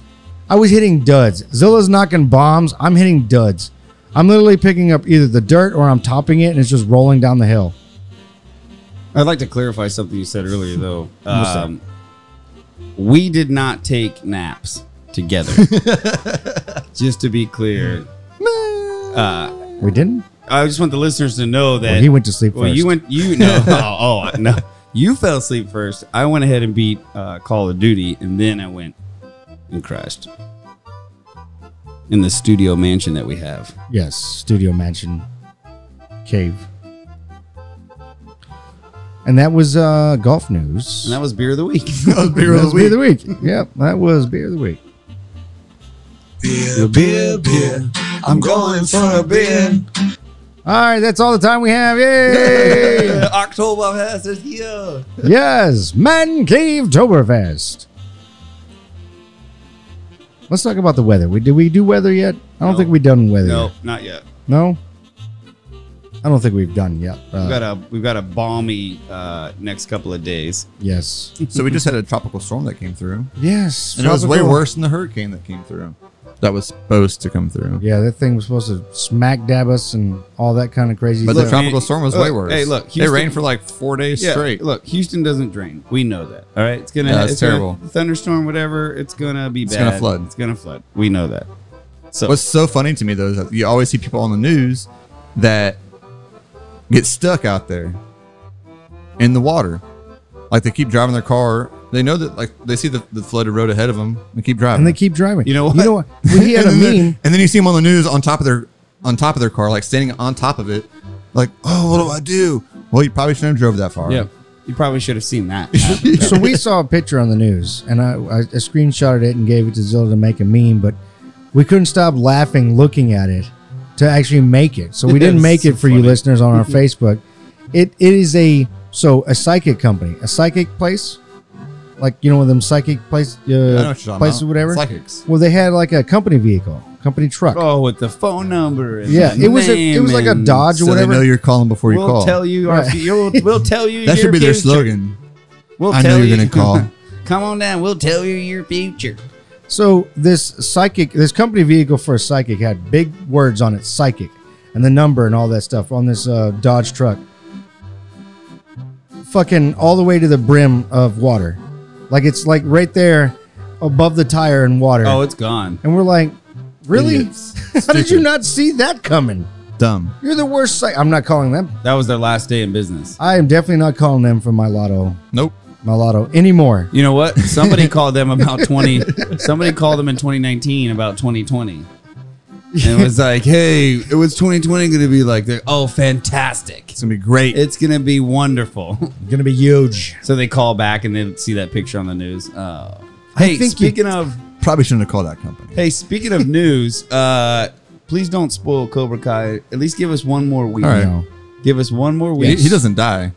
Speaker 2: I was hitting duds. Zilla's knocking bombs. I'm hitting duds. I'm literally picking up either the dirt or I'm topping it, and it's just rolling down the hill.
Speaker 3: I'd like to clarify something you said earlier though. Um, we did not take naps together. Just to be clear. Uh,
Speaker 2: We didn't.
Speaker 3: I just want the listeners to know that
Speaker 2: Well, he went to sleep
Speaker 3: Well,
Speaker 2: first.
Speaker 3: you went. You no.
Speaker 4: (laughs)
Speaker 3: (laughs) oh, oh, no. You fell asleep first. I went ahead and beat uh, Call of Duty, and then I went and crashed. in the studio mansion that we have.
Speaker 2: Yes, studio mansion cave. And that was uh, golf news.
Speaker 3: And that was beer of the week.
Speaker 4: (laughs) That was beer of
Speaker 2: That was
Speaker 4: the
Speaker 2: beer of
Speaker 4: week.
Speaker 2: the week. Yep, that was beer of the week.
Speaker 5: Beer, beer, beer. I'm going for a beer.
Speaker 2: All right, that's all the time we have. Yay!
Speaker 4: (laughs)
Speaker 3: (laughs) October has is here.
Speaker 2: yes, Man Cave Toberfest. Let's talk about the weather. We did we do weather yet? I don't
Speaker 3: No.
Speaker 2: think we've done weather.
Speaker 3: No,
Speaker 2: yet.
Speaker 3: not yet.
Speaker 2: No. I don't think we've done yet. Uh,
Speaker 3: We've got a we've got a balmy uh, next couple of days.
Speaker 2: yes.
Speaker 4: So
Speaker 2: (laughs)
Speaker 4: we just had a tropical storm that came through.
Speaker 2: Yes.
Speaker 4: And it was way
Speaker 2: tropical.
Speaker 4: worse than the hurricane that came through. That was supposed to come through.
Speaker 2: Yeah, that thing was supposed to smack dab us and all that kind of crazy
Speaker 4: But
Speaker 2: stuff.
Speaker 4: the
Speaker 3: Look,
Speaker 4: tropical
Speaker 3: man,
Speaker 4: storm was
Speaker 3: look,
Speaker 4: way worse.
Speaker 3: hey, look,
Speaker 4: it
Speaker 3: Houston-
Speaker 4: rained for like four days
Speaker 3: Yeah,
Speaker 4: straight.
Speaker 3: Look, Houston doesn't drain. We know that. All right, it's gonna.
Speaker 4: Yeah, it's
Speaker 3: gonna-
Speaker 4: terrible.
Speaker 3: thunderstorm, whatever. It's gonna be
Speaker 4: It's
Speaker 3: bad.
Speaker 4: gonna flood.
Speaker 3: It's gonna flood. We know that. So
Speaker 4: What's so funny to me though is that you always see people on the news that get stuck out there in the water. Like they keep driving their car. They know that like they see the, the flooded road ahead of them and keep driving.
Speaker 2: and they keep driving.
Speaker 3: You know
Speaker 2: You
Speaker 3: what?
Speaker 2: know what? We had a
Speaker 4: (laughs) and, then they're-
Speaker 2: meme.
Speaker 4: and then you see them on the news on top of their on top of their car, like standing on top of it, like, oh, what do I do? Well, you probably shouldn't have drove that far.
Speaker 3: yeah, you probably should have seen
Speaker 4: (laughs)
Speaker 3: that.
Speaker 2: so we saw a picture on the news, and I, I, I screenshotted it and gave it to Zilla to make a meme, but we couldn't stop laughing looking at it to actually make it.
Speaker 4: (laughs)
Speaker 2: So we didn't
Speaker 3: It's
Speaker 2: make it
Speaker 3: so
Speaker 2: for you
Speaker 3: funny.
Speaker 2: listeners on our Facebook. It it is a so a psychic company, a psychic place, like you know one of them psychic place uh,
Speaker 4: I know what you're talking
Speaker 2: places
Speaker 4: about.
Speaker 2: whatever.
Speaker 4: Psychics.
Speaker 2: Well, they had like a company vehicle, company truck.
Speaker 3: oh, with the phone number. And
Speaker 2: yeah,
Speaker 3: the
Speaker 2: it was a, it
Speaker 3: name
Speaker 2: was like a
Speaker 3: and-
Speaker 2: Dodge
Speaker 4: So
Speaker 2: or
Speaker 4: they know
Speaker 2: whatever.
Speaker 4: you're calling before you
Speaker 3: We'll
Speaker 4: call.
Speaker 3: tell you our.
Speaker 2: Right.
Speaker 3: fu- You'll,
Speaker 2: (laughs)
Speaker 3: we'll tell you.
Speaker 4: that
Speaker 3: your
Speaker 4: should be their
Speaker 3: future.
Speaker 4: slogan.
Speaker 3: We'll
Speaker 4: I know
Speaker 3: tell
Speaker 4: you're
Speaker 3: you-
Speaker 4: gonna call.
Speaker 3: (laughs) Come on down. We'll tell you your future.
Speaker 2: So this psychic, this company vehicle for a psychic had big words on it, psychic, and the number and all that stuff on this uh, Dodge truck. Fucking all the way to the brim of water, like it's like right there above the tire and water.
Speaker 3: Oh, it's gone.
Speaker 2: and we're like, really?
Speaker 4: Idiots.
Speaker 2: How did you
Speaker 4: Stupid.
Speaker 2: not see that coming?
Speaker 4: Dumb.
Speaker 2: You're the worst. Psych- I'm not calling them.
Speaker 3: (laughs) That was their last day in business.
Speaker 2: I am definitely not calling them for my lotto,
Speaker 4: Nope.
Speaker 2: my lotto anymore.
Speaker 3: You know what? Somebody called them
Speaker 2: (laughs)
Speaker 3: about 20. Somebody called them in 2019 about 2020. And it was like, hey, it was 2020 going to be like, that? oh, fantastic.
Speaker 4: It's gonna be great.
Speaker 3: It's going to be wonderful. (laughs)
Speaker 2: Gonna be huge.
Speaker 3: So they call back and they see that picture on the news. Oh. Hey,
Speaker 2: think you-
Speaker 3: speaking of
Speaker 4: Probably shouldn't have called that company.
Speaker 3: hey, speaking of news, uh, please don't spoil Cobra Kai. At least give us one more week.
Speaker 4: All right.
Speaker 2: No.
Speaker 3: Give us one more
Speaker 4: He,
Speaker 3: week.
Speaker 4: he doesn't die.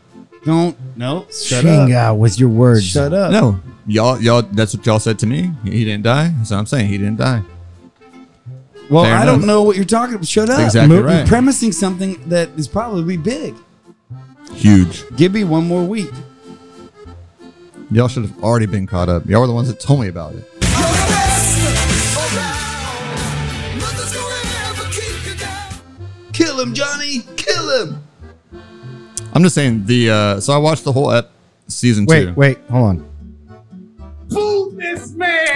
Speaker 3: Don't. No. Shut
Speaker 2: Shing
Speaker 3: up.
Speaker 2: out with your words.
Speaker 3: Shut up.
Speaker 4: No, y'all, y'all. That's what y'all said to me. He he didn't die. That's what I'm saying. He didn't die.
Speaker 3: Well,
Speaker 4: Fair
Speaker 3: I
Speaker 4: enough.
Speaker 3: don't know what you're talking about. Shut up.
Speaker 4: Exactly
Speaker 3: You're
Speaker 4: right.
Speaker 3: premising something that is probably big.
Speaker 4: Huge.
Speaker 3: Give me one more week.
Speaker 4: Y'all should have already been caught up. Y'all were the ones that told me about it.
Speaker 3: Kill him, Johnny. Kill him.
Speaker 4: I'm just saying the. uh So I watched the whole ep- season two.
Speaker 2: Wait, wait, hold on.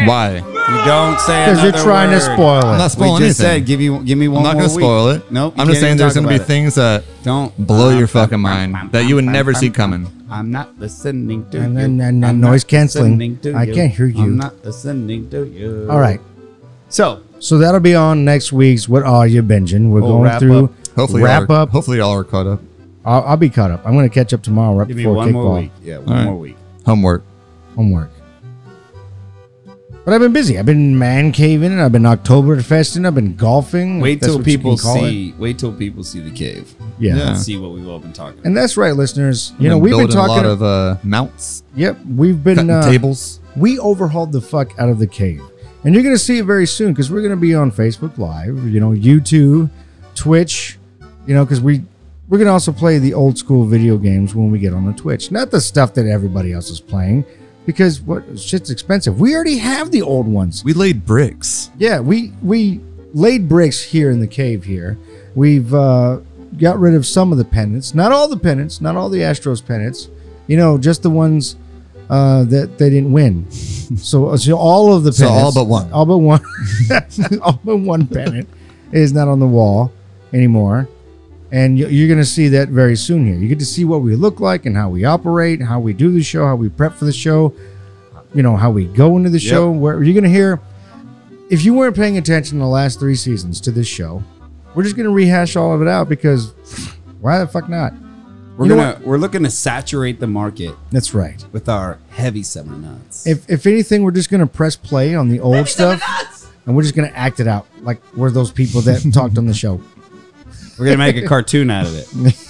Speaker 4: Why?
Speaker 3: You don't say
Speaker 2: Because you're
Speaker 3: another
Speaker 2: trying to
Speaker 3: word.
Speaker 2: spoil it.
Speaker 4: I'm not spoiling
Speaker 3: we just
Speaker 4: anything.
Speaker 3: said give you give me one
Speaker 4: I'm not
Speaker 3: more
Speaker 4: gonna
Speaker 3: week.
Speaker 4: spoil it.
Speaker 3: Nope. you
Speaker 4: I'm
Speaker 3: can't
Speaker 4: just saying
Speaker 3: even
Speaker 4: there's
Speaker 3: talk
Speaker 4: gonna be
Speaker 3: about it.
Speaker 4: things that
Speaker 3: Don't
Speaker 4: blow your fucking mind that you would never see coming.
Speaker 3: I'm not listening to
Speaker 2: And
Speaker 3: you.
Speaker 2: then- and then
Speaker 3: I'm
Speaker 2: noise
Speaker 3: not
Speaker 2: canceling.
Speaker 3: listening to
Speaker 2: I
Speaker 3: you.
Speaker 2: can't hear you.
Speaker 3: I'm not listening to you.
Speaker 2: All right.
Speaker 3: So
Speaker 2: So that'll be on next week's What Are You Binging? We're
Speaker 3: We'll
Speaker 2: going
Speaker 3: wrap
Speaker 2: through.
Speaker 3: up.
Speaker 4: Hopefully,
Speaker 2: wrap
Speaker 4: y'all are,
Speaker 2: up.
Speaker 4: Hopefully, y'all are caught up.
Speaker 2: I'll, I'll be caught up. I'm going to catch up tomorrow right
Speaker 3: give me
Speaker 2: before
Speaker 3: one
Speaker 2: kickball
Speaker 3: more week. Yeah, one
Speaker 4: All
Speaker 3: more
Speaker 4: right.
Speaker 3: week.
Speaker 4: Homework.
Speaker 2: homework. But I've been busy. I've been man caving and I've been Oktoberfesting. I've been golfing. if
Speaker 3: Wait
Speaker 2: that's
Speaker 3: till
Speaker 2: what you
Speaker 3: people
Speaker 2: can call it.
Speaker 3: see. Wait till people see the cave.
Speaker 2: Yeah.
Speaker 4: Yeah.
Speaker 3: And see what we've all been talking. about.
Speaker 2: And that's right, listeners. You know, we've been
Speaker 4: building
Speaker 2: talking.
Speaker 4: a lot of uh, mounts,
Speaker 2: yep. We've been.
Speaker 3: (laughs)
Speaker 4: cutting
Speaker 2: Uh,
Speaker 4: tables.
Speaker 2: we overhauled the fuck out of the cave. And you're going to see it very soon because we're going to be on Facebook Live, you know, YouTube, Twitch, you know, because we we're going to also play the old school video games when we get on the Twitch, not the stuff that everybody else is playing, because what shit's expensive. We already have the old ones.
Speaker 4: We laid bricks.
Speaker 2: Yeah, we we laid bricks here in the cave here. We've uh, got rid of some of the pennants, not all the pennants, not all the Astros pennants. You know, just the ones uh, that they didn't
Speaker 4: (laughs)
Speaker 2: win. So, uh, so all of the
Speaker 4: So
Speaker 2: pennants,
Speaker 4: all but one.
Speaker 2: all but one, (laughs) all but one pennant is not on the wall anymore. And you- you're going to see that very soon here. You get to see what we look like and how we operate, how we do the show, how we prep for the show, you know, how we go into the show. Where you're going to hear if you weren't paying attention the last three seasons to this show, we're just gonna rehash all of it out because (laughs) why the fuck not?
Speaker 3: We're
Speaker 2: You know
Speaker 3: gonna we're looking to saturate the market
Speaker 2: That's right.
Speaker 3: with our heavy summer nuts.
Speaker 2: If if anything, we're just gonna press play on the old stuff, and we're just gonna act it out like we're those people
Speaker 3: (laughs)
Speaker 2: that talked on the show.
Speaker 3: we're gonna make a cartoon out of it.
Speaker 2: (laughs)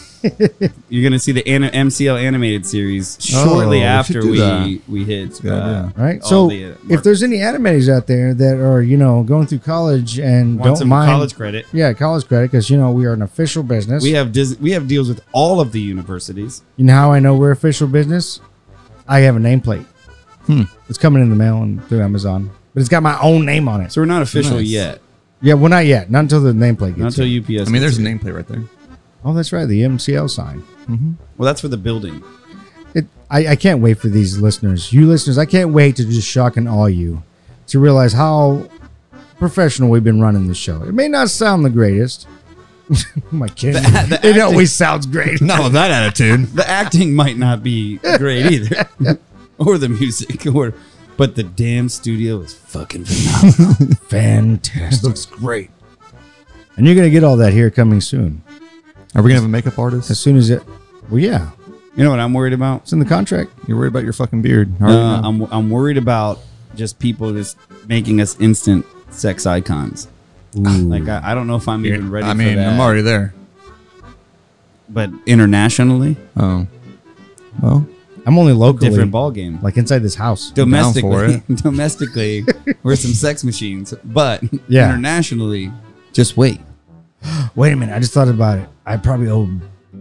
Speaker 3: You're gonna see the anim- MCL animated
Speaker 2: Oh,
Speaker 3: series shortly
Speaker 4: we should
Speaker 3: after
Speaker 4: do
Speaker 3: we
Speaker 4: that.
Speaker 3: we hit.
Speaker 4: good idea.
Speaker 2: Right.
Speaker 3: all
Speaker 2: so
Speaker 3: the, uh,
Speaker 2: if
Speaker 3: market.
Speaker 2: there's any animators out there that are you know going through college and
Speaker 3: want
Speaker 2: don't
Speaker 3: some
Speaker 2: mind
Speaker 3: college credit,
Speaker 2: yeah, college credit because you know we are an official business.
Speaker 3: we have Dis- we have deals with all of the universities.
Speaker 2: you know how I know we're official business? I have a nameplate.
Speaker 3: Hmm.
Speaker 2: It's coming in the mail and through Amazon, but it's got my own name on it.
Speaker 3: So we're not official
Speaker 4: Nice.
Speaker 3: yet.
Speaker 2: Yeah, well, not yet. Not until the nameplate gets.
Speaker 3: Not
Speaker 2: here.
Speaker 3: until UPS.
Speaker 4: I mean,
Speaker 3: gets
Speaker 4: there's a
Speaker 3: here.
Speaker 4: nameplate right there. (laughs)
Speaker 2: Oh, that's right. The MCL sign.
Speaker 3: Well, that's for the building.
Speaker 2: It, I, I can't wait for these listeners. You listeners, I can't wait to just shock and awe you to realize how professional we've been running this show. It may not sound the greatest. (laughs) Am I kidding? (laughs) it always sounds great.
Speaker 4: Not with that attitude.
Speaker 3: The acting might not be
Speaker 4: (laughs)
Speaker 3: great either, (laughs) or the music, (laughs) or but the damn studio is fucking phenomenal.
Speaker 2: (laughs) Fantastic. looks great. And you're going to get all that here coming soon.
Speaker 4: Are we gonna have a makeup artist?
Speaker 2: As soon as it, well, yeah,
Speaker 3: You know what I'm worried about?
Speaker 2: it's in the contract.
Speaker 4: You're worried about your fucking beard. I
Speaker 3: Uh,
Speaker 4: already know.
Speaker 3: I'm I'm worried about just people just making us instant sex icons. Like I, I don't know if I'm even ready.
Speaker 4: I mean,
Speaker 3: for that.
Speaker 4: I'm already there.
Speaker 3: But internationally,
Speaker 4: Oh, well,
Speaker 2: I'm only locally,
Speaker 3: different ball game.
Speaker 2: like inside this house.
Speaker 3: domestically, (laughs)
Speaker 4: down
Speaker 3: domestically, we're some sex machines. But
Speaker 2: Yeah.
Speaker 3: internationally, just wait.
Speaker 2: Wait a minute. I just thought about it. I probably owe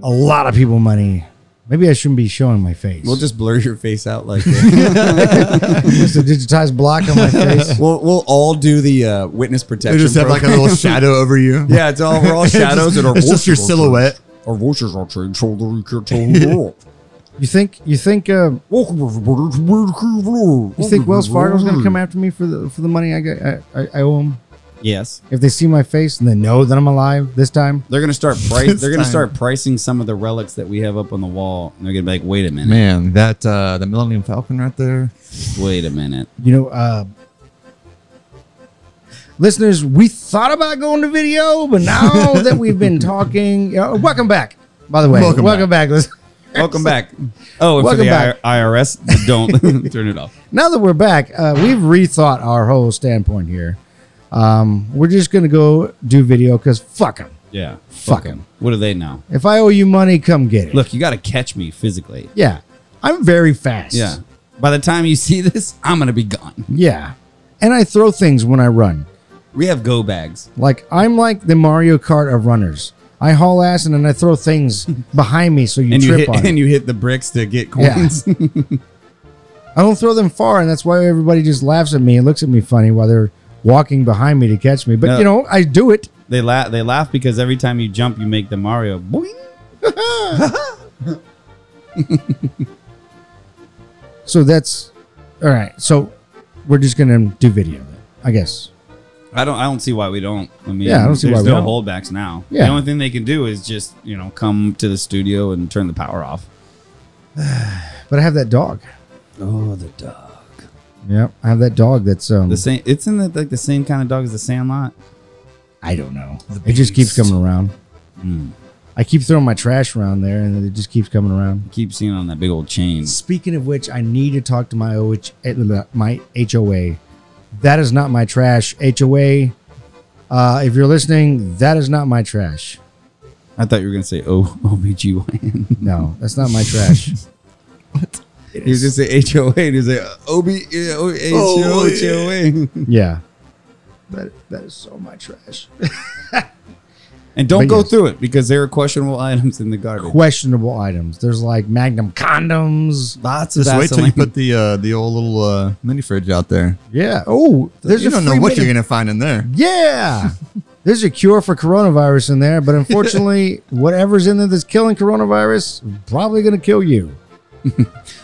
Speaker 2: a lot of people money. Maybe I shouldn't be showing my face.
Speaker 3: We'll just blur your face out like
Speaker 4: (laughs)
Speaker 3: that.
Speaker 2: just a digitized block (laughs) on my face.
Speaker 3: we'll we'll all do the uh, witness protection.
Speaker 4: they just have like a
Speaker 3: program.
Speaker 4: little shadow over (laughs) you.
Speaker 3: (laughs) yeah, it's all we're all shadows and our
Speaker 4: It's just your
Speaker 3: voices are
Speaker 4: silhouette.
Speaker 3: changed. Our voices are changed, so that we can tell the
Speaker 4: (laughs)
Speaker 3: world.
Speaker 2: You think you think uh,
Speaker 3: Welcome everybody to Weird Crew Vlog.
Speaker 2: you think Wells Fargo's gonna come after me for the for the money I got I, I, I owe them
Speaker 3: Yes,
Speaker 2: if they see my face and they know that I'm alive this time?
Speaker 3: they're gonna
Speaker 4: (laughs)
Speaker 3: start price.
Speaker 4: It's
Speaker 3: They're gonna
Speaker 4: time.
Speaker 3: start pricing some of the relics that we have up on the wall. And they're gonna be like, wait a minute,
Speaker 4: Man, that uh, the Millennium Falcon right there.
Speaker 3: wait a minute.
Speaker 2: You know, uh, listeners, we thought about going to video, but (laughs) now that we've been talking, uh, welcome back. By the way, welcome,
Speaker 4: Welcome
Speaker 2: back. Listen,
Speaker 3: Welcome back. Oh, and for
Speaker 2: Welcome
Speaker 3: the
Speaker 2: back.
Speaker 3: I- IRS, don't (laughs) turn it off.
Speaker 2: now that we're back, uh, we've rethought our whole standpoint here. Um, we're just gonna go do video because fuck them.
Speaker 3: Yeah,
Speaker 2: Fuck 'em.
Speaker 3: 'em. What do they know?
Speaker 2: If I owe you money, come get it.
Speaker 3: Look, you got to catch me physically.
Speaker 2: yeah, I'm very fast.
Speaker 3: Yeah. By the time you see this, I'm gonna be gone.
Speaker 2: Yeah. And I throw things when I run.
Speaker 3: We have go bags.
Speaker 2: Like I'm like the Mario Kart of runners. I haul ass and then I throw
Speaker 3: (laughs)
Speaker 2: things behind me so you
Speaker 3: and you
Speaker 2: trip
Speaker 3: hit
Speaker 2: on
Speaker 3: (laughs) and
Speaker 2: it.
Speaker 3: you hit the bricks to get coins. (laughs)
Speaker 2: I don't throw them far and that's why everybody just laughs at me and looks at me funny while they're walking behind me to catch me. But
Speaker 3: No.
Speaker 2: you know, I do it.
Speaker 3: they laugh. They laugh because every time you jump, you make the Mario boing.
Speaker 2: So that's all right. So we're just gonna do video then, I guess.
Speaker 3: I don't. I don't see why we don't. I mean,
Speaker 2: Yeah, I don't see why
Speaker 3: there's
Speaker 2: we
Speaker 3: no
Speaker 2: don't.
Speaker 3: holdbacks now.
Speaker 2: Yeah.
Speaker 3: The only thing they can do is just you know come to the studio and turn the power off.
Speaker 2: But I have that dog.
Speaker 3: Oh, the dog.
Speaker 2: Yeah, I have that dog that's um
Speaker 3: The same. It's in the, like the same kind of dog as the Sandlot.
Speaker 2: I don't know. It just keeps coming around. I keep throwing my trash around there and it just keeps coming around.
Speaker 3: Keep seeing it on that big old chain.
Speaker 2: Speaking of which, I need to talk to my OH, my HOA. That is not my trash. HOA, uh, if you're listening, that is not my trash.
Speaker 3: I thought you were gonna say O O B G Y N.
Speaker 2: No, that's not my trash.
Speaker 3: He was just say H O A. He was like O B H O H O A.
Speaker 2: yeah. That, that is so my trash.
Speaker 3: (laughs) And don't
Speaker 2: But
Speaker 3: go
Speaker 2: yes.
Speaker 3: through it because there are questionable items in the garbage.
Speaker 2: Questionable items. There's like Magnum condoms.
Speaker 3: Lots of
Speaker 4: Just wait till
Speaker 3: Vaseline.
Speaker 4: you put the uh, the old little uh, mini fridge out there.
Speaker 2: Yeah. Oh, there's
Speaker 4: you
Speaker 2: a
Speaker 4: don't know
Speaker 2: free
Speaker 4: what
Speaker 2: minute-
Speaker 4: you're gonna find in there. (laughs)
Speaker 2: Yeah. There's a cure for coronavirus in there, but
Speaker 4: (laughs)
Speaker 2: unfortunately, whatever's in there that's killing coronavirus is probably going to kill you.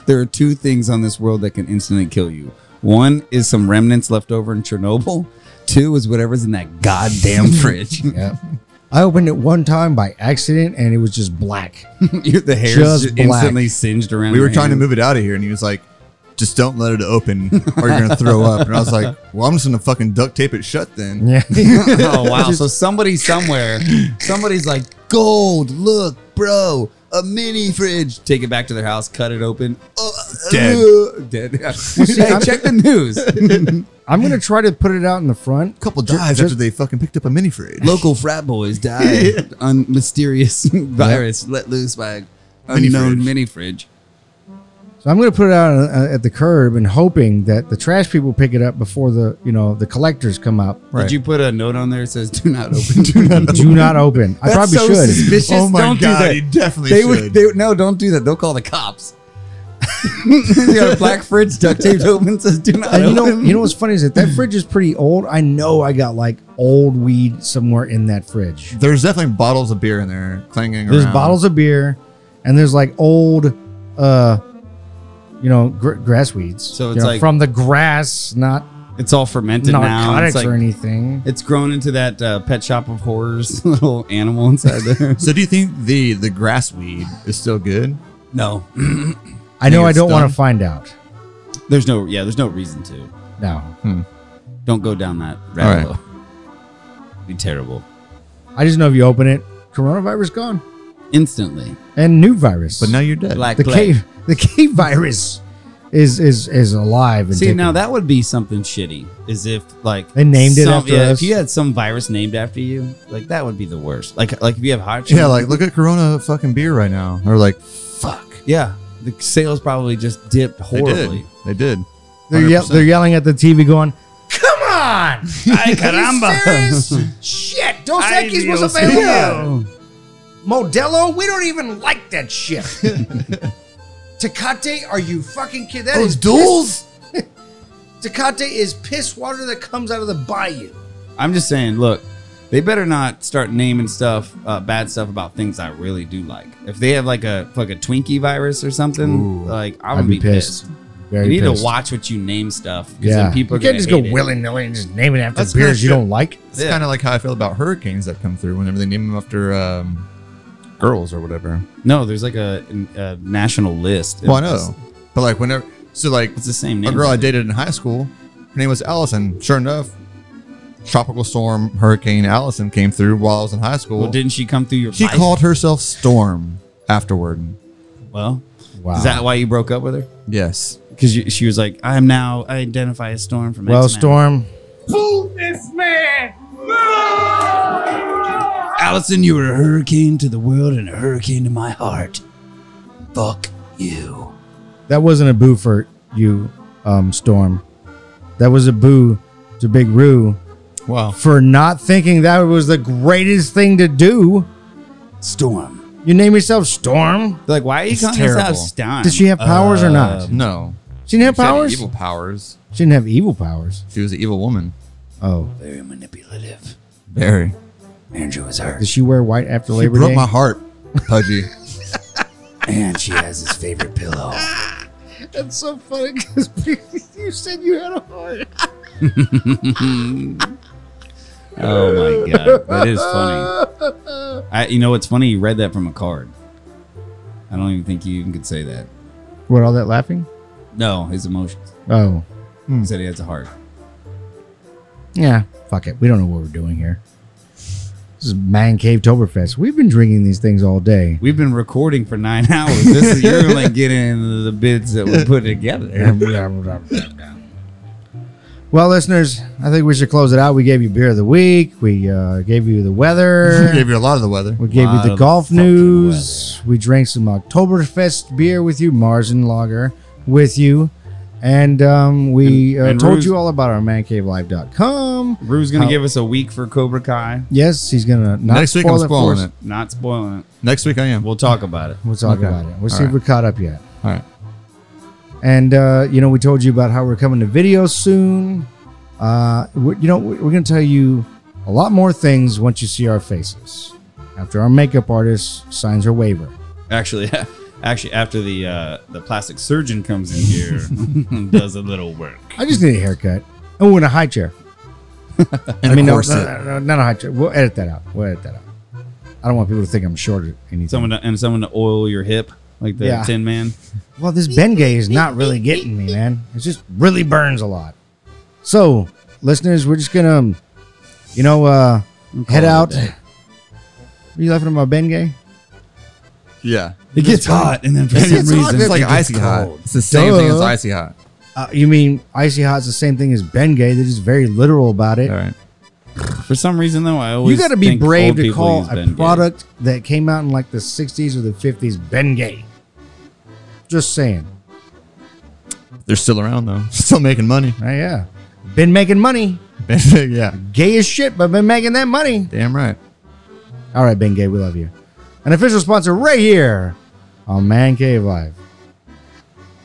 Speaker 3: there are two things on this world that can instantly kill you. One is some remnants left over in Chernobyl. Two is whatever's in that goddamn (laughs) fridge.
Speaker 2: Yeah. I opened it one time by accident and it was just black.
Speaker 4: (laughs)
Speaker 3: Your- the hair's
Speaker 2: Just
Speaker 3: just
Speaker 2: black.
Speaker 3: instantly singed around.
Speaker 4: We were
Speaker 3: your
Speaker 4: trying to
Speaker 3: hand.
Speaker 4: move it out of here, and he was like, just don't let it (laughs) open or you're gonna throw up. And I was like, well, I'm just gonna fucking duct tape it shut then.
Speaker 2: Yeah.
Speaker 3: oh wow! so somebody somewhere, somebody's like, "Gold, look, bro, a mini fridge." Take it back to their house, cut it open. Uh,
Speaker 4: Dead.
Speaker 3: uh, dead. hey, check the news.
Speaker 2: (laughs) I'm gonna try to put it out in the front.
Speaker 4: A couple dives after they fucking picked up a mini fridge.
Speaker 3: Local frat boys died on mysterious (laughs) virus let loose by an
Speaker 4: Mini
Speaker 3: unknown
Speaker 4: fridge.
Speaker 3: mini fridge.
Speaker 2: So I'm going to put it out uh, at the curb and hoping that the trash people pick it up before the you know the collectors come up.
Speaker 4: Right.
Speaker 3: Did you put a note on there that says "Do not open"? Do not open.
Speaker 2: Do not open. I probably
Speaker 3: so
Speaker 2: should.
Speaker 3: Suspicious.
Speaker 4: Oh my
Speaker 3: don't
Speaker 4: God,
Speaker 3: do that.
Speaker 4: you definitely
Speaker 3: they
Speaker 4: should.
Speaker 3: Would, they, no, don't do that. They'll call the cops. (laughs) you got a black fridge duct taped open says "Do not
Speaker 2: And you
Speaker 3: open."
Speaker 2: know,
Speaker 4: (laughs)
Speaker 2: you know what's funny is that that fridge is pretty old. I know I got like old weed somewhere in that fridge.
Speaker 4: There's definitely bottles of beer in there clanging
Speaker 2: There's
Speaker 4: around.
Speaker 2: bottles of beer, and there's like old, uh, you know, gr- grass weeds.
Speaker 3: So
Speaker 2: You
Speaker 3: it's
Speaker 2: know,
Speaker 3: like-
Speaker 2: from the grass, not
Speaker 3: it's all fermented now.
Speaker 2: narcotics
Speaker 3: It's, like,
Speaker 2: or anything.
Speaker 3: it's grown into that uh, pet shop of horrors (laughs) little animal inside there. (laughs)
Speaker 4: So do you think the the grass weed is still good?
Speaker 3: no, (clears throat)
Speaker 2: I know I
Speaker 4: it's
Speaker 2: don't want
Speaker 4: done.
Speaker 2: to find out.
Speaker 3: there's no. Yeah, there's no reason to.
Speaker 2: No,
Speaker 3: Don't go down that
Speaker 4: All right.
Speaker 3: rabbit hole. Be terrible
Speaker 2: I just know if you open it, coronavirus gone
Speaker 3: instantly.
Speaker 2: and new virus.
Speaker 4: But now you're dead.
Speaker 3: Black
Speaker 2: the
Speaker 3: plague.
Speaker 2: K (laughs) the K virus is is is alive. And
Speaker 3: See,
Speaker 2: ticking.
Speaker 3: now that would be something shitty. Is if like
Speaker 2: They named it
Speaker 3: some-
Speaker 2: after
Speaker 3: yeah,
Speaker 2: us.
Speaker 3: If you had some virus named after you, like that would be the worst. Like like if you have hot
Speaker 4: yeah, like look at Corona fucking beer right now. Or like fuck.
Speaker 3: yeah, the sales probably just dipped horribly.
Speaker 4: They did.
Speaker 2: they're, ye-
Speaker 4: 100%.
Speaker 2: they're yelling at the TV, going, "Come (laughs) on! Ay, caramba! shit! Dos
Speaker 3: Ay,
Speaker 2: Equis was
Speaker 3: Dios
Speaker 2: available.
Speaker 3: mío.
Speaker 2: Modelo, we don't even like that
Speaker 3: (laughs)
Speaker 2: shit. Tecate, are you fucking kidding?
Speaker 3: Oh,
Speaker 2: That is
Speaker 4: duels?
Speaker 2: piss- Tecate is piss water that comes out of the bayou.
Speaker 3: I'm just saying, look, they better not start naming stuff, uh, bad stuff about things I really do like. If they have like a like a Twinkie virus or something, like I'm gonna be, pissed.
Speaker 2: Very
Speaker 3: You need
Speaker 2: pissed.
Speaker 3: to watch what you name stuff because
Speaker 2: Yeah,
Speaker 3: then people are
Speaker 2: you can't
Speaker 3: gonna
Speaker 2: just go
Speaker 3: hate it.
Speaker 2: willy nilly and just name it after
Speaker 4: That's
Speaker 2: beers you
Speaker 4: bullshit.
Speaker 2: don't like.
Speaker 4: It's
Speaker 3: Yeah.
Speaker 4: kind of like how I feel about hurricanes that come through whenever they name them after um, girls or whatever.
Speaker 3: No, there's like a, a national list.
Speaker 4: Well, I know, but like whenever, so like
Speaker 3: It's the same
Speaker 4: a
Speaker 3: name.
Speaker 4: girl I dated in high school, her name was Allison. Sure enough, tropical storm hurricane Allison came through while I was in high school.
Speaker 3: Well, didn't she come through your
Speaker 4: she
Speaker 3: life?
Speaker 4: called herself Storm afterward.
Speaker 3: Well,
Speaker 2: Wow.
Speaker 3: is that why you broke up with her?
Speaker 4: Yes,
Speaker 3: Because she was like, I am now, I identify as Storm from
Speaker 2: well,
Speaker 3: X-Men."
Speaker 2: Storm,
Speaker 3: Allison, you were a hurricane to the world and a hurricane to my heart. Fuck you.
Speaker 2: that wasn't a boo for you, um, Storm. That was a boo to Big Roo
Speaker 4: wow.
Speaker 2: for not thinking that was the greatest thing to do.
Speaker 3: Storm.
Speaker 2: You name yourself Storm?
Speaker 3: Like, why are you
Speaker 4: It's
Speaker 3: calling yourself
Speaker 4: terrible.
Speaker 3: Storm?
Speaker 2: Did she have powers or not?
Speaker 4: No
Speaker 2: She didn't have
Speaker 4: Um, She had
Speaker 2: powers.
Speaker 4: evil powers.
Speaker 2: She didn't have evil powers.
Speaker 4: She was an evil woman.
Speaker 2: Oh,
Speaker 3: Very manipulative.
Speaker 4: Very.
Speaker 3: Andrew was hurt.
Speaker 2: did she wear white after
Speaker 4: She
Speaker 2: Labor
Speaker 4: broke
Speaker 2: Day?
Speaker 4: my heart, Pudgy.
Speaker 3: And she has his favorite pillow.
Speaker 2: That's so funny because (laughs) you said you had a heart.
Speaker 3: Oh my god, that is funny. I, you know, it's funny. You read that from a card. I don't even think you even could say that.
Speaker 2: What? All that laughing?
Speaker 3: No, his emotions.
Speaker 2: Oh,
Speaker 3: He said he has a heart.
Speaker 2: yeah. Fuck it. We don't know what we're doing here. This is Man Cave Toberfest. We've been drinking these things all day.
Speaker 3: We've been recording for nine (laughs) hours. This is you're like getting into the bits that we put together.
Speaker 2: Well, listeners, I think we should close it out. We gave you beer of the week. We uh, gave you the weather.
Speaker 4: Gave you a lot of the weather.
Speaker 2: we gave you
Speaker 3: Lot
Speaker 2: the
Speaker 3: of
Speaker 2: golf
Speaker 3: fucking
Speaker 2: news. We drank some Oktoberfest beer with you, Mars and Lager with you. And um, we
Speaker 3: And-
Speaker 2: uh,
Speaker 3: and
Speaker 2: told
Speaker 3: Rue's-
Speaker 2: you all about our mancavelive.com.
Speaker 3: Rue's gonna
Speaker 2: How-
Speaker 3: give us a week for Cobra Kai.
Speaker 2: Yes, he's going to not
Speaker 4: Next week
Speaker 2: spoil
Speaker 4: I'm
Speaker 2: it for
Speaker 4: spoiling
Speaker 2: us.
Speaker 4: it.
Speaker 3: Not spoiling it.
Speaker 4: Next week I am.
Speaker 3: We'll talk about it.
Speaker 2: We'll talk
Speaker 4: Okay.
Speaker 2: about it. We'll see
Speaker 4: All
Speaker 2: if
Speaker 4: right.
Speaker 2: we're caught up yet.
Speaker 4: All right.
Speaker 2: And uh, you know, we told you about how we're coming to video soon. Uh, we you know, we're going to tell you a lot more things once you see our faces. After our makeup artist signs her waiver,
Speaker 3: Actually, (laughs) actually, after the uh, the plastic surgeon comes in
Speaker 2: (laughs)
Speaker 3: here, and does a little work.
Speaker 2: I just need a haircut. Oh, and a high chair.
Speaker 4: And
Speaker 2: I mean, no,
Speaker 4: a
Speaker 2: no,
Speaker 4: corset.
Speaker 2: no, no, not a high chair. We'll edit that out. We'll edit that out. I don't want people to think I'm short or anything.
Speaker 3: Someone to, and someone to oil your hip. like the
Speaker 2: Yeah.
Speaker 3: Tin Man.
Speaker 2: Well, this Bengay is not really getting me, man. It just really burns a lot. So, listeners, we're just gonna, um, you know, uh, head out. Are you laughing at my Bengay?
Speaker 4: Yeah.
Speaker 3: It gets hot, and then for some
Speaker 4: It's, hot,
Speaker 3: reason,
Speaker 4: it's like icy hot. It's the same thing as
Speaker 2: Duh.
Speaker 4: icy hot.
Speaker 2: Uh, you mean icy hot's the same thing as Bengay? They're just very literal about it.
Speaker 4: All right.
Speaker 3: For some reason, though, I
Speaker 2: You
Speaker 3: always
Speaker 2: got to be
Speaker 3: think
Speaker 2: brave
Speaker 3: old
Speaker 2: to
Speaker 3: people
Speaker 2: call
Speaker 3: use
Speaker 2: a
Speaker 3: Ben Gay.
Speaker 2: product that came out in like the '60s or the '50s Bengay. Just saying.
Speaker 4: They're still around though. Still making money.
Speaker 2: Uh, yeah, been making money.
Speaker 4: (laughs) yeah.
Speaker 2: Gay as shit, but been making that money.
Speaker 4: Damn right.
Speaker 2: All right, Ben Gay, we love you. An official sponsor right here on Man Cave Live.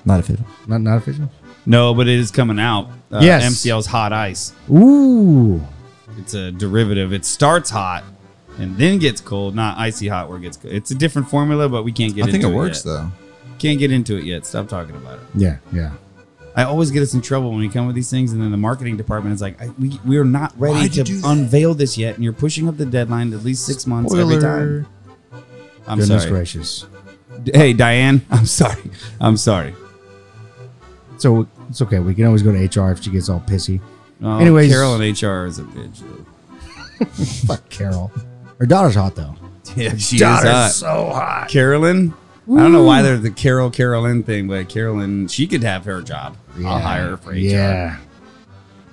Speaker 4: Not a fiddle.
Speaker 2: Not not official.
Speaker 3: No, but it is coming out. Uh,
Speaker 2: Yes.
Speaker 3: MCL's Hot Ice.
Speaker 2: Ooh,
Speaker 3: It's a derivative. It starts hot and then gets cold, not icy hot where it gets cold. It's a different formula, but we can't get
Speaker 4: I think
Speaker 3: into
Speaker 4: it
Speaker 3: it
Speaker 4: works
Speaker 3: yet.
Speaker 4: though.
Speaker 3: Can't get into it yet. Stop talking about it.
Speaker 2: yeah, yeah.
Speaker 3: I always get us in trouble when we come with these things, and then the marketing department is like, I, we, we are not ready
Speaker 4: Why'd you do
Speaker 3: to
Speaker 4: that?
Speaker 3: unveil this yet, and you're pushing up the deadline to at least six months every time. I'm
Speaker 2: Goodness
Speaker 3: sorry.
Speaker 2: gracious.
Speaker 3: D- Hey, Diane, (laughs) I'm sorry. I'm sorry.
Speaker 2: So it's okay. We can always go to HR if she gets all pissy.
Speaker 3: Oh,
Speaker 2: Anyways.
Speaker 3: Carol in HR is a bitch. (laughs) though.
Speaker 2: Fuck Carol. Her daughter's hot though.
Speaker 3: Yeah, she
Speaker 2: daughter's
Speaker 3: is hot.
Speaker 2: so hot.
Speaker 3: Carolyn. I don't know why they're the Carol Carolyn thing, but Carolyn, she could have her job. I'll hire her for HR.
Speaker 2: Yeah,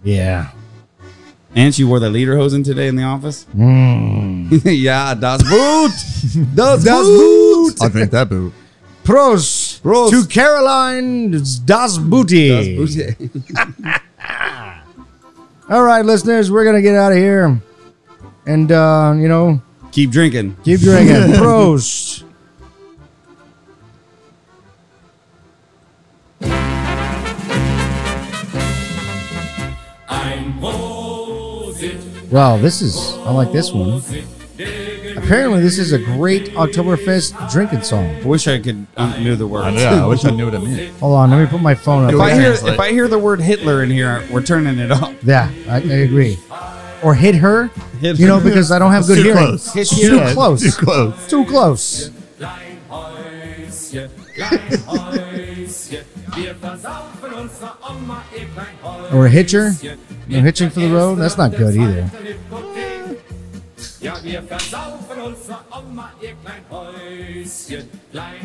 Speaker 2: yeah.
Speaker 3: And she wore the leaderhosen today in the office.
Speaker 2: Mm.
Speaker 3: (laughs) yeah, das Boot. das Boot.
Speaker 4: I'll drink that boot.
Speaker 2: Pros,
Speaker 3: Prost.
Speaker 2: to Caroline Das Booty.
Speaker 3: Das Boot.
Speaker 2: All right, listeners, we're gonna get out of here, and uh, you know,
Speaker 3: Keep drinking.
Speaker 2: keep drinking. Prost. Wow, this is, I like this one. Apparently, this is a great Oktoberfest drinking song.
Speaker 3: I wish I could um, knew the words.
Speaker 4: Yeah, I wish I knew what I (laughs) meant.
Speaker 2: Hold on, let me put my phone up.
Speaker 3: (laughs) If I,
Speaker 2: there.
Speaker 3: hear,
Speaker 4: Translate.
Speaker 3: if I hear the word Hitler in here, we're turning it off.
Speaker 2: Yeah, I, I agree. Or hit her,
Speaker 3: Hit
Speaker 2: you know,
Speaker 3: her.
Speaker 2: because I don't have good
Speaker 4: Too
Speaker 2: hearing.
Speaker 4: close.
Speaker 2: It's Too
Speaker 4: Yeah,
Speaker 2: close.
Speaker 4: Too close.
Speaker 2: Too close. Or a hitcher? No hitching for the road? That's not good either.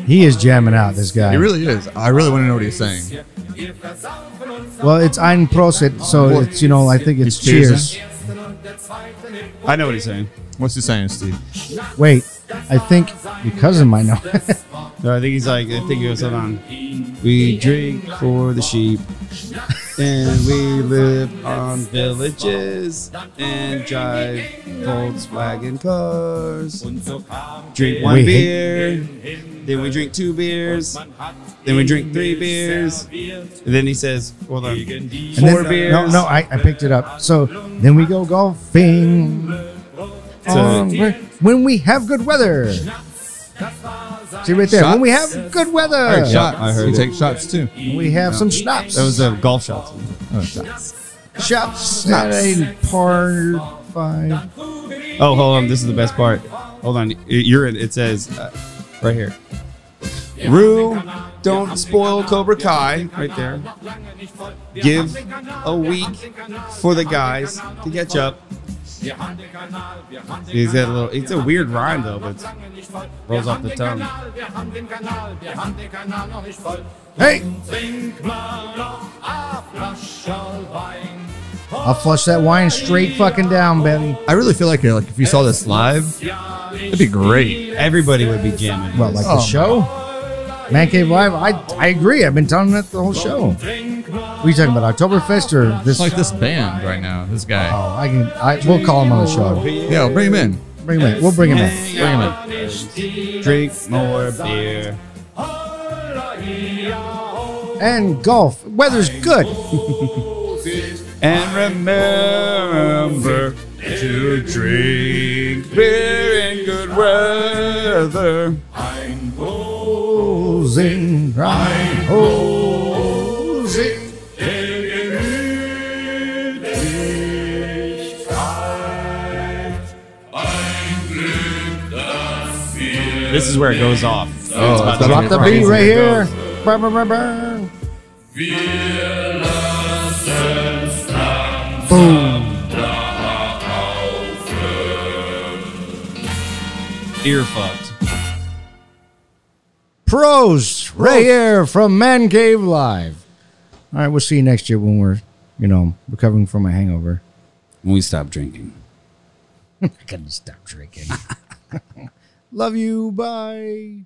Speaker 2: He is jamming out, this guy.
Speaker 4: It really is. I really want to know what he's saying.
Speaker 2: well, it's ein Prosit, so it's, you know, I think it's
Speaker 4: He's cheers.
Speaker 2: cheers.
Speaker 3: I know what he's saying.
Speaker 4: What's he saying, Steve?
Speaker 2: Wait, I think your cousin might know. (laughs)
Speaker 3: So I think he's like, I think it was, hold on. We drink for the sheep, and we live on villages, and drive Volkswagen cars. Drink one
Speaker 2: We hate-
Speaker 3: beer, then we drink two beers, then we drink three beers. And then he says, hold on,
Speaker 2: And then-
Speaker 3: four beers.
Speaker 2: No, no, I, I picked it up. So then we go golfing. on- when we have good weather. See right there. When we have good weather,
Speaker 4: Take shots.
Speaker 3: I heard
Speaker 4: you
Speaker 3: it.
Speaker 4: take shots too.
Speaker 2: we have some schnapps.
Speaker 3: That was a golf shot.
Speaker 4: Oh,
Speaker 2: shots. Not a par five.
Speaker 3: Oh, hold on. This is the best part. Hold on. You're in. It says uh, right here. Rue, don't spoil Cobra Kai. Right there. Give a week for the guys to catch up. He's got a little. It's a weird rhyme though, but it rolls off the tongue.
Speaker 2: Hey! I'll flush that wine straight fucking down, baby.
Speaker 4: I really feel like uh, like if you saw this live, it'd be great.
Speaker 3: Everybody would be jamming.
Speaker 2: Well, like
Speaker 4: Oh,
Speaker 2: the
Speaker 4: my.
Speaker 2: show? Man Cave Live, I, I agree. I've been telling that the whole show. What are you talking about? Oktoberfest or this?
Speaker 4: It's like this band right now. This guy.
Speaker 2: Oh, I can. I, we'll call him on the show.
Speaker 4: Yeah, bring him in.
Speaker 2: Bring him in. We'll bring him in.
Speaker 4: Bring him in.
Speaker 3: drink more beer.
Speaker 2: And golf. Weather's good.
Speaker 3: And remember to drink beer in good weather.
Speaker 2: Zing, right, ho, zing.
Speaker 3: This is where it goes off.
Speaker 4: Oh, it's
Speaker 3: about
Speaker 2: Drop the
Speaker 4: crazy.
Speaker 2: beat right
Speaker 4: It
Speaker 2: here.
Speaker 4: goes.
Speaker 2: Brr, brr, brr, brr.
Speaker 3: Ear fucked.
Speaker 2: Pros right here from Man Cave Live. All right, we'll see you next year when we're, you know, recovering from a hangover.
Speaker 3: When we stop drinking.
Speaker 2: I couldn't stop drinking. Love you. Bye.